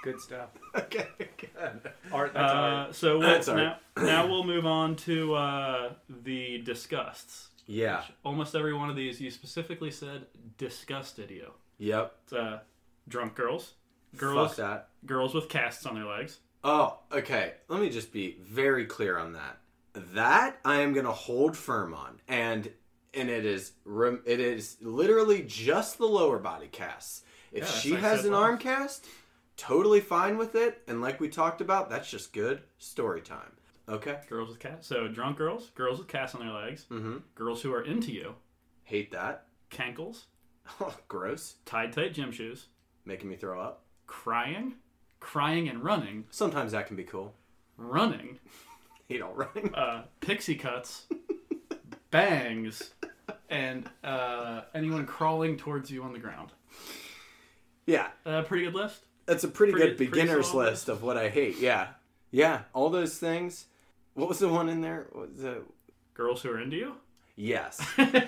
[SPEAKER 2] Good stuff.
[SPEAKER 1] *laughs* Okay, good.
[SPEAKER 2] Art, that's art.
[SPEAKER 1] *clears throat*
[SPEAKER 3] Uh, so we'll,
[SPEAKER 1] That's all
[SPEAKER 3] now, now we'll move on to uh, the disgusts.
[SPEAKER 1] Yeah.
[SPEAKER 3] Almost every one of these, you specifically said disgusted you.
[SPEAKER 1] Yep.
[SPEAKER 3] It's, uh, drunk girls,
[SPEAKER 1] Fuck
[SPEAKER 3] girls,
[SPEAKER 1] that.
[SPEAKER 3] girls with casts on their legs.
[SPEAKER 1] Oh, okay. Let me just be very clear on that. That I am going to hold firm on, and and it is rem- it is literally just the lower body casts. If
[SPEAKER 3] Yeah, that's
[SPEAKER 1] she
[SPEAKER 3] like
[SPEAKER 1] has
[SPEAKER 3] Sid
[SPEAKER 1] an
[SPEAKER 3] Lowe's.
[SPEAKER 1] arm cast, totally fine with it. And like we talked about, that's just good story time. Okay.
[SPEAKER 3] Girls with casts. So drunk girls, girls with casts on their legs,
[SPEAKER 1] Mm-hmm.
[SPEAKER 3] girls who are into you,
[SPEAKER 1] Hate that. *laughs*
[SPEAKER 3] cankles,
[SPEAKER 1] Oh, gross.
[SPEAKER 3] tied tight gym shoes,
[SPEAKER 1] Making me throw up.
[SPEAKER 3] crying, crying and running,
[SPEAKER 1] Sometimes that can be cool. *laughs*
[SPEAKER 3] running,
[SPEAKER 1] Hate all running.
[SPEAKER 3] uh, pixie cuts, bangs, and uh, anyone crawling towards you on the ground.
[SPEAKER 1] *laughs* Yeah,
[SPEAKER 3] Uh, pretty good list.
[SPEAKER 1] that's a pretty,
[SPEAKER 3] Pretty-
[SPEAKER 1] good
[SPEAKER 3] pretty
[SPEAKER 1] beginner's
[SPEAKER 3] solid.
[SPEAKER 1] list of what I hate. Yeah, yeah. All those things. What was the one in there? What was the
[SPEAKER 3] Girls who are into you? *laughs*
[SPEAKER 1] Yes.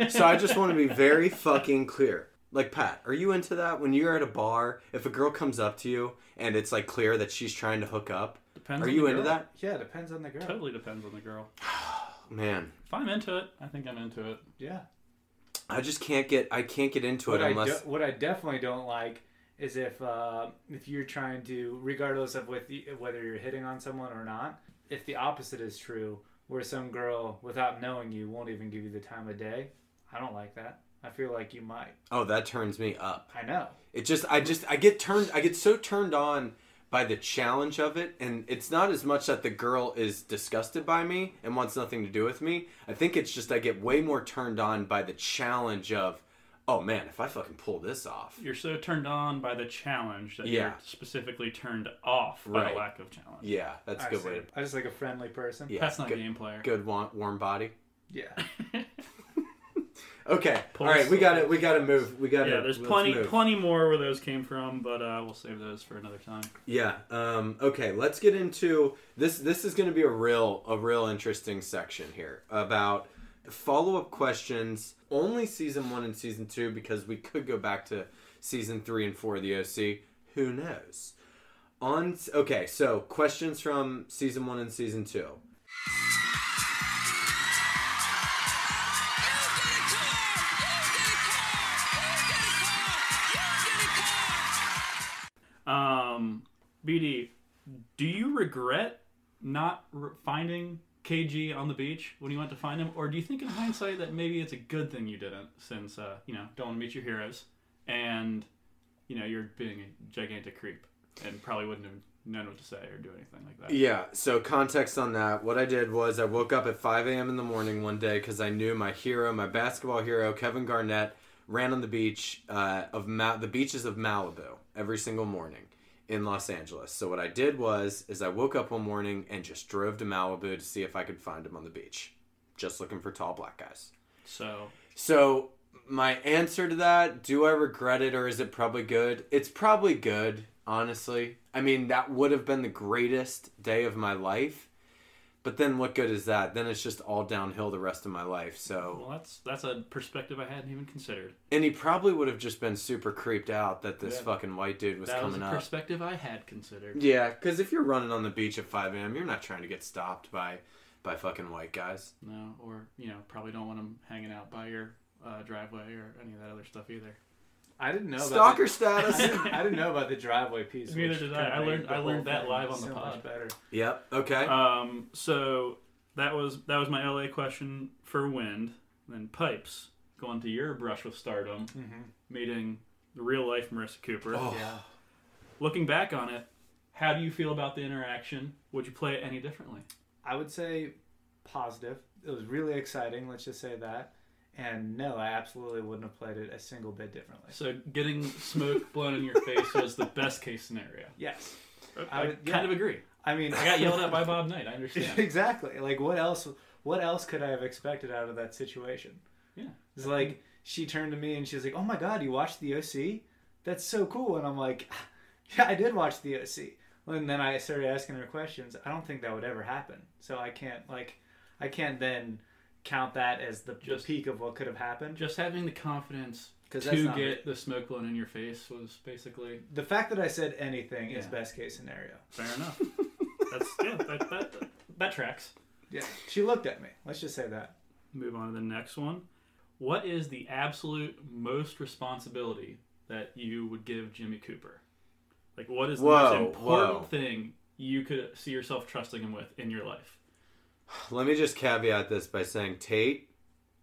[SPEAKER 1] so I just want to be very fucking clear. Like Pat, are you into that when you're at a bar? If a girl comes up to you and it's like clear that she's trying to hook up,
[SPEAKER 3] Depends
[SPEAKER 1] are
[SPEAKER 3] on
[SPEAKER 1] you
[SPEAKER 3] the
[SPEAKER 1] into
[SPEAKER 3] girl.
[SPEAKER 1] that?
[SPEAKER 2] yeah, depends on the girl.
[SPEAKER 3] Totally depends on the girl.
[SPEAKER 1] Man,
[SPEAKER 3] If I'm into it, I think I'm into it.
[SPEAKER 2] Yeah.
[SPEAKER 1] I just can't get I can't get into
[SPEAKER 2] What
[SPEAKER 1] it
[SPEAKER 2] I,
[SPEAKER 1] unless
[SPEAKER 2] do- what I definitely don't like is if uh, if you're trying to, regardless of with the, whether you're hitting on someone or not, if the opposite is true, where some girl without knowing you won't even give you the time of day. I don't like that. I feel like you might.
[SPEAKER 1] oh that turns me up.
[SPEAKER 2] I know.
[SPEAKER 1] It just I just I get turned I get so turned on by the challenge of it and it's not as much that the girl is disgusted by me and wants nothing to do with me. I think it's just I get way more turned on by the challenge of oh man, if I fucking pull this off.
[SPEAKER 3] You're so turned on by the challenge that
[SPEAKER 1] Yeah.
[SPEAKER 3] you're specifically turned off by
[SPEAKER 1] Right.
[SPEAKER 3] the lack of challenge.
[SPEAKER 1] Yeah, that's a
[SPEAKER 2] I
[SPEAKER 1] good
[SPEAKER 2] see.
[SPEAKER 1] way to
[SPEAKER 2] I just like a friendly person.
[SPEAKER 1] Yeah,
[SPEAKER 3] That's not
[SPEAKER 1] good,
[SPEAKER 3] game player.
[SPEAKER 1] good wa- warm body.
[SPEAKER 2] Yeah.
[SPEAKER 1] Okay, all
[SPEAKER 3] Pulse.
[SPEAKER 1] right, we got it. We got to move. We got to.
[SPEAKER 3] Yeah, there's plenty, plenty more where those came from, but uh, we'll save those for another time.
[SPEAKER 1] Yeah. Um, okay, let's get into this. This is going to be a real, a real interesting section here about follow up questions only season one and season two because we could go back to season three and four of the OC. Who knows? On okay, so questions from season one and season two.
[SPEAKER 3] Um, BD, do you regret not re- finding KG on the beach when you went to find him, or do you think in hindsight that maybe it's a good thing you didn't, since uh, you know don't want to meet your heroes, and you know you're being a gigantic creep and probably wouldn't have known what to say or do anything like that.
[SPEAKER 1] Yeah, so context on that. What I did was I woke up at 5 a.m. in the morning one day because I knew my hero, my basketball hero, Kevin Garnett, ran on the beach uh, of Ma- the beaches of Malibu every single morning in Los Angeles. So what I did was is I woke up one morning and just drove to Malibu to see if I could find him on the beach, just looking for tall black guys.
[SPEAKER 3] So
[SPEAKER 1] So my answer to that, do I regret it or is it probably good? It's probably good, honestly. I mean, that would have been the greatest day of my life. But then what good is that? Then it's just all downhill the rest of my life. So,
[SPEAKER 3] well, that's that's a perspective I hadn't even considered.
[SPEAKER 1] and he probably would have just been super creeped out that this
[SPEAKER 3] Yeah.
[SPEAKER 1] fucking white dude was
[SPEAKER 3] that was
[SPEAKER 1] coming
[SPEAKER 3] a
[SPEAKER 1] up.
[SPEAKER 3] perspective I had considered.
[SPEAKER 1] Yeah, because if you're running on the beach at 5 a.m., you're not trying to get stopped by by fucking white guys.
[SPEAKER 3] No, or you know probably don't want them hanging out by your uh, driveway or any of that other stuff either.
[SPEAKER 2] I didn't know about
[SPEAKER 1] Stalker
[SPEAKER 2] the, I,
[SPEAKER 1] status.
[SPEAKER 3] *laughs*
[SPEAKER 2] didn't, I didn't know about the driveway piece.
[SPEAKER 3] Neither
[SPEAKER 2] which
[SPEAKER 3] did I.
[SPEAKER 2] kinda
[SPEAKER 3] I
[SPEAKER 2] made
[SPEAKER 3] learned-
[SPEAKER 2] the
[SPEAKER 3] I learned
[SPEAKER 2] whole
[SPEAKER 3] that
[SPEAKER 2] thing
[SPEAKER 3] live on
[SPEAKER 2] so
[SPEAKER 3] the
[SPEAKER 2] much
[SPEAKER 3] pod.
[SPEAKER 2] Better.
[SPEAKER 1] yep. Okay.
[SPEAKER 3] Um, so that was that was my LA question for Wind. Then Pipes going to your brush with stardom,
[SPEAKER 2] Mm-hmm.
[SPEAKER 3] meeting the real life Marissa Cooper.
[SPEAKER 2] Yeah.
[SPEAKER 3] Looking back on it, how do you feel about the interaction? Would you play it any differently?
[SPEAKER 2] I would say positive. It was really exciting. Let's just say that. And no, I absolutely wouldn't have played it a single bit differently.
[SPEAKER 3] So getting
[SPEAKER 2] *laughs*
[SPEAKER 3] smoke blown in your face was the best case scenario.
[SPEAKER 2] Yes,
[SPEAKER 3] I,
[SPEAKER 2] I would-
[SPEAKER 3] kind
[SPEAKER 2] yeah.
[SPEAKER 3] of agree.
[SPEAKER 2] I mean
[SPEAKER 3] I got yelled at by Bob Knight. I
[SPEAKER 2] *laughs*
[SPEAKER 3] understand.
[SPEAKER 2] exactly. Like what else? What else could I have expected out of that situation?
[SPEAKER 3] Yeah.
[SPEAKER 2] It's like she turned to me and she's like, "Oh my god, you watched the OC? That's so cool." And I'm like, *laughs* "Yeah, I did watch the OC." And then I started asking her questions. I don't think that would ever happen. So I can't like, I can't then count that as the,
[SPEAKER 3] Just-
[SPEAKER 2] the peak of what could have happened.
[SPEAKER 3] Just having the confidence
[SPEAKER 2] 'Cause
[SPEAKER 3] to
[SPEAKER 2] that's not
[SPEAKER 3] get the smoke blown in your face was basically
[SPEAKER 2] The fact that I said anything is
[SPEAKER 3] Yeah.
[SPEAKER 2] best case scenario.
[SPEAKER 3] fair enough. That's yeah, that, that, that tracks.
[SPEAKER 2] Yeah. She looked at me. Let's just say that.
[SPEAKER 3] Move on to the next one. What is the absolute most responsibility that you would give Jimmy Cooper? Like, what is the most
[SPEAKER 1] Whoa,
[SPEAKER 3] important
[SPEAKER 1] whoa.
[SPEAKER 3] thing you could see yourself trusting him with in your life?
[SPEAKER 1] Let me just caveat this by saying, Tate,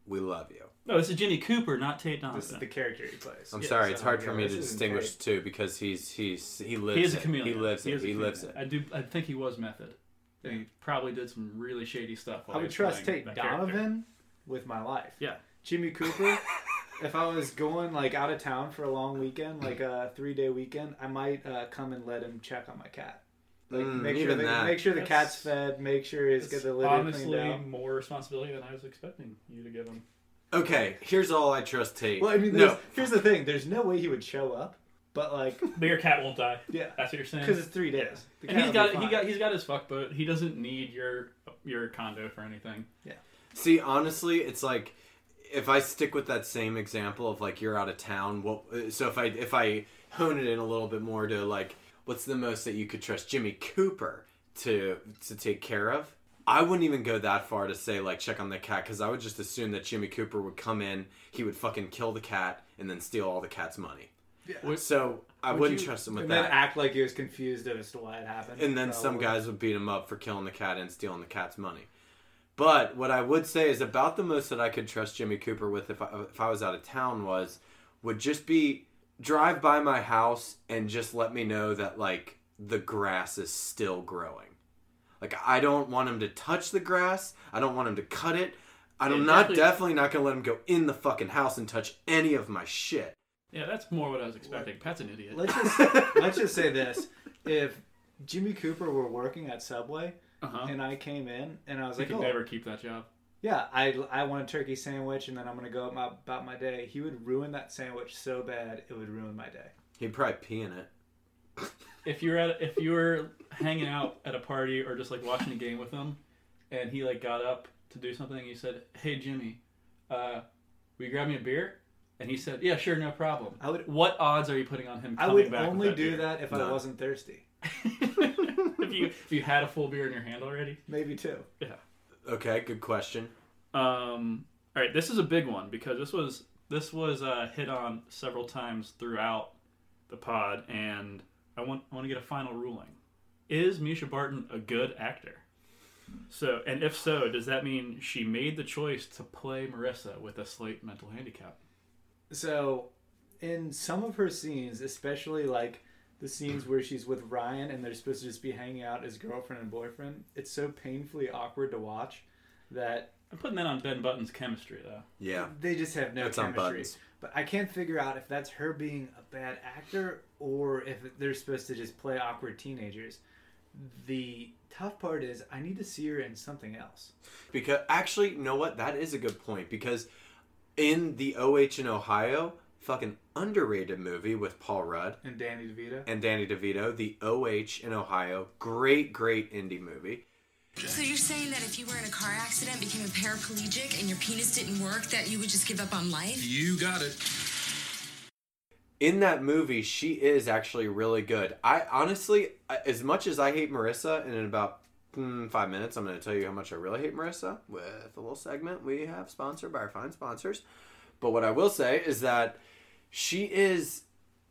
[SPEAKER 1] we love you.
[SPEAKER 3] No, this is Jimmy Cooper, not Tate Donovan.
[SPEAKER 2] This is the character he plays.
[SPEAKER 1] I'm sorry,
[SPEAKER 2] so
[SPEAKER 1] it's hard
[SPEAKER 2] yeah,
[SPEAKER 1] for me
[SPEAKER 2] this
[SPEAKER 1] to
[SPEAKER 2] isn't
[SPEAKER 1] distinguish
[SPEAKER 2] great.
[SPEAKER 1] the two because he's he's he lives.
[SPEAKER 3] he is a
[SPEAKER 1] it.
[SPEAKER 3] chameleon.
[SPEAKER 1] He lives it.
[SPEAKER 3] is a
[SPEAKER 1] He lives
[SPEAKER 3] chameleon.
[SPEAKER 1] it.
[SPEAKER 3] I do. I think he was method. He probably did some really shady stuff. While
[SPEAKER 2] I
[SPEAKER 3] he
[SPEAKER 2] would
[SPEAKER 3] was
[SPEAKER 2] trust
[SPEAKER 3] playing
[SPEAKER 2] Tate
[SPEAKER 3] that character.
[SPEAKER 2] Donovan with my life.
[SPEAKER 3] Yeah.
[SPEAKER 2] Jimmy Cooper. if I was going like out of town for a long
[SPEAKER 1] Mm.
[SPEAKER 2] weekend, like a three day weekend, I might uh, come and let him check on my cat. Like
[SPEAKER 1] Mm,
[SPEAKER 2] make sure
[SPEAKER 1] even
[SPEAKER 2] the,
[SPEAKER 1] that.
[SPEAKER 2] make sure the cat's
[SPEAKER 3] That's-
[SPEAKER 2] fed, make sure he's got
[SPEAKER 3] It's
[SPEAKER 2] the litter cleaned
[SPEAKER 3] honestly
[SPEAKER 2] out.
[SPEAKER 3] more responsibility than I was expecting you to give him.
[SPEAKER 1] Okay, here's all I trust Tate.
[SPEAKER 2] Well, I mean,
[SPEAKER 1] no,
[SPEAKER 2] there's- here's the thing: there's no way he would show up, but
[SPEAKER 3] *laughs*
[SPEAKER 2] like,
[SPEAKER 3] Bigger cat won't die.
[SPEAKER 2] yeah,
[SPEAKER 3] That's what you're saying.
[SPEAKER 2] because it's three days. The
[SPEAKER 3] And he's
[SPEAKER 2] cat
[SPEAKER 3] got
[SPEAKER 2] will be
[SPEAKER 3] he
[SPEAKER 2] fine.
[SPEAKER 3] got he's got his fuck boat. He doesn't need your your condo for anything.
[SPEAKER 1] see, honestly, it's like if I stick with that same example of like you're out of town. What? So if I if I hone it in a little bit more to like what's the most that you could trust Jimmy Cooper to to take care of. I wouldn't even go that far to say like check on the cat because I would just assume that Jimmy Cooper would come in, he would fucking kill the cat and then steal all the cat's money.
[SPEAKER 3] Would-
[SPEAKER 1] So I
[SPEAKER 3] would
[SPEAKER 1] would not
[SPEAKER 3] you-
[SPEAKER 1] trust him with
[SPEAKER 2] and then
[SPEAKER 1] that.
[SPEAKER 2] act like he was confused as to why it happened.
[SPEAKER 1] and then some
[SPEAKER 2] Probably.
[SPEAKER 1] guys would beat him up for killing the cat and stealing the cat's money. But what I would say is about the most that I could trust Jimmy Cooper with if I, if I was out of town was would just be drive by my house and just let me know that like the grass is still growing. Like I don't want him to touch the grass. I don't want him to cut it. I'm
[SPEAKER 3] Yeah,
[SPEAKER 1] not
[SPEAKER 3] definitely-
[SPEAKER 1] definitely not gonna let him go in the fucking house and touch any of my shit.
[SPEAKER 3] Yeah, that's more what I was expecting. Pat's an idiot.
[SPEAKER 2] Let's just let's just say this: if Jimmy Cooper were working at Subway
[SPEAKER 3] Uh-huh.
[SPEAKER 2] and I came in and I was
[SPEAKER 3] He
[SPEAKER 2] like,
[SPEAKER 3] could
[SPEAKER 2] oh,
[SPEAKER 3] never keep that job.
[SPEAKER 2] yeah, I I want a turkey sandwich and then I'm gonna go up my, about my day, he would ruin that sandwich so bad it would ruin my day.
[SPEAKER 1] He'd probably pee in it.
[SPEAKER 3] If you're at if you were hanging out at a party or just like watching a game with him, and he like got up to do something, you said, "Hey Jimmy, uh, will you grab me a beer?" And he said, "Yeah, sure, no problem."
[SPEAKER 2] I would-
[SPEAKER 3] What odds are you putting on him?
[SPEAKER 2] I
[SPEAKER 3] coming
[SPEAKER 2] would
[SPEAKER 3] back with
[SPEAKER 2] only
[SPEAKER 3] that
[SPEAKER 2] do
[SPEAKER 3] beer?
[SPEAKER 2] that if I
[SPEAKER 1] No.
[SPEAKER 2] wasn't thirsty.
[SPEAKER 3] *laughs* if you if you had a full beer in your hand already.
[SPEAKER 2] Maybe two.
[SPEAKER 3] Yeah.
[SPEAKER 1] Okay, good question.
[SPEAKER 3] Um, all right, this is a big one because this was this was uh, hit on several times throughout the pod, and I want I want to get a final ruling. Is Misha Barton a good actor? So, and if so, does that mean she made the choice to play Marissa with a slight mental handicap?
[SPEAKER 2] So, in some of her scenes, especially like the scenes where she's with Ryan and they're supposed to just be hanging out as girlfriend and boyfriend, it's so painfully awkward to watch that
[SPEAKER 3] I'm putting that on Ben Button's chemistry though.
[SPEAKER 1] Yeah.
[SPEAKER 2] they just have no
[SPEAKER 1] That's on
[SPEAKER 2] chemistry.
[SPEAKER 1] buttons.
[SPEAKER 2] But I can't figure out if that's her being a bad actor or if they're supposed to just play awkward teenagers. The tough part is I need to see her in something else.
[SPEAKER 1] Because actually, you know what? That is a good point because in the OH in Ohio, fucking underrated movie with Paul Rudd
[SPEAKER 2] And Danny DeVito.
[SPEAKER 1] and Danny DeVito, the OH in Ohio, great great indie movie.
[SPEAKER 6] So you're saying that if you were in a car accident, became a paraplegic, and your penis didn't work, that you would just give up on life?
[SPEAKER 4] You got it.
[SPEAKER 1] In that movie, she is actually really good. I honestly, I- as much as I hate Marissa, and in about mm, five minutes, I'm going to tell you how much I really hate Marissa with a little segment we have sponsored by our fine sponsors. But what I will say is that she is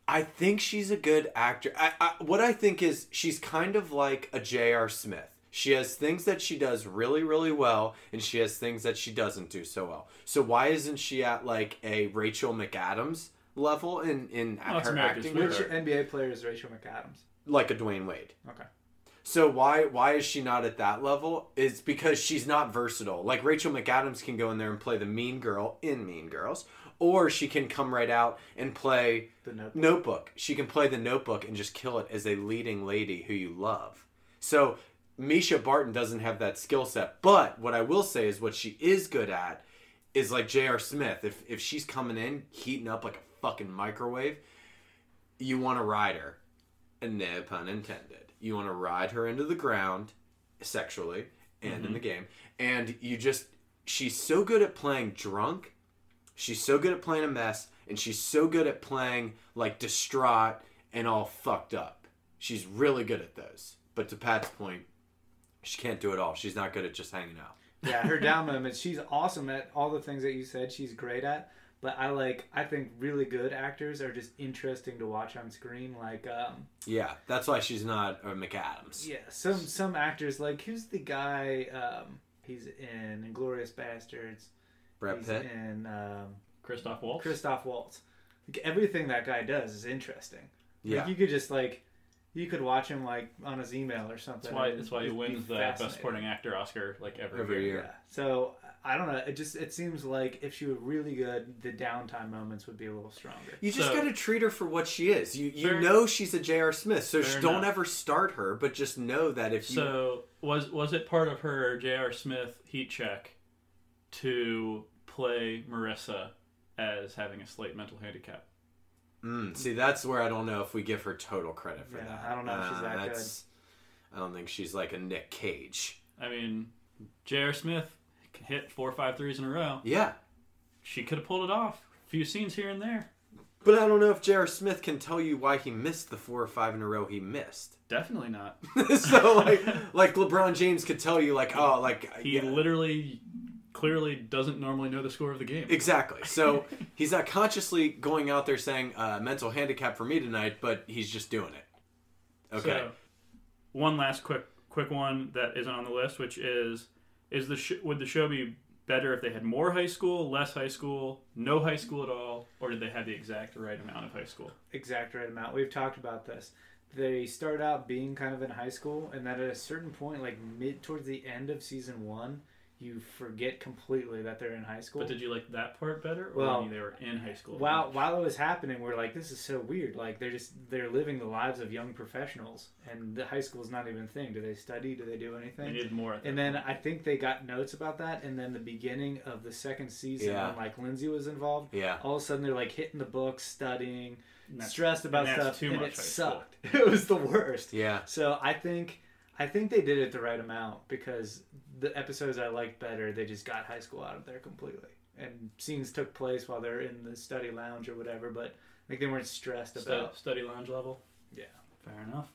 [SPEAKER 1] I think she's a good actor. I, I what I think is she's kind of like a J.R. Smith. She has things that she does really, really well, and she has things that she doesn't do so well. So why isn't she at like a Rachel McAdams level in in
[SPEAKER 3] Well, it's
[SPEAKER 1] her
[SPEAKER 3] America's
[SPEAKER 1] acting?
[SPEAKER 2] Which
[SPEAKER 3] Sure.
[SPEAKER 2] NBA player is Rachel McAdams?
[SPEAKER 1] Like a Dwayne Wade.
[SPEAKER 2] Okay.
[SPEAKER 1] So why why is she not at that level? It's because she's not versatile. Like Rachel McAdams can go in there and play the mean girl in Mean Girls, or she can come right out and play
[SPEAKER 2] The Notebook.
[SPEAKER 1] Notebook. She can play the Notebook and just kill it as a leading lady who you love. So Misha Barton doesn't have that skill set. But what I will say is what she is good at is like J.R. Smith. If if she's coming in heating up like a fucking microwave, you want to ride her and no pun intended. You want to ride her into the ground sexually and in the game. And you just, she's so good at playing drunk. She's so good at playing a mess. And she's so good at playing like distraught and all fucked up. She's really good at those. But to Pat's point, she can't do it all. She's not good at just hanging out.
[SPEAKER 2] yeah, her down moments. She's awesome at all the things that you said she's great at. But I like, I think really good actors are just interesting to watch on screen. Like, um,
[SPEAKER 1] Yeah, that's why she's not a McAdams.
[SPEAKER 2] yeah, some some actors like who's the guy? Um, he's in Inglorious Bastards.
[SPEAKER 1] Brad
[SPEAKER 2] He's
[SPEAKER 1] Pitt.
[SPEAKER 2] in um,
[SPEAKER 3] Christoph Waltz.
[SPEAKER 2] Christoph Waltz. Like, everything that guy does is interesting.
[SPEAKER 1] Yeah.
[SPEAKER 2] like, you could just like, you could watch him like on his email or something.
[SPEAKER 3] That's why
[SPEAKER 2] and
[SPEAKER 3] that's why he
[SPEAKER 2] it'd be
[SPEAKER 3] wins the
[SPEAKER 2] fascinating.
[SPEAKER 3] best supporting actor Oscar like every,
[SPEAKER 1] Every year.
[SPEAKER 3] year.
[SPEAKER 2] Yeah. So I don't know. It just it seems like if she were really good, the downtime moments would be a little stronger.
[SPEAKER 1] You just
[SPEAKER 3] So-
[SPEAKER 1] gotta treat her for what she is. You you
[SPEAKER 3] Fair-
[SPEAKER 1] know she's a J.R. Smith, so
[SPEAKER 3] Fair
[SPEAKER 1] sh- don't
[SPEAKER 3] enough.
[SPEAKER 1] ever start her, but just know that if you
[SPEAKER 3] So was was it part of her J.R. Smith heat check to play Marissa as having a slight mental handicap?
[SPEAKER 1] Mm, see, that's where I don't know if we give her total credit for
[SPEAKER 2] Yeah,
[SPEAKER 1] that.
[SPEAKER 2] I don't know if she's that
[SPEAKER 1] good. I don't think she's like a Nick Cage.
[SPEAKER 3] I mean, J.R. Smith can hit four or five threes in a row.
[SPEAKER 1] Yeah,
[SPEAKER 3] She could have pulled it off. A few scenes here and there.
[SPEAKER 1] but I don't know if J.R. Smith can tell you why he missed the four or five in a row he missed. *laughs*
[SPEAKER 3] Definitely not.
[SPEAKER 1] so like, like LeBron James could tell you like, oh, like
[SPEAKER 3] He
[SPEAKER 1] yeah.
[SPEAKER 3] literally, clearly doesn't normally know the score of the game.
[SPEAKER 1] Exactly.
[SPEAKER 3] *laughs*
[SPEAKER 1] So he's not consciously going out there saying uh, mental handicap for me tonight, but he's just doing it. Okay.
[SPEAKER 3] So, one last quick quick one that isn't on the list, which is is the sh- would the show be better if they had more high school, less high school, no high school at all, or did they have the exact right amount of high school?
[SPEAKER 2] Exact right amount. We've talked about this. They start out being kind of in high school, and then at a certain point, like mid towards the end of season one, you forget completely that they're in high school.
[SPEAKER 3] But did you like that part better, or
[SPEAKER 2] Well,
[SPEAKER 3] when they were in high school?
[SPEAKER 2] while while it was happening, we're like, this is so weird. Like they're just they're living the lives of young professionals, and the high school's not even a thing. Do they study? Do they do anything?
[SPEAKER 3] they needed more. at
[SPEAKER 2] And
[SPEAKER 3] that.
[SPEAKER 2] then I think they got notes about that. And then the beginning of the second season,
[SPEAKER 1] Yeah.
[SPEAKER 2] when like Lindsay was involved,
[SPEAKER 1] Yeah.
[SPEAKER 2] all of a sudden they're like hitting the books, studying,
[SPEAKER 3] that's-
[SPEAKER 2] stressed about
[SPEAKER 3] and that's
[SPEAKER 2] stuff,
[SPEAKER 3] too
[SPEAKER 2] and
[SPEAKER 3] much
[SPEAKER 2] it
[SPEAKER 3] high school.
[SPEAKER 2] sucked. *laughs* it was the worst.
[SPEAKER 1] Yeah.
[SPEAKER 2] So I think I think they did it the right amount because the episodes I liked better, they just got high school out of there completely. And scenes took place while they're in the study lounge or whatever, but like they weren't stressed
[SPEAKER 3] Stu-
[SPEAKER 2] about.
[SPEAKER 3] study lounge level.
[SPEAKER 2] Yeah.
[SPEAKER 3] Fair enough.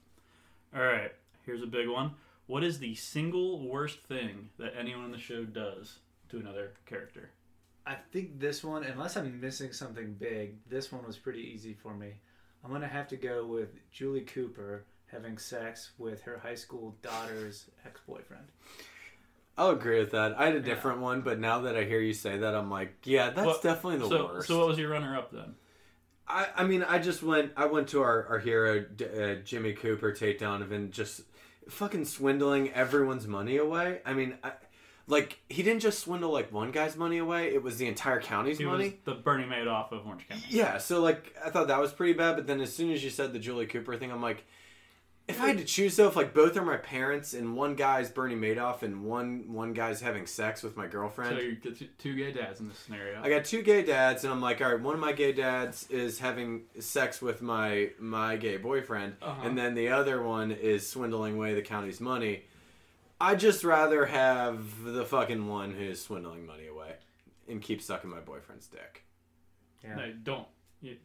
[SPEAKER 3] All right, here's a big one. What is the single worst thing that anyone in the show does to another character?
[SPEAKER 2] I think this one, unless I'm missing something big, this one was pretty easy for me. I'm gonna have to go with Julie Cooper having sex with her high school daughter's ex-boyfriend.
[SPEAKER 1] I'll agree with that. I had a different one, but now that I hear you say that, I'm like, yeah, that's
[SPEAKER 3] What-
[SPEAKER 1] definitely the
[SPEAKER 3] so,
[SPEAKER 1] worst.
[SPEAKER 3] So what was your runner-up then?
[SPEAKER 1] I, I mean, I just went. I went to our our hero D- uh, Jimmy Cooper Tate Donovan just fucking swindling everyone's money away. I mean, I, like he didn't just swindle like one guy's money away; it was the entire county's
[SPEAKER 3] He
[SPEAKER 1] money.
[SPEAKER 3] was the Bernie Madoff of Orange County.
[SPEAKER 1] Yeah, so like I thought that was pretty bad, but then as soon as you said the Julie Cooper thing, I'm like, if I had to choose though, if like both are my parents and one guy's Bernie Madoff and one one guy's having sex with my girlfriend,
[SPEAKER 3] So you get t- two gay dads in this scenario.
[SPEAKER 1] I got two gay dads, and I'm like, all right, one of my gay dads is having sex with my my gay boyfriend,
[SPEAKER 3] Uh-huh.
[SPEAKER 1] and then the other one is swindling away the county's money. I just rather have the fucking one who's swindling money away and keep sucking my boyfriend's dick.
[SPEAKER 2] Yeah.
[SPEAKER 3] no, don't. You,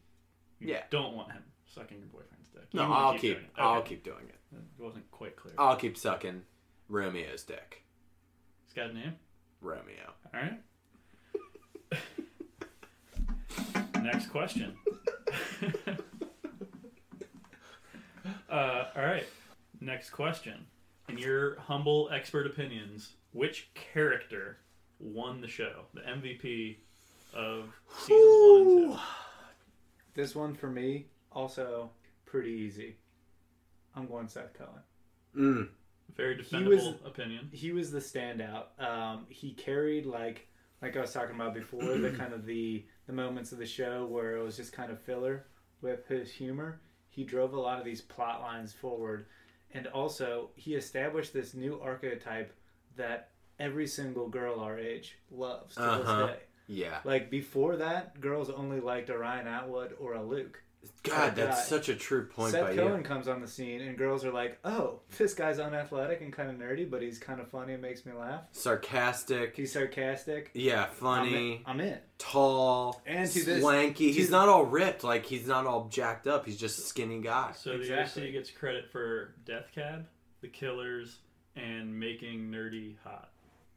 [SPEAKER 3] you
[SPEAKER 1] Yeah.
[SPEAKER 3] don't want him sucking your boyfriend's dick. You
[SPEAKER 1] No,
[SPEAKER 3] wanna
[SPEAKER 1] I'll keep,
[SPEAKER 3] doing it.
[SPEAKER 1] I'll
[SPEAKER 3] Okay.
[SPEAKER 1] keep doing it. Uh,
[SPEAKER 3] It wasn't quite clear.
[SPEAKER 1] I'll keep sucking Romeo's dick.
[SPEAKER 3] He's got a name.
[SPEAKER 1] Romeo.
[SPEAKER 3] All right. Next question. *laughs* uh, all right. Next question. In your humble expert opinions, which character won the show? The MVP of seasons one and two.
[SPEAKER 2] This one for me also pretty easy. I'm going Seth Cohen.
[SPEAKER 1] Mm.
[SPEAKER 3] Very defendable
[SPEAKER 2] was-
[SPEAKER 3] opinion.
[SPEAKER 2] He was the standout. Um, he carried like like I was talking about before
[SPEAKER 1] *clears throat*
[SPEAKER 2] the kind of the the moments of the show where it was just kind of filler with his humor. He drove a lot of these plot lines forward, and also he established this new archetype that every single girl our age loves to
[SPEAKER 1] Uh-huh.
[SPEAKER 2] this day.
[SPEAKER 1] Yeah.
[SPEAKER 2] Like before that, girls only liked a Ryan Atwood or a Luke. uh,
[SPEAKER 1] God, that's
[SPEAKER 3] uh,
[SPEAKER 2] God.
[SPEAKER 1] such a true point by
[SPEAKER 2] Seth Cohen
[SPEAKER 1] you.
[SPEAKER 2] comes on the scene, and girls are like, "Oh, this guy's unathletic and kind of nerdy, but he's kind of funny and makes me laugh.
[SPEAKER 1] Sarcastic.
[SPEAKER 2] He's sarcastic.
[SPEAKER 1] Yeah,
[SPEAKER 2] I'm in-
[SPEAKER 1] funny,
[SPEAKER 2] I'm in.
[SPEAKER 1] tall,
[SPEAKER 2] And to this-
[SPEAKER 1] slanky.
[SPEAKER 2] to-
[SPEAKER 1] he's not all ripped. Like he's not all jacked up. He's just a skinny guy.
[SPEAKER 3] So the
[SPEAKER 2] exactly.
[SPEAKER 3] OC gets credit for Death Cab, The Killers, and making nerdy hot.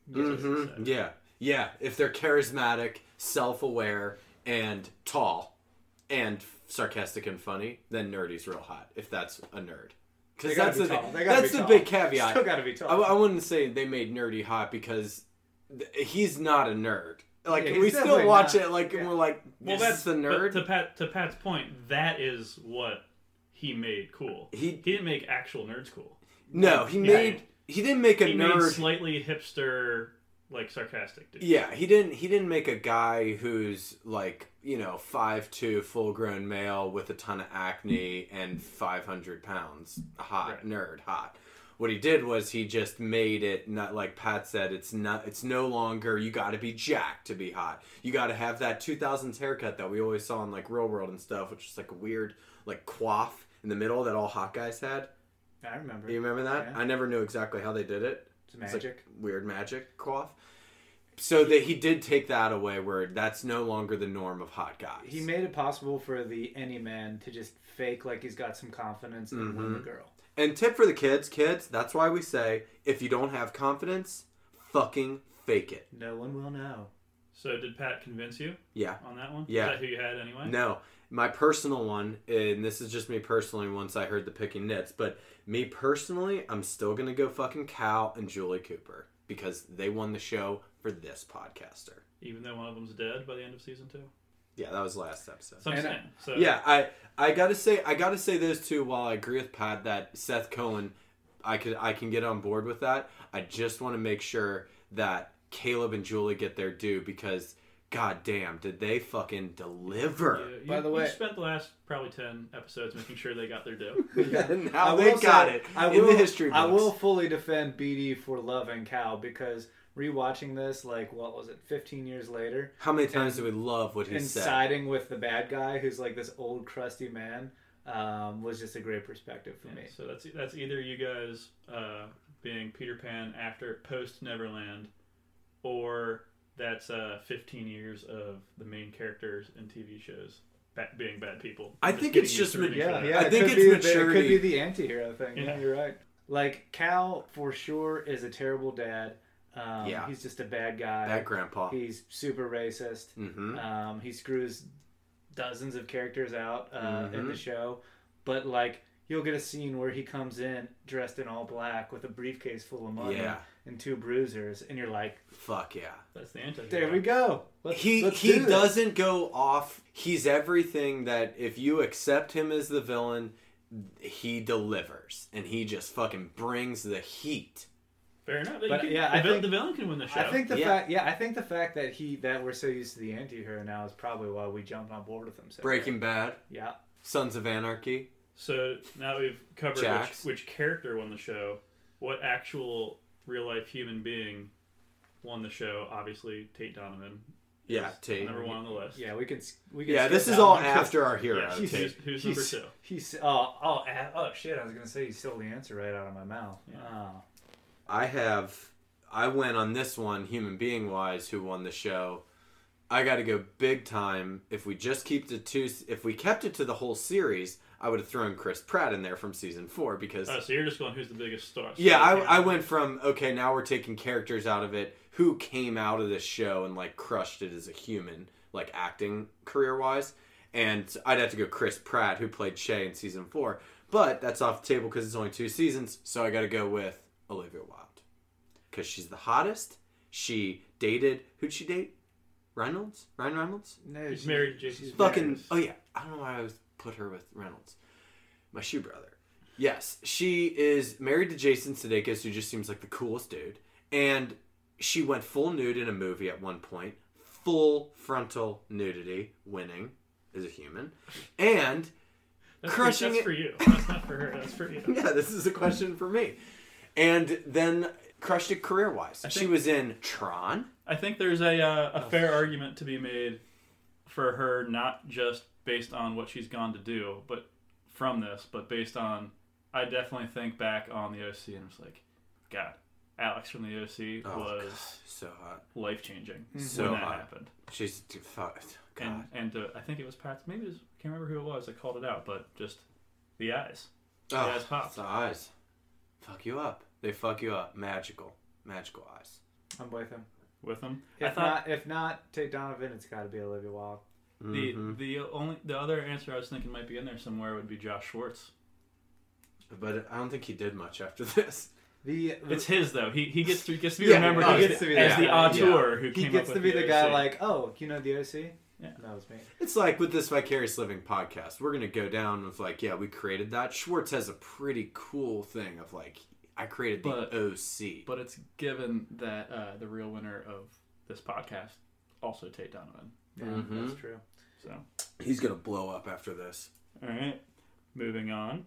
[SPEAKER 3] That's what it
[SPEAKER 2] Mm-hmm.
[SPEAKER 1] Mhm.
[SPEAKER 3] said.
[SPEAKER 1] Yeah, yeah. If they're charismatic, self-aware, and tall, and sarcastic and funny, then nerdy's real hot. If that's a nerd,
[SPEAKER 2] They
[SPEAKER 1] because
[SPEAKER 2] gotta
[SPEAKER 1] that's
[SPEAKER 2] be
[SPEAKER 1] the
[SPEAKER 2] tall. They
[SPEAKER 1] thing.
[SPEAKER 2] gotta
[SPEAKER 1] that's
[SPEAKER 2] be
[SPEAKER 1] the
[SPEAKER 2] tall.
[SPEAKER 1] big caveat.
[SPEAKER 2] Still gotta be tall.
[SPEAKER 1] I, I wouldn't say they made nerdy hot because th- he's not a nerd. Like
[SPEAKER 2] Yeah,
[SPEAKER 1] we
[SPEAKER 2] he's
[SPEAKER 1] still
[SPEAKER 2] definitely
[SPEAKER 1] watch
[SPEAKER 2] not.
[SPEAKER 1] it, like and we're like, well,
[SPEAKER 3] Well,
[SPEAKER 1] that's
[SPEAKER 3] that's
[SPEAKER 1] the nerd.
[SPEAKER 3] But to Pat to Pat's point, that is what he made cool.
[SPEAKER 1] He-
[SPEAKER 3] didn't make actual nerds cool.
[SPEAKER 1] no, he made he didn't make a
[SPEAKER 3] He made
[SPEAKER 1] nerd.
[SPEAKER 3] slightly hipster, like sarcastic dude.
[SPEAKER 1] Yeah, he didn't. He didn't make a guy who's like you know five two, full grown male with a ton of acne and five hundred pounds, hot
[SPEAKER 3] Right.
[SPEAKER 1] nerd, hot. What he did was he just made it not like Pat said. It's not. It's no longer you got to be jacked to be hot. You got to have that two thousands haircut that we always saw in like Real World and stuff, which is like a weird like quaff in the middle that all hot guys had.
[SPEAKER 2] I remember.
[SPEAKER 1] You remember that?
[SPEAKER 2] Yeah.
[SPEAKER 1] I never knew exactly how they did it.
[SPEAKER 2] It's magic.
[SPEAKER 1] like weird magic cough. So that he did take that away, where that's no longer the norm of hot guys.
[SPEAKER 2] He made it possible for the any man to just fake like he's got some confidence and win the
[SPEAKER 1] Mm-hmm.
[SPEAKER 2] girl.
[SPEAKER 1] and tip for the kids, kids. That's why we say if you don't have confidence, fucking fake it.
[SPEAKER 2] No one will know.
[SPEAKER 3] So did Pat convince you
[SPEAKER 1] Yeah.
[SPEAKER 3] on that one?
[SPEAKER 1] Yeah.
[SPEAKER 3] Is that who you had anyway?
[SPEAKER 1] No, my personal one, and this is just me personally. Once I heard the picking nits, but me personally, I'm still gonna go fucking Cal and Julie Cooper because they won the show for this podcaster.
[SPEAKER 3] Even though one of them's dead by the end of season two.
[SPEAKER 1] Yeah, that was last episode.
[SPEAKER 3] So I'm
[SPEAKER 2] And I-
[SPEAKER 3] saying. So
[SPEAKER 1] yeah, I I gotta say I gotta say those two. While I agree with Pat that Seth Cohen, I could I can get on board with that. I just want to make sure that Caleb and Julie get their due because god damn did they fucking
[SPEAKER 3] You,
[SPEAKER 1] deliver.
[SPEAKER 3] you-
[SPEAKER 2] By the
[SPEAKER 3] you
[SPEAKER 2] way-
[SPEAKER 3] spent the last probably ten episodes making sure they got
[SPEAKER 2] *laughs*
[SPEAKER 3] their due.
[SPEAKER 1] And *laughs* now
[SPEAKER 2] I
[SPEAKER 1] they
[SPEAKER 2] will
[SPEAKER 1] got
[SPEAKER 2] say-
[SPEAKER 1] it
[SPEAKER 2] I
[SPEAKER 1] in
[SPEAKER 2] will,
[SPEAKER 1] the history books.
[SPEAKER 2] I will fully defend BD for loving Cal because rewatching this, like, what was it, 15 years later,
[SPEAKER 1] How many times do we love what he
[SPEAKER 2] and
[SPEAKER 1] said?
[SPEAKER 2] siding with the bad guy who's like this old crusty man um, was just a great perspective for me.
[SPEAKER 3] So that's that's either you guys uh, being Peter Pan after post Neverland, or that's uh, 15 years of the main characters in TV shows ba- being bad people.
[SPEAKER 1] I
[SPEAKER 3] I'm
[SPEAKER 1] think
[SPEAKER 3] getting
[SPEAKER 1] it's just
[SPEAKER 3] used to reading
[SPEAKER 1] ma-
[SPEAKER 2] Yeah,
[SPEAKER 3] for that.
[SPEAKER 2] yeah.
[SPEAKER 1] I
[SPEAKER 2] it
[SPEAKER 1] think it's
[SPEAKER 2] could be the- It
[SPEAKER 1] maturity.
[SPEAKER 2] could be the anti-hero thing. Yeah.
[SPEAKER 3] Yeah.
[SPEAKER 2] you're right. Like Cal, for sure, is a terrible dad. Um,
[SPEAKER 1] Yeah.
[SPEAKER 2] he's just a bad guy.
[SPEAKER 1] Bad grandpa.
[SPEAKER 2] He's super racist.
[SPEAKER 1] Mm-hmm.
[SPEAKER 2] Um, he screws dozens of characters out uh, in the
[SPEAKER 1] Mhm.
[SPEAKER 2] show, but like you'll get a scene where he comes in dressed in all black with a briefcase full of money
[SPEAKER 1] Yeah.
[SPEAKER 2] and two bruisers, and you're like,
[SPEAKER 1] Fuck yeah.
[SPEAKER 3] That's the anti.
[SPEAKER 2] there we go. Let's,
[SPEAKER 1] He
[SPEAKER 2] let's
[SPEAKER 1] he
[SPEAKER 2] do this."
[SPEAKER 1] doesn't go off. He's everything that if you accept him as the villain, he delivers and he just fucking brings the heat.
[SPEAKER 3] Fair enough. But
[SPEAKER 2] But, yeah,
[SPEAKER 3] the,
[SPEAKER 2] I
[SPEAKER 3] vil-
[SPEAKER 2] think-
[SPEAKER 3] the villain can win the show.
[SPEAKER 2] I think the
[SPEAKER 1] Yeah.
[SPEAKER 2] fact, yeah, I think the fact that he that we're so used to the anti-hero now is probably why we jumped on board with him. So
[SPEAKER 1] Breaking Bad,
[SPEAKER 2] yeah,
[SPEAKER 1] Sons of Anarchy.
[SPEAKER 3] So now that we've covered
[SPEAKER 1] Jax.
[SPEAKER 3] which, which character won the show, what actual real life human being won the show? Obviously, Tate Donovan. is
[SPEAKER 1] Yeah, Tate.
[SPEAKER 3] Number one on the list.
[SPEAKER 2] yeah, we can s- we can.
[SPEAKER 1] Yeah,
[SPEAKER 2] skip
[SPEAKER 1] this is
[SPEAKER 2] that
[SPEAKER 1] all
[SPEAKER 2] one 'cause-
[SPEAKER 1] after our hero.
[SPEAKER 3] Yeah,
[SPEAKER 2] *laughs* He's-
[SPEAKER 1] Tate.
[SPEAKER 3] Who's- who's number
[SPEAKER 2] he's-
[SPEAKER 3] two?
[SPEAKER 2] He's oh oh ah, oh shit! I was gonna say he stole the answer right out of my mouth. Oh.
[SPEAKER 1] I have I went on this one human being wise who won the show. I got to go big time. If we just keep the two if we kept it to the whole series, I would have thrown Chris Pratt in there from season 4 because
[SPEAKER 3] Oh, so you're just going who's the biggest star?
[SPEAKER 1] yeah, I, I went from okay, now we're taking characters out of it who came out of this show and like crushed it as a human, like acting career wise. And I'd have to go Chris Pratt, who played Shay in season four, but that's off the table because it's only two seasons. So I got to go with Olivia Wilde because she's the hottest. She dated who'd she date? Reynolds, Ryan Reynolds.
[SPEAKER 2] No,
[SPEAKER 3] He's
[SPEAKER 2] she-
[SPEAKER 3] married to Jason.
[SPEAKER 2] she's-
[SPEAKER 3] Statham.
[SPEAKER 1] Fucking
[SPEAKER 3] Reynolds.
[SPEAKER 1] oh yeah, I don't know why I always put her with Reynolds, my shoe brother. Yes, she is married to Jason Sudeikis, who just seems like the coolest dude. And she went full nude in a movie at one point, full frontal nudity, winning as a human, and
[SPEAKER 3] that's
[SPEAKER 1] crushing
[SPEAKER 3] for, that's
[SPEAKER 1] it.
[SPEAKER 3] for you. That's not for her. That's for you.
[SPEAKER 1] *laughs* yeah, this is a question for me. And then crushed it career wise. She
[SPEAKER 3] think-
[SPEAKER 1] was in Tron.
[SPEAKER 3] I think there's a uh, a fair argument to be made for her not just based on what she's gone to do, but from this, but based on I definitely think back on the OC and was like, God, Alex from the OC
[SPEAKER 1] Oh,
[SPEAKER 3] was
[SPEAKER 1] So hot.
[SPEAKER 3] life changing
[SPEAKER 1] So
[SPEAKER 3] when that
[SPEAKER 1] hot.
[SPEAKER 3] happened.
[SPEAKER 1] She's fucked. God.
[SPEAKER 3] And and uh, I think it was Pat. Maybe it was, I can't remember who it was. I called it out, but just the eyes.
[SPEAKER 1] Oh,
[SPEAKER 3] Yeah, it's popped.
[SPEAKER 1] it's the eyes. Fuck you up. They fuck you up. Magical. Magical eyes.
[SPEAKER 2] I'm with him.
[SPEAKER 3] with them.
[SPEAKER 2] If
[SPEAKER 3] I thought
[SPEAKER 2] not, if not Tate Donovan, it's got to be Olivia Wilde.
[SPEAKER 3] the
[SPEAKER 1] Mm-hmm.
[SPEAKER 3] the only the other answer I was thinking might be in there somewhere would be Josh Schwartz.
[SPEAKER 1] But I don't think he did much after *laughs* this.
[SPEAKER 2] The, the
[SPEAKER 3] It's his though. He he gets to gets to be
[SPEAKER 1] Yeah,
[SPEAKER 3] remembered
[SPEAKER 1] he
[SPEAKER 3] as,
[SPEAKER 1] gets to be
[SPEAKER 3] as
[SPEAKER 1] that
[SPEAKER 3] the
[SPEAKER 1] guy.
[SPEAKER 3] auteur who
[SPEAKER 2] he
[SPEAKER 3] came
[SPEAKER 2] gets
[SPEAKER 3] up
[SPEAKER 2] to
[SPEAKER 3] with
[SPEAKER 2] be the, guy
[SPEAKER 3] OC.
[SPEAKER 2] like, oh, you know the OC?
[SPEAKER 3] Yeah.
[SPEAKER 2] that was me.
[SPEAKER 1] It's like with this Vicarious Living podcast, we're going to go down with, like, yeah, we created that. Schwartz has a pretty cool thing of, like, I created the
[SPEAKER 3] But-
[SPEAKER 1] OC.
[SPEAKER 3] But it's given that uh, the real winner of this podcast also Tate Donovan.
[SPEAKER 2] Yeah,
[SPEAKER 1] Mm-hmm.
[SPEAKER 2] that's true.
[SPEAKER 3] So
[SPEAKER 1] He's going to blow up after this.
[SPEAKER 3] all right, moving on.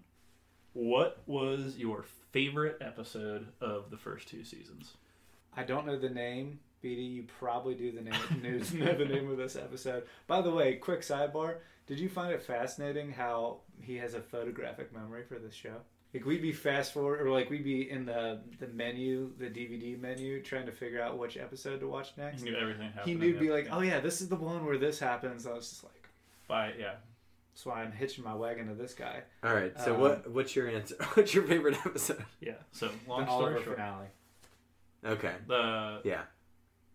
[SPEAKER 3] What was your favorite episode of the first two seasons?
[SPEAKER 2] I don't know the name. BD, you probably do the name, *laughs* news, know the name of this episode. By the way, quick sidebar. Did you find it fascinating how he has a photographic memory for this show? Like we'd be fast forward, or like we'd be in the the menu, the DVD menu, trying to figure out which episode to watch
[SPEAKER 3] He
[SPEAKER 2] next.
[SPEAKER 3] knew everything
[SPEAKER 2] He
[SPEAKER 3] happened.
[SPEAKER 2] knew, be like, oh yeah, this is the one where this happens. I was just like,
[SPEAKER 3] by yeah.
[SPEAKER 2] that's why I'm hitching my wagon to this guy.
[SPEAKER 1] All right, so
[SPEAKER 2] Um,
[SPEAKER 1] what? What's your answer? *laughs* What's your favorite episode?
[SPEAKER 3] Yeah. So
[SPEAKER 2] The
[SPEAKER 3] long
[SPEAKER 2] Oliver
[SPEAKER 3] story short,
[SPEAKER 2] finale.
[SPEAKER 1] Okay,
[SPEAKER 3] the
[SPEAKER 1] yeah,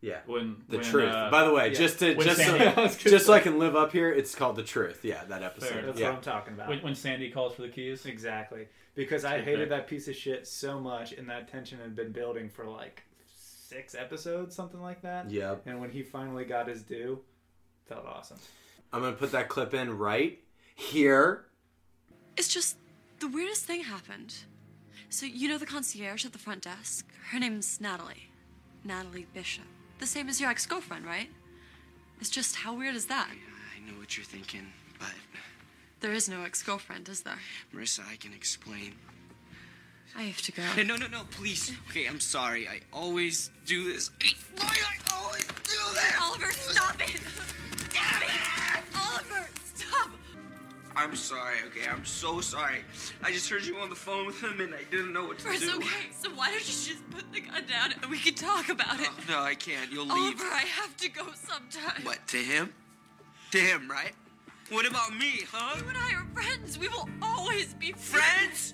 [SPEAKER 1] yeah.
[SPEAKER 3] when
[SPEAKER 1] The
[SPEAKER 3] when,
[SPEAKER 1] truth.
[SPEAKER 3] uh,
[SPEAKER 1] By the way,
[SPEAKER 2] yeah.
[SPEAKER 1] just to
[SPEAKER 3] When
[SPEAKER 1] just
[SPEAKER 3] Sandy- *laughs*
[SPEAKER 1] so, just so I can live up here, it's called the truth. Yeah, that episode.
[SPEAKER 2] That's
[SPEAKER 1] yeah.
[SPEAKER 2] what I'm talking about.
[SPEAKER 3] when, when Sandy calls for the keys.
[SPEAKER 2] Exactly. Because I hated that piece of shit so much, and that tension had been building for like six episodes, something like that.
[SPEAKER 1] Yep.
[SPEAKER 2] And when he finally got his due, felt awesome.
[SPEAKER 1] I'm gonna put that clip in right here.
[SPEAKER 6] It's just the weirdest thing happened. So, you know the concierge at the front desk? Her name's Natalie. Natalie Bishop. The same as your ex girlfriend, right? It's just how weird is that?
[SPEAKER 4] I know what you're thinking, but
[SPEAKER 6] There is no ex girlfriend, is there?
[SPEAKER 4] Marissa, I can explain.
[SPEAKER 6] I have to go.
[SPEAKER 4] Hey, no, no, no, please. Okay, I'm sorry. I always do this. Why I always do this?
[SPEAKER 6] Oliver, stop it! Stop it! Oliver, stop!
[SPEAKER 9] I'm sorry, okay? I'm so sorry. I just heard you on the phone with him and I didn't know what to
[SPEAKER 6] It's
[SPEAKER 9] do.
[SPEAKER 6] okay. So why don't you just put the gun down and we can talk about it?
[SPEAKER 9] Oh, no, I can't. You'll leave.
[SPEAKER 6] Oliver, I have to go sometime.
[SPEAKER 9] What, to him? To him, right? What about me, huh?
[SPEAKER 6] You and I are friends. We will always be
[SPEAKER 9] Friends?
[SPEAKER 6] friends.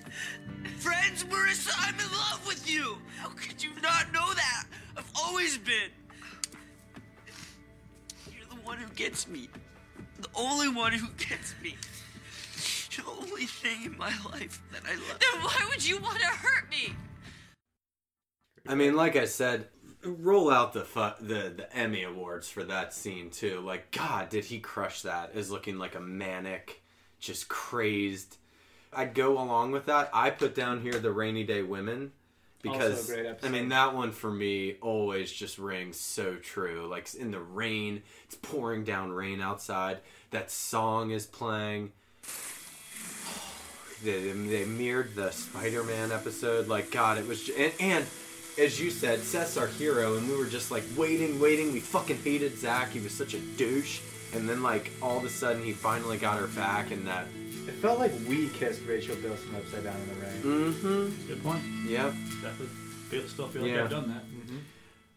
[SPEAKER 9] Friends, Marissa, I'm in love with you! How could you not know that? I've always been. You're the one who gets me. The only one who gets me. The only thing in my life that I love.
[SPEAKER 6] Then why would you want to hurt me?
[SPEAKER 1] I mean, like I said, roll out the fu- the the Emmy awards for that scene too. Like, God, did he crush that? Is looking like a manic, just crazed. I'd go along with that. I put down here the Rainy Day Women because
[SPEAKER 2] Also a great
[SPEAKER 1] I mean
[SPEAKER 2] episode.
[SPEAKER 1] that one for me always just rings so true. Like in the rain, it's pouring down rain outside. That song is playing. *sighs* They, they mirrored the Spider-Man episode. Like God, it was ju- and, and as you said, Seth's our hero, and we were just like waiting, waiting. We fucking hated Zach. He was such a douche. And then like all of a sudden, he finally got her back, and that.
[SPEAKER 2] It felt like we kissed Rachel Bilson upside down in the rain.
[SPEAKER 1] Mm-hmm.
[SPEAKER 3] Good point.
[SPEAKER 1] Yep.
[SPEAKER 3] Definitely feel, still feel like
[SPEAKER 1] Yeah. Mm-hmm.
[SPEAKER 3] I've done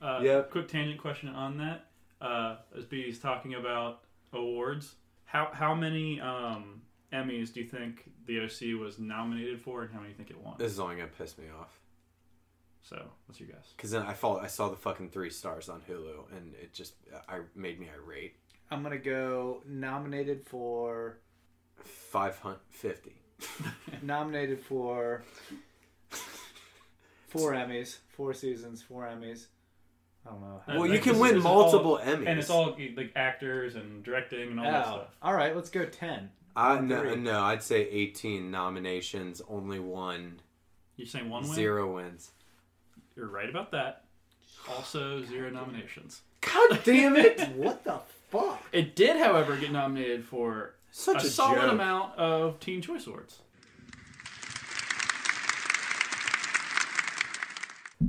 [SPEAKER 3] that. Uh,
[SPEAKER 1] Yep.
[SPEAKER 3] Quick tangent question on that. Uh, as BD's talking about awards, how how many um, Emmys do you think the OC was nominated for, and how many do you think it won?
[SPEAKER 1] This is only gonna piss me off.
[SPEAKER 3] So, what's your guess?
[SPEAKER 1] Cause then I fall, I saw the fucking three stars on Hulu, and it just I made me irate.
[SPEAKER 2] I'm gonna go nominated for
[SPEAKER 1] Five hundred fifty. *laughs*
[SPEAKER 2] nominated for four Emmys, four seasons, four Emmys. I don't know.
[SPEAKER 1] Well,
[SPEAKER 3] And,
[SPEAKER 1] you
[SPEAKER 3] Uh, like,
[SPEAKER 1] can
[SPEAKER 3] this-
[SPEAKER 1] win
[SPEAKER 3] this is
[SPEAKER 1] multiple
[SPEAKER 3] all,
[SPEAKER 1] Emmys.
[SPEAKER 3] and it's all like actors and directing and all that
[SPEAKER 2] Oh,
[SPEAKER 3] stuff.
[SPEAKER 2] all right, let's go ten.
[SPEAKER 1] I
[SPEAKER 2] One,
[SPEAKER 1] no,
[SPEAKER 2] three.
[SPEAKER 1] no, I'd say eighteen nominations, only one,
[SPEAKER 3] You're saying one win?
[SPEAKER 1] zero wins.
[SPEAKER 3] You're right about that. Also, zero nominations.
[SPEAKER 2] God damn it! what the fuck?
[SPEAKER 3] It did, however, get nominated for
[SPEAKER 1] Such
[SPEAKER 3] a,
[SPEAKER 1] a
[SPEAKER 3] solid
[SPEAKER 1] joke.
[SPEAKER 3] amount of Teen Choice Awards.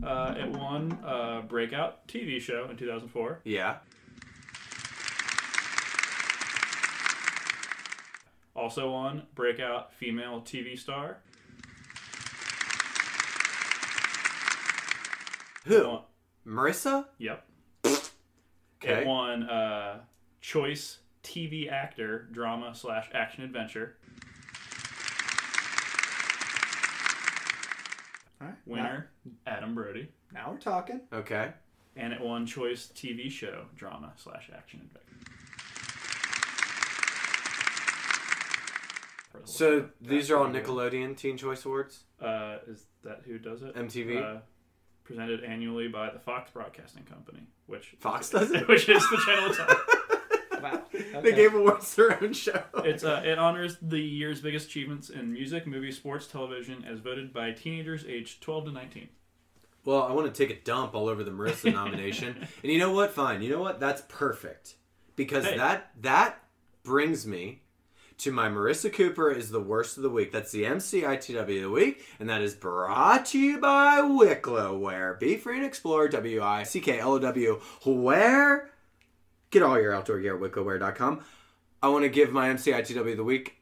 [SPEAKER 3] Uh, it won uh, Breakout TV show in 2004.
[SPEAKER 1] Yeah.
[SPEAKER 3] Also won Breakout Female TV Star. It
[SPEAKER 1] Who?
[SPEAKER 3] won-
[SPEAKER 1] Marissa.
[SPEAKER 3] Yep.
[SPEAKER 1] Okay.
[SPEAKER 3] It won uh, Choice TV Actor Drama slash Action Adventure.
[SPEAKER 2] All right,
[SPEAKER 3] Winner Adam Brody.
[SPEAKER 2] Now, now we're talking.
[SPEAKER 1] Okay.
[SPEAKER 3] And it won Choice TV Show Drama slash Action Adventure.
[SPEAKER 1] So these are all Nickelodeon Teen Choice Awards.
[SPEAKER 3] Uh, is that who does it?
[SPEAKER 1] MTV?
[SPEAKER 3] Uh, presented annually by the Fox Broadcasting Company, which *laughs*
[SPEAKER 1] Fox does it.
[SPEAKER 3] which is the channel. it's on.
[SPEAKER 2] *laughs* Wow.
[SPEAKER 1] They
[SPEAKER 2] Okay.
[SPEAKER 1] gave awards to their own show.
[SPEAKER 3] It's uh, it honors the year's biggest achievements in music, movies, sports, television, as voted by teenagers aged 12 to 19.
[SPEAKER 1] Well, I want to take a dump all over the
[SPEAKER 3] *laughs*
[SPEAKER 1] Marissa nomination. And you know what? Fine. You know what? That's perfect. Because
[SPEAKER 3] Hey.
[SPEAKER 1] that that brings me to my Marissa Cooper is the worst of the week. That's the MCITW of the week, and that is brought to you by Wicklow, where be free and explore W I C K L O W, where get all your outdoor gear at wicklowware.com. I want to give my MCITW of the week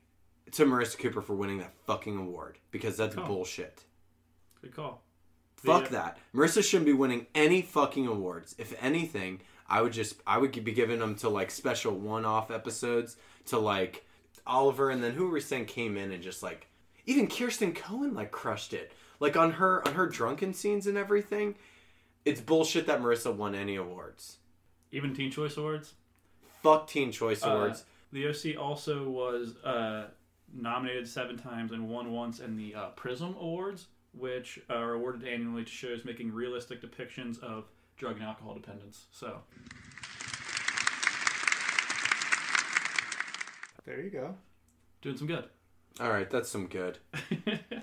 [SPEAKER 1] to Marissa Cooper for winning that fucking award because that's
[SPEAKER 3] Oh.
[SPEAKER 1] bullshit.
[SPEAKER 3] Good call.
[SPEAKER 1] Fuck
[SPEAKER 3] Yeah.
[SPEAKER 1] that. Marissa shouldn't be winning any fucking awards. If anything, I would just I would be giving them to like special one-off episodes to like Oliver and then who were we saying came in and just like even Kirsten Cohen like crushed it. Like on her on her drunken scenes and everything. It's bullshit that Marissa won any awards.
[SPEAKER 3] Even Teen Choice Awards.
[SPEAKER 1] Fuck Teen Choice
[SPEAKER 3] Uh,
[SPEAKER 1] Awards.
[SPEAKER 3] the OC also was uh, nominated seven times and won once in the uh, Prism Awards, which are awarded annually to shows making realistic depictions of drug and alcohol dependence. So
[SPEAKER 2] There you go.
[SPEAKER 3] doing some good.
[SPEAKER 1] All right, that's some
[SPEAKER 3] *laughs*
[SPEAKER 1] good.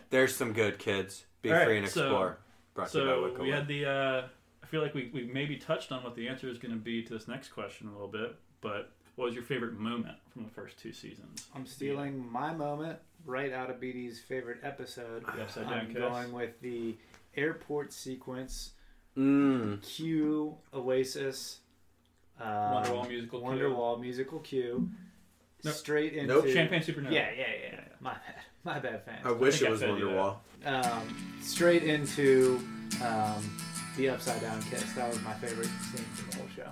[SPEAKER 1] There's some good kids. Be
[SPEAKER 3] All right,
[SPEAKER 1] free and
[SPEAKER 3] so-
[SPEAKER 1] explore. Brought to you by
[SPEAKER 3] so
[SPEAKER 1] Wicklow.
[SPEAKER 3] we had the. Uh, I feel like we we maybe touched on what the answer is going to be to this next question a little bit, but what was your favorite moment from the first two seasons?
[SPEAKER 2] I'm stealing my moment right out of BD's favorite episode.
[SPEAKER 3] The upside down
[SPEAKER 2] I'm
[SPEAKER 3] kiss.
[SPEAKER 2] going with the airport sequence.
[SPEAKER 1] Mm.
[SPEAKER 2] Q Oasis. Um,
[SPEAKER 3] Wonderwall musical cue.
[SPEAKER 2] Wonderwall musical cue.
[SPEAKER 3] Nope.
[SPEAKER 2] straight into
[SPEAKER 1] Nope.
[SPEAKER 3] Champagne Supernova.
[SPEAKER 2] Yeah, yeah, yeah, yeah. My bad. My bad, fans.
[SPEAKER 1] I wish
[SPEAKER 3] think
[SPEAKER 1] it
[SPEAKER 3] I
[SPEAKER 1] was
[SPEAKER 3] told you
[SPEAKER 1] Wonderwall.
[SPEAKER 2] um, straight into um, the upside down kiss. That was my favorite scene from the whole show.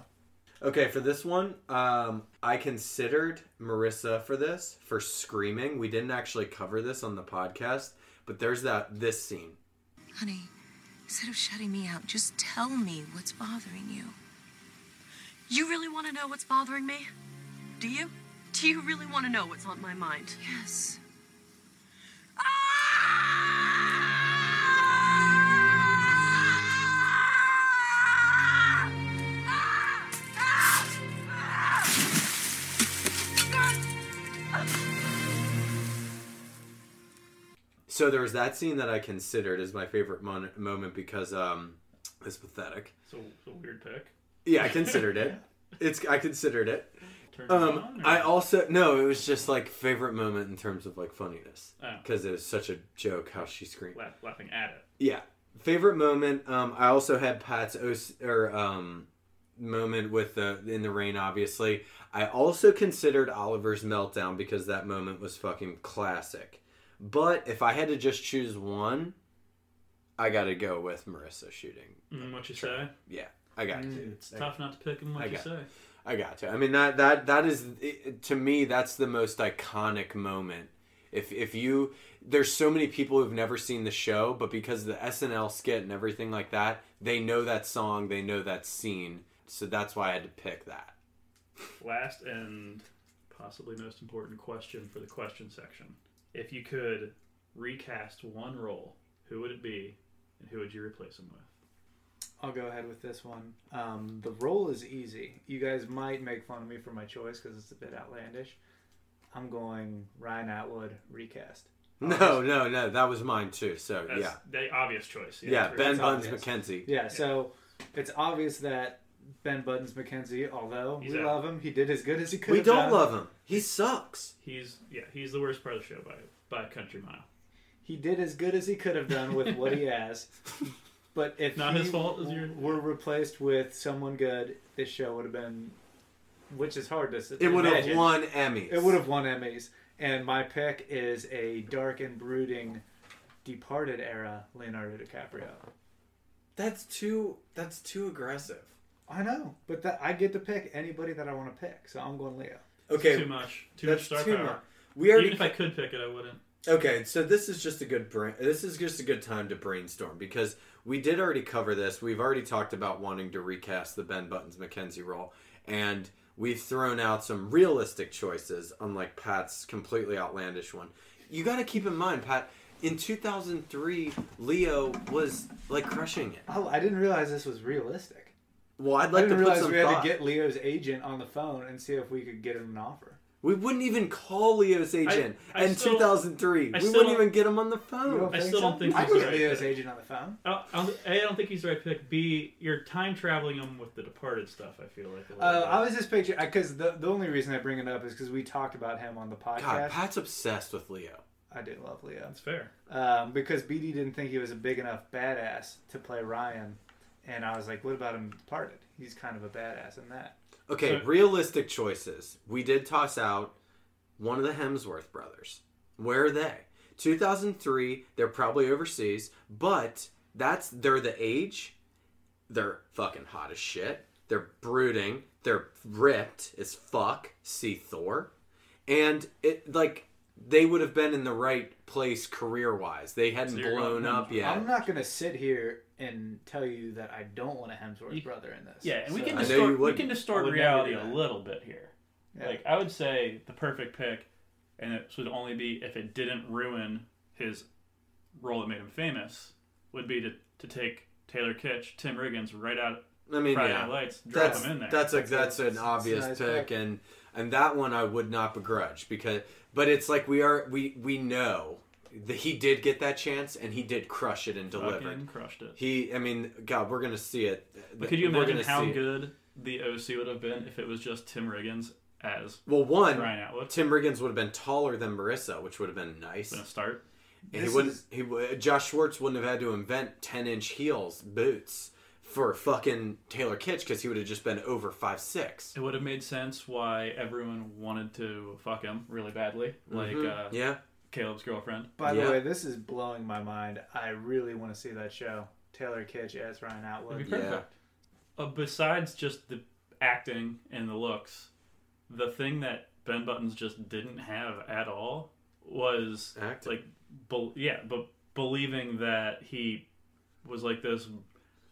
[SPEAKER 1] Okay, for this one, um, I considered Marissa for this for screaming. We didn't actually cover this on the podcast, but there's that this scene.
[SPEAKER 10] Honey, instead of shutting me out, just tell me what's bothering you.
[SPEAKER 6] You really want to know what's bothering me? Do you? Do you really want to know what's on my mind? Ah!
[SPEAKER 10] Yes.
[SPEAKER 6] Ah!
[SPEAKER 1] So there was that scene that I considered as my favorite mon- moment because um, it's pathetic.
[SPEAKER 3] It's a, it's a weird pick.
[SPEAKER 1] Yeah, I considered
[SPEAKER 3] *laughs*
[SPEAKER 1] it. It's I considered it.
[SPEAKER 3] Turn it
[SPEAKER 1] Um,
[SPEAKER 3] on, or-
[SPEAKER 1] I also no, it was just like favorite moment in terms of like funniness
[SPEAKER 3] Oh.
[SPEAKER 1] because it was such a joke how she screamed.
[SPEAKER 3] laugh, laughing at it.
[SPEAKER 1] Yeah, favorite moment. Um, I also had Pat's o- or um moment with the in the rain. Obviously, I also considered Oliver's meltdown because that moment was fucking classic. But if I had to just choose one, I got to go with Marissa shooting.
[SPEAKER 3] Mm, what you say?
[SPEAKER 1] Yeah, I got to.
[SPEAKER 3] Mm. It's tough not to pick him. What
[SPEAKER 1] I
[SPEAKER 3] you
[SPEAKER 1] got-
[SPEAKER 3] say?
[SPEAKER 1] I got to. I mean that that that is it, to me that's the most iconic moment. If if you there's so many people who've never seen the show, but because of the SNL skit and everything like that, they know that song, they know that scene. So that's why I had to pick that.
[SPEAKER 3] Last and possibly most important question for the question section: If you could recast one role, who would it be, and who would you replace him with?
[SPEAKER 2] I'll go ahead with this one. Um, the role is easy. You guys might make fun of me for my choice because it's a bit outlandish. I'm going Ryan Atwood recast.
[SPEAKER 1] No, no, no, that was mine too. So
[SPEAKER 3] That's
[SPEAKER 1] yeah,
[SPEAKER 3] the obvious choice.
[SPEAKER 1] yeah,
[SPEAKER 3] for-
[SPEAKER 1] Ben
[SPEAKER 2] that's
[SPEAKER 1] Buns
[SPEAKER 2] obvious.
[SPEAKER 1] McKenzie.
[SPEAKER 2] Yeah, so it's obvious that Ben Buttons McKenzie, although
[SPEAKER 3] He's
[SPEAKER 2] we
[SPEAKER 3] out.
[SPEAKER 2] love him, he did as good as he could.
[SPEAKER 1] We
[SPEAKER 2] have
[SPEAKER 1] don't
[SPEAKER 2] done.
[SPEAKER 1] love him. He
[SPEAKER 2] *laughs*
[SPEAKER 1] sucks.
[SPEAKER 3] He's yeah, he's the worst part of the show by by a country mile.
[SPEAKER 2] He did as good as he could have done with what
[SPEAKER 1] *laughs*
[SPEAKER 2] he has. But if
[SPEAKER 3] Not
[SPEAKER 2] he
[SPEAKER 3] his fault, is your-
[SPEAKER 2] were replaced with someone good, this show would have been, which is hard to. s-
[SPEAKER 1] It would have
[SPEAKER 2] imagine.
[SPEAKER 1] won Emmys.
[SPEAKER 2] It would have won Emmys. And my pick is a dark and brooding, Departed era Leonardo DiCaprio.
[SPEAKER 1] That's too. That's too aggressive.
[SPEAKER 2] I know, but that I get to pick anybody that I want to pick, so I'm going Leo.
[SPEAKER 1] Okay,
[SPEAKER 3] Too much. Too
[SPEAKER 1] that's
[SPEAKER 3] much star
[SPEAKER 1] too
[SPEAKER 3] power.
[SPEAKER 1] much. We already
[SPEAKER 3] Even if I could pick it, I wouldn't.
[SPEAKER 1] Okay, so this is just a good brain. This is just a good time to brainstorm because we did already cover this. We've already talked about wanting to recast the Ben Buttons McKenzie role, and we've thrown out some realistic choices, unlike Pat's completely outlandish one. You got to keep in mind, Pat. In 2003, Leo was like crushing it.
[SPEAKER 2] Oh, I didn't realize this was realistic.
[SPEAKER 1] Well, I'd
[SPEAKER 2] I
[SPEAKER 1] like to
[SPEAKER 2] didn't
[SPEAKER 1] put
[SPEAKER 2] realize
[SPEAKER 1] some
[SPEAKER 2] we had
[SPEAKER 1] thought.
[SPEAKER 2] to get Leo's agent on the phone and see if we could get him an offer.
[SPEAKER 1] we wouldn't even call Leo's agent
[SPEAKER 3] I
[SPEAKER 1] in
[SPEAKER 3] still-
[SPEAKER 1] 2003. we
[SPEAKER 3] I still
[SPEAKER 1] wouldn't
[SPEAKER 3] don't-
[SPEAKER 1] even get him on the phone.
[SPEAKER 3] I still don't think
[SPEAKER 2] I
[SPEAKER 3] he's
[SPEAKER 2] can
[SPEAKER 3] the
[SPEAKER 2] get
[SPEAKER 3] right
[SPEAKER 2] Leo's
[SPEAKER 3] pick.
[SPEAKER 2] agent on the phone.
[SPEAKER 3] I I don't, A, I don't think he's the right pick. B, you're time traveling him with the Departed stuff. I feel like. a little
[SPEAKER 2] Uh,
[SPEAKER 3] bit.
[SPEAKER 2] I was just picturing because the the only reason I bring it up is because we talked about him on the podcast.
[SPEAKER 1] God, Pat's obsessed with Leo.
[SPEAKER 2] I do love Leo
[SPEAKER 3] That's fair.
[SPEAKER 2] um, because BD didn't think he was a big enough badass to play Ryan, and I was like, what about him in Departed? He's kind of a badass in that.
[SPEAKER 1] Okay,
[SPEAKER 3] So-
[SPEAKER 1] realistic choices. We did toss out one of the Hemsworth brothers. Where are they? 2003, they're probably overseas, but that's they're the age. They're fucking hot as shit. They're brooding. They're ripped as fuck. See Thor. And it like they would have been in the right place career wise. They hadn't
[SPEAKER 3] So you're
[SPEAKER 1] blown
[SPEAKER 3] going
[SPEAKER 1] up
[SPEAKER 3] Hemsworth.
[SPEAKER 1] yet.
[SPEAKER 2] I'm not gonna sit here and tell you that I don't want a Hemsworth
[SPEAKER 3] You-
[SPEAKER 2] brother in this.
[SPEAKER 3] Yeah, and we
[SPEAKER 2] So-
[SPEAKER 3] can
[SPEAKER 1] I know
[SPEAKER 3] distort,
[SPEAKER 1] you
[SPEAKER 3] we
[SPEAKER 1] wouldn't.
[SPEAKER 3] can
[SPEAKER 2] I
[SPEAKER 3] distort
[SPEAKER 2] would never
[SPEAKER 3] reality
[SPEAKER 2] do
[SPEAKER 3] a
[SPEAKER 2] that.
[SPEAKER 3] little bit here.
[SPEAKER 2] Yeah.
[SPEAKER 3] Like I would say the perfect pick, and it would only be if it didn't ruin his role that made him famous, would be to, to take Taylor Kitsch, Tim Riggins right out
[SPEAKER 1] I mean,
[SPEAKER 3] Friday
[SPEAKER 1] yeah.
[SPEAKER 3] Night Lights, drop
[SPEAKER 1] that's
[SPEAKER 3] him in there.
[SPEAKER 1] that's a
[SPEAKER 2] That's a-
[SPEAKER 1] that's an
[SPEAKER 2] it's a
[SPEAKER 1] obvious
[SPEAKER 2] nice
[SPEAKER 1] pick,
[SPEAKER 2] pick.
[SPEAKER 1] and and that one I would not begrudge because but it's like we are we we know that he did get that chance and he did crush it and deliver.
[SPEAKER 3] fucking crushed it.
[SPEAKER 1] He I mean God we're gonna see it.
[SPEAKER 3] But could you
[SPEAKER 1] We're
[SPEAKER 3] imagine
[SPEAKER 1] gonna
[SPEAKER 3] how
[SPEAKER 1] see it.
[SPEAKER 3] good the OC would have been if it was just Tim Riggins as
[SPEAKER 1] Well, one
[SPEAKER 3] Ryan Atwood?
[SPEAKER 1] Tim Riggins would have been taller than Marissa, which would have been nice.
[SPEAKER 3] Been a start.
[SPEAKER 1] And he
[SPEAKER 2] This
[SPEAKER 1] wouldn't.
[SPEAKER 2] is-
[SPEAKER 1] He would. Josh Schwartz wouldn't have had to invent ten inch heels boots for fucking Taylor Kitsch because he would have just been over five six.
[SPEAKER 3] It would have made sense why everyone wanted to fuck him really badly, like
[SPEAKER 1] Mhm.
[SPEAKER 3] uh,
[SPEAKER 1] yeah,
[SPEAKER 3] Caleb's girlfriend.
[SPEAKER 2] By
[SPEAKER 1] Yeah.
[SPEAKER 2] the way, this is blowing my mind. I really want to see that show. Taylor Kitsch as Ryan Atwood.
[SPEAKER 3] It'd be perfect. Uh, besides just the acting and the looks, the thing that Ben Buttons just didn't have at all was
[SPEAKER 1] Acting.
[SPEAKER 3] like, bel yeah, but believing that he was like this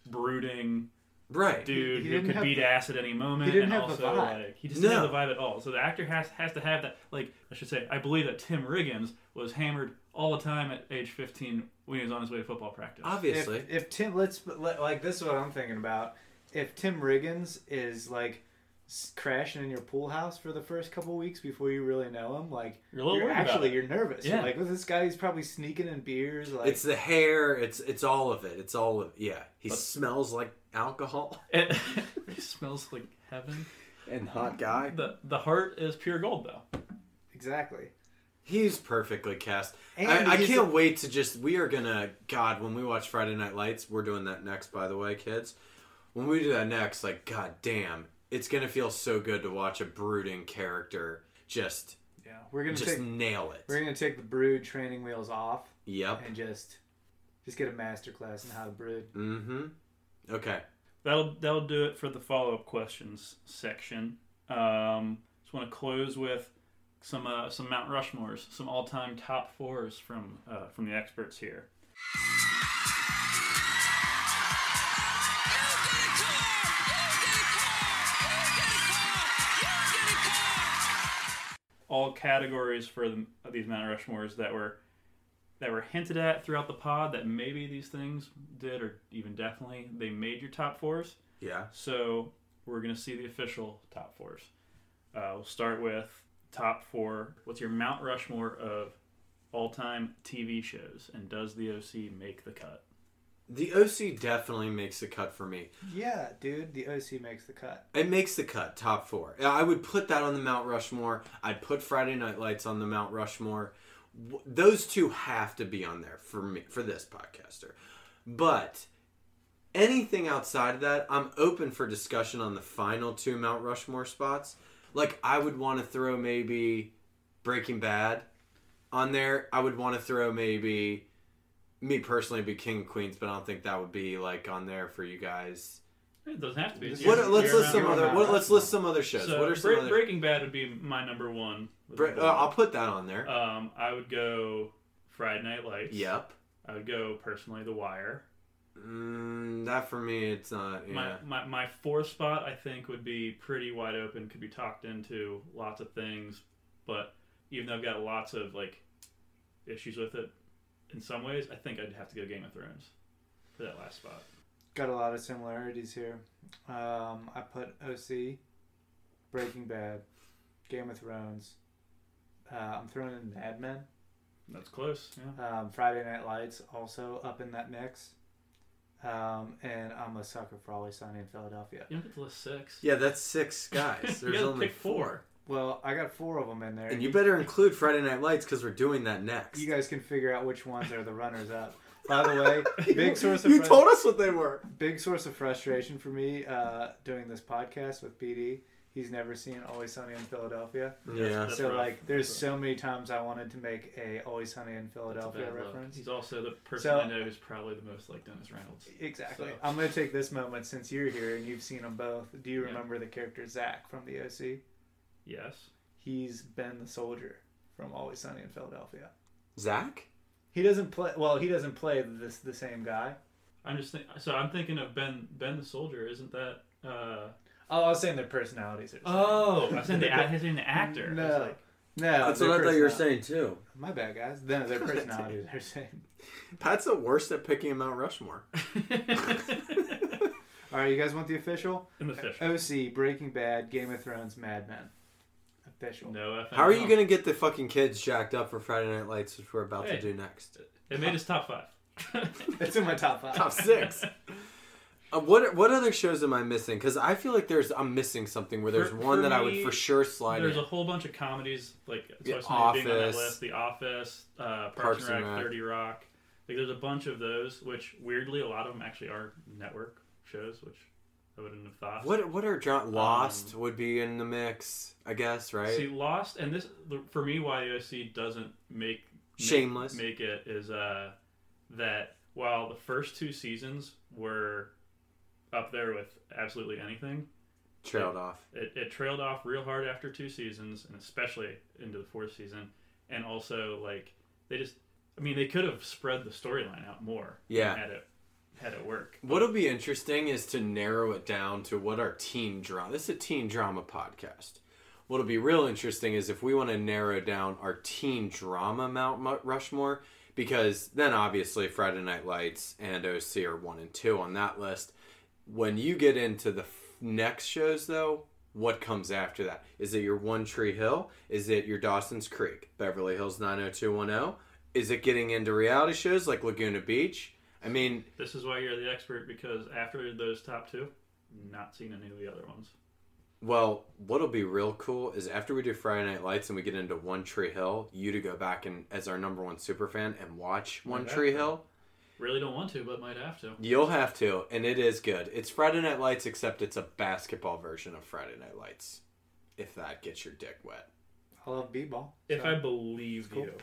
[SPEAKER 3] brooding
[SPEAKER 1] right.
[SPEAKER 3] dude
[SPEAKER 2] He
[SPEAKER 3] who
[SPEAKER 2] didn't
[SPEAKER 3] could
[SPEAKER 2] have
[SPEAKER 3] beat
[SPEAKER 2] the-
[SPEAKER 3] ass at any moment.
[SPEAKER 2] he didn't
[SPEAKER 3] and
[SPEAKER 2] have the
[SPEAKER 3] also,
[SPEAKER 2] vibe.
[SPEAKER 3] Like, he just didn't have
[SPEAKER 1] No.
[SPEAKER 3] the vibe at all. So the actor has has to have that. Like I should say, I believe that Tim Riggins was hammered all the time at age 15 when he was on his way to football practice.
[SPEAKER 2] If,
[SPEAKER 1] Obviously,
[SPEAKER 2] if Tim, let's let, like this is what I'm thinking about. If Tim Riggins is like s- crashing in your pool house for the first couple weeks before you really know him, like
[SPEAKER 3] You're a little worried about
[SPEAKER 2] actually
[SPEAKER 3] it.
[SPEAKER 2] you're nervous. You're
[SPEAKER 3] Yeah.
[SPEAKER 2] like well, this guy, he's probably sneaking in beers. Like
[SPEAKER 1] it's the hair. It's it's all of it. It's all of yeah. He smells like
[SPEAKER 2] *laughs*
[SPEAKER 1] alcohol
[SPEAKER 3] *laughs* It, it smells like heaven.
[SPEAKER 1] and hot guy.
[SPEAKER 3] The the heart is pure gold though.
[SPEAKER 2] exactly.
[SPEAKER 1] He's perfectly cast.
[SPEAKER 2] And
[SPEAKER 1] I, I
[SPEAKER 2] he's-
[SPEAKER 1] can't wait to just. We are gonna. God, when we watch Friday Night Lights, we're doing that next. By the way, kids, when we do that next, like, god damn, it's gonna feel so good to watch a brooding character just
[SPEAKER 2] Yeah, we're gonna
[SPEAKER 1] just
[SPEAKER 2] take
[SPEAKER 1] nail it.
[SPEAKER 2] we're gonna take the brood training wheels off
[SPEAKER 1] Yep.
[SPEAKER 2] and just just get a master class in how to brood.
[SPEAKER 1] Mm-hmm. Okay.
[SPEAKER 3] That'll that'll do it for the follow up questions section. Um, just want to close with some uh, some Mount Rushmores, some all time top fours from uh, from the experts here. all categories for the, of these Mount Rushmores that were that were hinted at throughout the pod that maybe these things did or even definitely they made your top fours.
[SPEAKER 1] Yeah.
[SPEAKER 3] So we're gonna see the official top fours. Uh, we'll start with top four. What's your Mount Rushmore of all-time TV shows, and does The OC make the cut?
[SPEAKER 1] The OC definitely makes the cut for me.
[SPEAKER 2] Yeah, dude, the OC makes the cut.
[SPEAKER 1] It makes the cut, top four. I would put that on the Mount Rushmore. I'd put Friday Night Lights on the Mount Rushmore. W- Those two have to be on there for me for this podcaster. But anything outside of that, I'm open for discussion on the final two Mount Rushmore spots. Like I would want to throw maybe Breaking Bad on there. I would want to throw maybe me personally it'd be King of Queens, but I don't think that would be like on there for you guys.
[SPEAKER 3] It doesn't have to be.
[SPEAKER 1] What,
[SPEAKER 2] What- You're-
[SPEAKER 1] let's
[SPEAKER 2] you're
[SPEAKER 1] list some
[SPEAKER 2] around-
[SPEAKER 1] other.
[SPEAKER 2] you're
[SPEAKER 1] What,
[SPEAKER 2] around.
[SPEAKER 1] let's list some other shows.
[SPEAKER 3] So
[SPEAKER 1] what are some
[SPEAKER 3] Bre-
[SPEAKER 1] other?
[SPEAKER 3] Breaking Bad would be my number one.
[SPEAKER 1] Bre- uh, I'll put that on there.
[SPEAKER 3] um, I would go Friday Night Lights.
[SPEAKER 1] yep.
[SPEAKER 3] I would go personally The Wire.
[SPEAKER 1] Mm, that for me, it's not. Yeah.
[SPEAKER 3] My, my my fourth spot I think would be pretty wide open, could be talked into lots of things, but even though I've got lots of like issues with it in some ways, I think I'd have to go Game of Thrones for that last spot.
[SPEAKER 2] Got a lot of similarities here. Um, I put OC, Breaking Bad, Game of Thrones. Uh, I'm throwing in Mad Men.
[SPEAKER 3] That's close. Yeah.
[SPEAKER 2] Um, Friday Night Lights also up in that mix. Um, and I'm a sucker for Always Sunny in Philadelphia.
[SPEAKER 3] You don't get to list six.
[SPEAKER 1] yeah, that's six guys.
[SPEAKER 3] you
[SPEAKER 1] There's
[SPEAKER 3] gotta
[SPEAKER 1] only
[SPEAKER 3] pick four.
[SPEAKER 2] Well, I got four of them in there.
[SPEAKER 1] And you better include Friday Night Lights because we're doing that next.
[SPEAKER 2] you guys can figure out which ones are the runners up. By the
[SPEAKER 1] *laughs*
[SPEAKER 2] way, big source of
[SPEAKER 1] You
[SPEAKER 2] frus-
[SPEAKER 1] told us what they were.
[SPEAKER 2] big source of frustration for me uh, doing this podcast with BD. He's never seen Always Sunny in Philadelphia.
[SPEAKER 1] Yeah.
[SPEAKER 3] That's
[SPEAKER 2] so
[SPEAKER 3] rough.
[SPEAKER 2] like, there's
[SPEAKER 3] That's
[SPEAKER 2] so many times I wanted to make a Always Sunny in
[SPEAKER 3] That's a
[SPEAKER 2] Philadelphia
[SPEAKER 3] bad look.
[SPEAKER 2] reference.
[SPEAKER 3] He's also the person
[SPEAKER 2] So-
[SPEAKER 3] I know who's probably the most like Dennis Reynolds.
[SPEAKER 2] Exactly.
[SPEAKER 3] So-
[SPEAKER 2] I'm gonna take this moment since you're here and you've seen them both. Do you
[SPEAKER 3] Yeah.
[SPEAKER 2] remember the character Zach from the OC?
[SPEAKER 3] Yes.
[SPEAKER 2] He's been the soldier from Always Sunny in Philadelphia.
[SPEAKER 1] Zach.
[SPEAKER 2] He doesn't play. Well, he doesn't play this the same guy.
[SPEAKER 3] I'm just think- so I'm thinking of Ben Ben the Soldier, isn't that uh
[SPEAKER 2] Oh, I was saying their personalities are. The same.
[SPEAKER 3] Oh, *laughs* I was saying the, act- I was saying the actor. I was
[SPEAKER 2] no,
[SPEAKER 3] like,
[SPEAKER 2] no.
[SPEAKER 1] That's
[SPEAKER 2] their
[SPEAKER 1] what I thought you were
[SPEAKER 2] personal-
[SPEAKER 1] saying too.
[SPEAKER 2] My bad, guys.
[SPEAKER 1] *laughs*
[SPEAKER 2] No, their personalities are the same.
[SPEAKER 1] Pat's the worst at picking a Mount Rushmore.
[SPEAKER 2] All right, you guys want the official?
[SPEAKER 3] in the fish.
[SPEAKER 2] OC, Breaking Bad, Game of Thrones, Mad Men. Official.
[SPEAKER 3] No,
[SPEAKER 1] Uh, How are you gonna get the fucking kids jacked up for Friday Night Lights, which we're about
[SPEAKER 3] Hey.
[SPEAKER 1] to do next?
[SPEAKER 3] It made us top
[SPEAKER 1] *laughs*
[SPEAKER 3] five.
[SPEAKER 2] It's in my top five.
[SPEAKER 1] Top six. Uh, what what other shows am I missing? Because I feel like there's I'm missing something where there's
[SPEAKER 3] For-
[SPEAKER 1] one
[SPEAKER 3] for
[SPEAKER 1] that I would
[SPEAKER 3] me,
[SPEAKER 1] for sure slide
[SPEAKER 3] *laughs* There's
[SPEAKER 1] in.
[SPEAKER 3] a whole bunch of comedies like
[SPEAKER 1] The
[SPEAKER 3] supposed to being on that
[SPEAKER 1] Office.
[SPEAKER 3] list. The Office, uh, Parks,
[SPEAKER 1] Parks
[SPEAKER 3] and
[SPEAKER 1] and
[SPEAKER 3] Rec,
[SPEAKER 1] Rec.
[SPEAKER 3] Thirty Rock. Like there's a bunch of those, which weirdly a lot of them actually are network shows, which I wouldn't have thought.
[SPEAKER 1] What what are John Lost would be in the mix, I guess, right?
[SPEAKER 3] Um, See, Lost, and this the- for me, why the OC doesn't make make-
[SPEAKER 1] Shameless.
[SPEAKER 3] make, it is uh, that while the first two seasons were up there with absolutely anything,
[SPEAKER 1] Trailed off.
[SPEAKER 3] it, it trailed off real hard after two seasons, and especially into the fourth season, and also like they just, I mean, they could have spread the storyline out more.
[SPEAKER 1] Yeah.
[SPEAKER 3] had it had it work.
[SPEAKER 1] What'll be interesting is to narrow it down to what our teen drama. This is a teen drama podcast. What'll be real interesting is if we want to narrow down our teen drama Mount Mu- Rushmore, because then obviously Friday Night Lights and OC are one and two on that list. When you get into the f- next shows, though, what comes after that? Is it your One Tree Hill? Is it your Dawson's Creek? Beverly Hills 90210? Is it getting into reality shows like Laguna Beach? I mean,
[SPEAKER 3] This is why you're the expert because after those top two, not seen any of the other ones.
[SPEAKER 1] Well, what'll be real cool is after we do Friday Night Lights and we get into One Tree Hill, you to go back and as our number one super fan and watch One
[SPEAKER 3] Okay.
[SPEAKER 1] Tree Hill.
[SPEAKER 3] Really don't want to, but might have to.
[SPEAKER 1] You'll have to, and it is good. It's Friday Night Lights, except it's a basketball version of Friday Night Lights. If that gets your dick wet.
[SPEAKER 2] I love b-ball.
[SPEAKER 3] If
[SPEAKER 2] so-
[SPEAKER 3] I believe
[SPEAKER 2] cool.
[SPEAKER 3] you.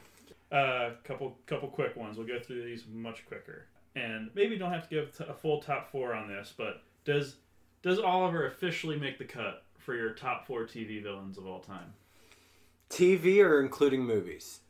[SPEAKER 3] Uh, couple couple quick ones. We'll go through these much quicker, and maybe don't have to give t- a full top four on this. But does does Oliver officially make the cut for your top four TV villains of all time?
[SPEAKER 1] TV or including movies?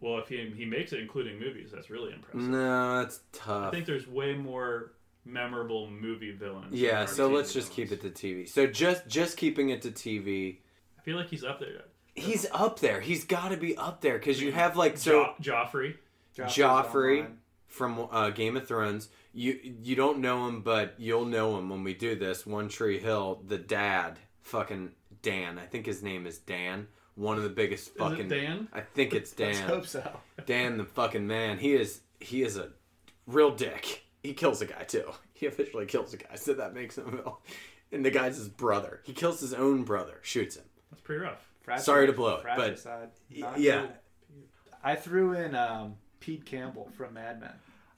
[SPEAKER 3] Well, if he he makes it, including movies, that's really impressive.
[SPEAKER 1] No, that's
[SPEAKER 3] I
[SPEAKER 1] tough.
[SPEAKER 3] think there's way more memorable movie villains. than
[SPEAKER 1] Yeah,
[SPEAKER 3] our
[SPEAKER 1] so
[SPEAKER 3] TV
[SPEAKER 1] let's just
[SPEAKER 3] villains.
[SPEAKER 1] keep it to TV. So just just keeping it to TV.
[SPEAKER 3] I feel like he's up there.
[SPEAKER 1] He's up there. He's got to be up there because you have like so.
[SPEAKER 3] jo- Joffrey.
[SPEAKER 2] Joffrey's
[SPEAKER 1] Joffrey
[SPEAKER 2] online.
[SPEAKER 1] from uh, Game of Thrones. You you don't know him, but you'll know him when we do this. One Tree Hill, the dad, fucking Dan. I think his name is Dan. One of the biggest
[SPEAKER 3] it
[SPEAKER 1] fucking.
[SPEAKER 3] Dan?
[SPEAKER 1] I think
[SPEAKER 2] *laughs*
[SPEAKER 1] it's Dan.
[SPEAKER 2] Let's hope so.
[SPEAKER 1] Dan the fucking man. He is he is a real dick. He kills a guy too. *laughs* He officially kills a guy, so that makes him ill. And the guy's his brother. He kills his own brother, shoots him.
[SPEAKER 3] That's pretty rough.
[SPEAKER 2] Fratricide-
[SPEAKER 1] Sorry to blow it, but-
[SPEAKER 2] fratricide, not
[SPEAKER 1] yeah.
[SPEAKER 2] cool. I threw in um, Pete Campbell from Mad Men.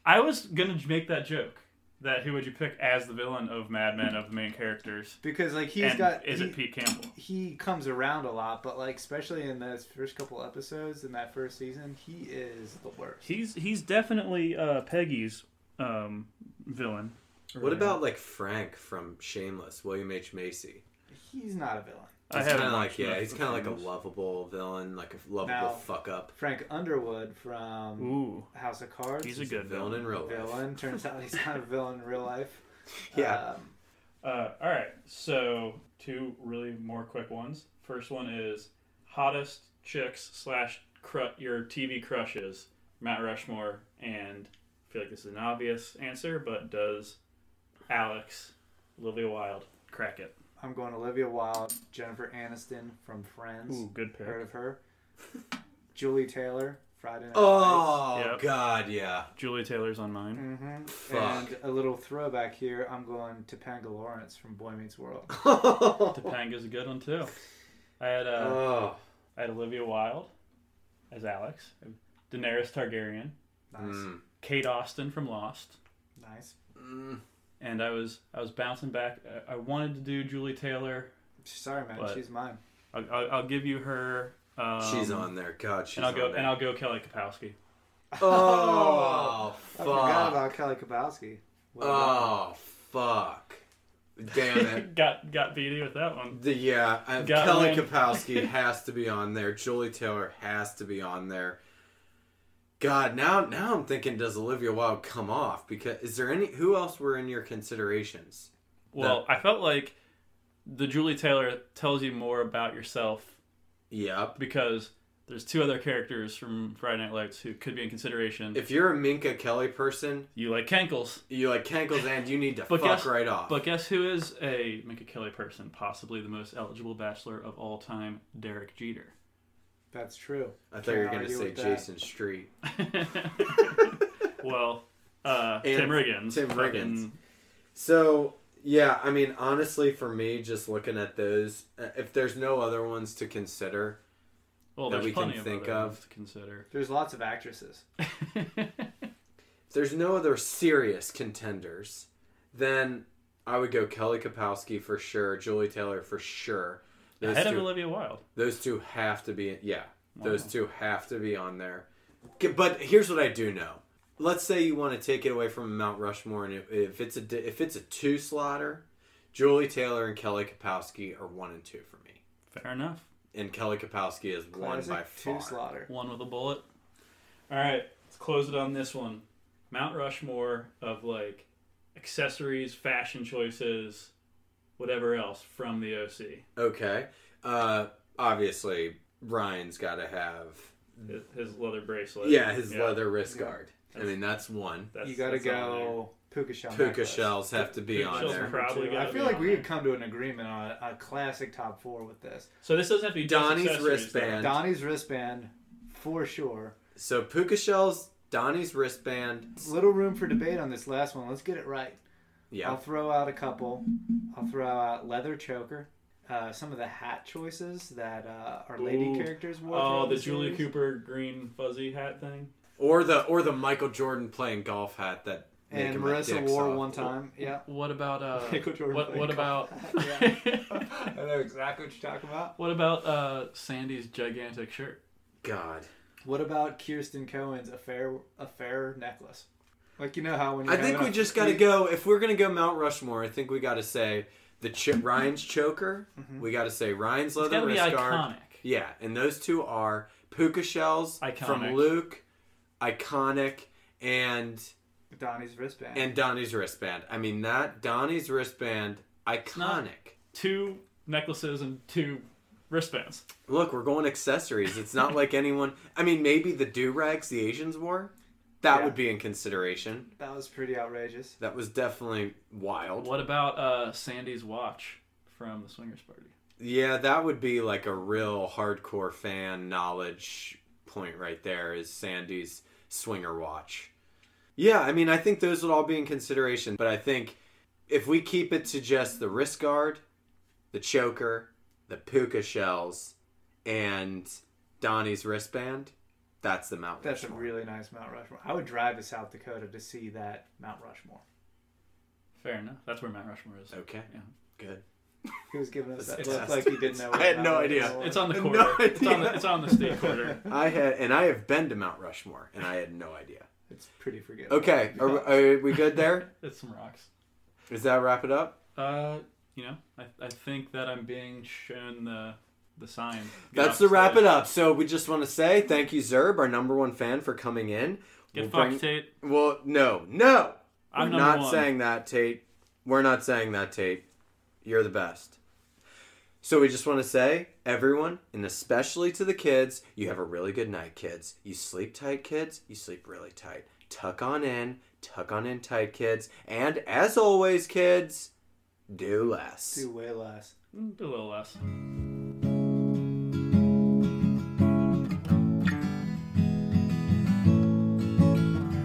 [SPEAKER 3] I was gonna make that joke that who would you pick as the villain of Mad Men of the main characters?
[SPEAKER 2] Because like he's
[SPEAKER 3] and
[SPEAKER 2] got
[SPEAKER 3] is it
[SPEAKER 2] he-
[SPEAKER 3] Pete Campbell?
[SPEAKER 2] he comes around a lot, but like especially in those first couple episodes in that first season, he is the worst.
[SPEAKER 3] He's he's definitely uh, Peggy's um, villain.
[SPEAKER 1] What about like Frank from Shameless, William H. Macy?
[SPEAKER 2] He's not a villain.
[SPEAKER 3] I
[SPEAKER 1] He's kind
[SPEAKER 3] haven't
[SPEAKER 1] of
[SPEAKER 3] watched
[SPEAKER 1] like yeah,
[SPEAKER 3] enough
[SPEAKER 1] he's
[SPEAKER 3] of
[SPEAKER 1] kind of like a
[SPEAKER 3] those.
[SPEAKER 1] lovable villain, like a lovable
[SPEAKER 2] Now-
[SPEAKER 1] fuck up
[SPEAKER 2] Frank Underwood from
[SPEAKER 3] Ooh,
[SPEAKER 2] House of Cards.
[SPEAKER 3] he's a good
[SPEAKER 1] villain
[SPEAKER 3] villain.
[SPEAKER 1] in real life.
[SPEAKER 2] villain. Turns out he's not a villain in real life.
[SPEAKER 1] *laughs* Yeah.
[SPEAKER 2] Um,
[SPEAKER 3] Uh, all right, so two really more quick ones. First one is hottest chicks slash cru- your TV crushes, Matt Rushmore, and I feel like this is an obvious answer, but does Alex Olivia Wilde crack it?
[SPEAKER 2] I'm going Olivia Wilde, Jennifer Aniston from Friends.
[SPEAKER 3] Ooh, good pick.
[SPEAKER 2] Heard of her? *laughs* Julie Taylor, Friday Night
[SPEAKER 1] Oh
[SPEAKER 3] Yep.
[SPEAKER 1] god, yeah.
[SPEAKER 3] Julia Taylor's on mine.
[SPEAKER 2] Mm-hmm.
[SPEAKER 1] Fuck. *laughs*
[SPEAKER 2] And a little throwback here. I'm going Topanga Lawrence from Boy
[SPEAKER 1] *laughs*
[SPEAKER 2] Meets World.
[SPEAKER 3] Uh, Topanga's a good one too. I had uh,
[SPEAKER 1] oh,
[SPEAKER 3] I had Olivia Wilde as Alex, Daenerys Targaryen,
[SPEAKER 2] Nice,
[SPEAKER 1] Mm.
[SPEAKER 3] Kate Austin from Lost,
[SPEAKER 2] nice.
[SPEAKER 3] and I was I was bouncing back. I- I wanted to do Julie Taylor.
[SPEAKER 2] Sorry, man,
[SPEAKER 3] But-
[SPEAKER 2] she's mine.
[SPEAKER 3] I'll, I'll, I'll give you her. Um,
[SPEAKER 1] she's on there. God, she's
[SPEAKER 3] And I'll go
[SPEAKER 1] on there.
[SPEAKER 3] and I'll go Kelly Kapowski.
[SPEAKER 1] oh
[SPEAKER 2] *laughs* I forgot
[SPEAKER 1] fuck!
[SPEAKER 2] about Kelly Kapowski. What about-
[SPEAKER 1] Oh fuck! Damn it!
[SPEAKER 3] *laughs* got got beaty with that one.
[SPEAKER 1] The, yeah, uh,
[SPEAKER 3] Got
[SPEAKER 1] Kelly
[SPEAKER 3] one. *laughs*
[SPEAKER 1] Kapowski has to be on there. Julie Taylor has to be on there. God, now now I'm thinking, does Olivia Wilde come off? Because is there any who else were in your considerations?
[SPEAKER 3] Well, I felt like the Julie Taylor tells you more about yourself
[SPEAKER 1] Yep.
[SPEAKER 3] because there's two other characters from Friday Night Lights who could be in consideration.
[SPEAKER 1] If you're a Minka Kelly person,
[SPEAKER 3] you like Cankles,
[SPEAKER 1] you like Cankles and you need to
[SPEAKER 3] But
[SPEAKER 1] fuck
[SPEAKER 3] guess-
[SPEAKER 1] right off.
[SPEAKER 3] But guess who is a Minka Kelly person, possibly the most eligible bachelor of all time, Derek Jeter.
[SPEAKER 2] That's true.
[SPEAKER 1] I thought you were
[SPEAKER 2] Can't
[SPEAKER 1] gonna
[SPEAKER 2] argue
[SPEAKER 1] say
[SPEAKER 2] with that.
[SPEAKER 1] Jason Street.
[SPEAKER 3] well, uh,
[SPEAKER 1] And
[SPEAKER 3] Tim Riggins.
[SPEAKER 1] Tim Riggins.
[SPEAKER 3] fucking-
[SPEAKER 1] So yeah, I mean, honestly, for me, just looking at those, uh, if there's no other ones to consider,
[SPEAKER 3] Well,
[SPEAKER 1] That
[SPEAKER 3] there's
[SPEAKER 1] we can
[SPEAKER 3] plenty of
[SPEAKER 1] think
[SPEAKER 3] other
[SPEAKER 1] of.
[SPEAKER 3] ones to consider.
[SPEAKER 2] There's lots of actresses.
[SPEAKER 1] if there's no other serious contenders, then I would go Kelly Kapowski for sure, Julie Taylor for sure. Those
[SPEAKER 3] Ahead of
[SPEAKER 1] two-
[SPEAKER 3] Olivia Wilde.
[SPEAKER 1] Those two have to be yeah. Those two have to be on there. K- But here's what I do know. Let's say you want to take it away from Mount Rushmore, and if- if it's a di- if it's a two slotter, Julie Taylor and Kelly Kapowski are one and two for me,
[SPEAKER 3] Fair enough.
[SPEAKER 1] and Kelly Kapowski is one
[SPEAKER 2] Classic
[SPEAKER 1] by
[SPEAKER 2] two
[SPEAKER 1] far.
[SPEAKER 2] slaughter.
[SPEAKER 3] One with a bullet. All right, let's close it on this one. Mount Rushmore of like accessories, fashion choices, whatever else from the OC.
[SPEAKER 1] Okay, uh, obviously Ryan's got to have
[SPEAKER 3] His, his leather bracelet.
[SPEAKER 1] yeah his leather wrist guard. I mean that's one.
[SPEAKER 3] That's,
[SPEAKER 2] you gotta
[SPEAKER 3] that's on
[SPEAKER 2] go puka shell.
[SPEAKER 1] Puka
[SPEAKER 2] necklace.
[SPEAKER 1] shells have to be
[SPEAKER 3] Puka
[SPEAKER 1] on
[SPEAKER 3] shells
[SPEAKER 1] there.
[SPEAKER 3] are Probably
[SPEAKER 2] I
[SPEAKER 3] gotta
[SPEAKER 2] feel
[SPEAKER 3] be
[SPEAKER 2] like
[SPEAKER 3] on
[SPEAKER 2] we
[SPEAKER 3] there.
[SPEAKER 2] could come to an agreement on a, a classic top four with this.
[SPEAKER 3] there. So this doesn't have to be just
[SPEAKER 1] Donnie's
[SPEAKER 3] accessories,
[SPEAKER 1] wristband.
[SPEAKER 2] Donnie's wristband, for sure.
[SPEAKER 1] So puka shells, Donnie's wristband.
[SPEAKER 2] Little room for debate on this last one. Let's get it right.
[SPEAKER 1] Yeah,
[SPEAKER 2] I'll throw out a couple. I'll throw out leather choker. Uh, some of the hat choices that uh, our
[SPEAKER 3] though.
[SPEAKER 2] lady
[SPEAKER 3] Ooh.
[SPEAKER 2] characters wore.
[SPEAKER 3] Oh,
[SPEAKER 2] throughout
[SPEAKER 3] the Julia
[SPEAKER 2] series.
[SPEAKER 3] Cooper green fuzzy hat thing.
[SPEAKER 1] or the or the Michael Jordan playing golf hat that Nick
[SPEAKER 2] and
[SPEAKER 1] my
[SPEAKER 2] Marissa
[SPEAKER 1] dick
[SPEAKER 2] wore
[SPEAKER 1] soft.
[SPEAKER 2] one time.
[SPEAKER 1] *laughs*
[SPEAKER 3] *laughs*
[SPEAKER 2] Yeah,
[SPEAKER 3] What about uh?
[SPEAKER 2] Michael Jordan
[SPEAKER 3] what
[SPEAKER 2] playing
[SPEAKER 3] what
[SPEAKER 2] golf.
[SPEAKER 3] about *laughs*
[SPEAKER 2] I know exactly what you're talking about.
[SPEAKER 3] what about uh Sandy's gigantic shirt?
[SPEAKER 1] God,
[SPEAKER 2] What about Kirsten Cohen's affair affair necklace? Like you know how when you
[SPEAKER 1] I think we just got to go. If we're gonna go Mount Rushmore, I think we got to say the ch- Ryan's choker.
[SPEAKER 2] Mm-hmm.
[SPEAKER 1] We got to say Ryan's
[SPEAKER 3] It's
[SPEAKER 1] leather
[SPEAKER 3] gotta be
[SPEAKER 1] wrist guard.
[SPEAKER 3] iconic.
[SPEAKER 1] Yeah, and those two are puka shells
[SPEAKER 3] Iconic.
[SPEAKER 1] from Luke, iconic, and
[SPEAKER 2] Donnie's wristband.
[SPEAKER 1] and Donnie's wristband. I mean that Donnie's wristband,
[SPEAKER 3] not-
[SPEAKER 1] iconic.
[SPEAKER 3] Two necklaces and two wristbands.
[SPEAKER 1] Look, we're going accessories. It's not like anyone. I mean, maybe the do rags the Asians wore. That
[SPEAKER 2] Yeah.
[SPEAKER 1] would be in consideration.
[SPEAKER 2] that was pretty outrageous.
[SPEAKER 1] That was definitely wild.
[SPEAKER 3] What about uh Sandy's watch from the swingers party?
[SPEAKER 1] Yeah, that would be like a real hardcore fan knowledge point right there is Sandy's swinger watch. Yeah, I mean, I think those would all be in consideration, but I think if we keep it to just the wrist guard, the choker, the puka shells, and Donnie's wristband, that's the Mount
[SPEAKER 2] That's a
[SPEAKER 1] Rushmore.
[SPEAKER 2] really nice Mount Rushmore. I would drive to South Dakota to see that Mount Rushmore.
[SPEAKER 3] Fair enough. That's where Mount Rushmore is.
[SPEAKER 1] Okay,
[SPEAKER 3] Yeah.
[SPEAKER 1] good.
[SPEAKER 2] He was giving us that
[SPEAKER 1] It's-
[SPEAKER 2] look like he
[SPEAKER 1] *laughs*
[SPEAKER 2] didn't know.
[SPEAKER 1] I
[SPEAKER 2] what
[SPEAKER 1] had
[SPEAKER 2] Mount
[SPEAKER 1] no
[SPEAKER 2] Rushmore
[SPEAKER 1] idea.
[SPEAKER 2] was.
[SPEAKER 3] It's on the
[SPEAKER 1] No
[SPEAKER 3] quarter. *laughs* it's, on the,
[SPEAKER 1] idea.
[SPEAKER 3] it's on the *laughs* state quarter.
[SPEAKER 1] I had, and I have been to Mount Rushmore, and I had no idea.
[SPEAKER 2] It's pretty forgettable.
[SPEAKER 1] Okay, are, are we good there?
[SPEAKER 3] It's some rocks.
[SPEAKER 1] Does that wrap it up?
[SPEAKER 3] Uh, you know, I, I think that I'm being shown the the sign. Get
[SPEAKER 1] That's
[SPEAKER 3] off
[SPEAKER 1] the wrap
[SPEAKER 3] stage.
[SPEAKER 1] it up. So we just want to say thank you, Zerb, our number one fan, for coming in. We'll
[SPEAKER 3] Get fucked, Tate.
[SPEAKER 1] Well, no, no.
[SPEAKER 3] I'm
[SPEAKER 1] We're
[SPEAKER 3] number
[SPEAKER 1] not
[SPEAKER 3] one.
[SPEAKER 1] saying that, Tate. We're not saying that, Tate. You're the best. So we just want to say, everyone, and especially to the kids, you have a really good night, kids. You sleep tight, kids. You sleep really tight. Tuck on in, tuck on in tight, kids. And as always, kids, do less.
[SPEAKER 2] Do way less.
[SPEAKER 3] Mm, Do a little less.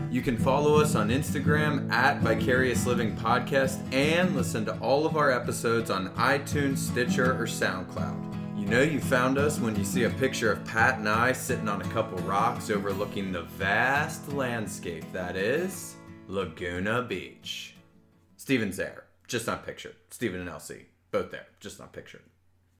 [SPEAKER 1] You can follow us on Instagram at Vicarious Living Podcast and listen to all of our episodes on iTunes, Stitcher, or SoundCloud. You know you found us when you see a picture of Pat and I sitting on a couple rocks overlooking the vast landscape that is Laguna Beach. Steven's there, just not pictured. Steven and Elsie, both there, just not pictured.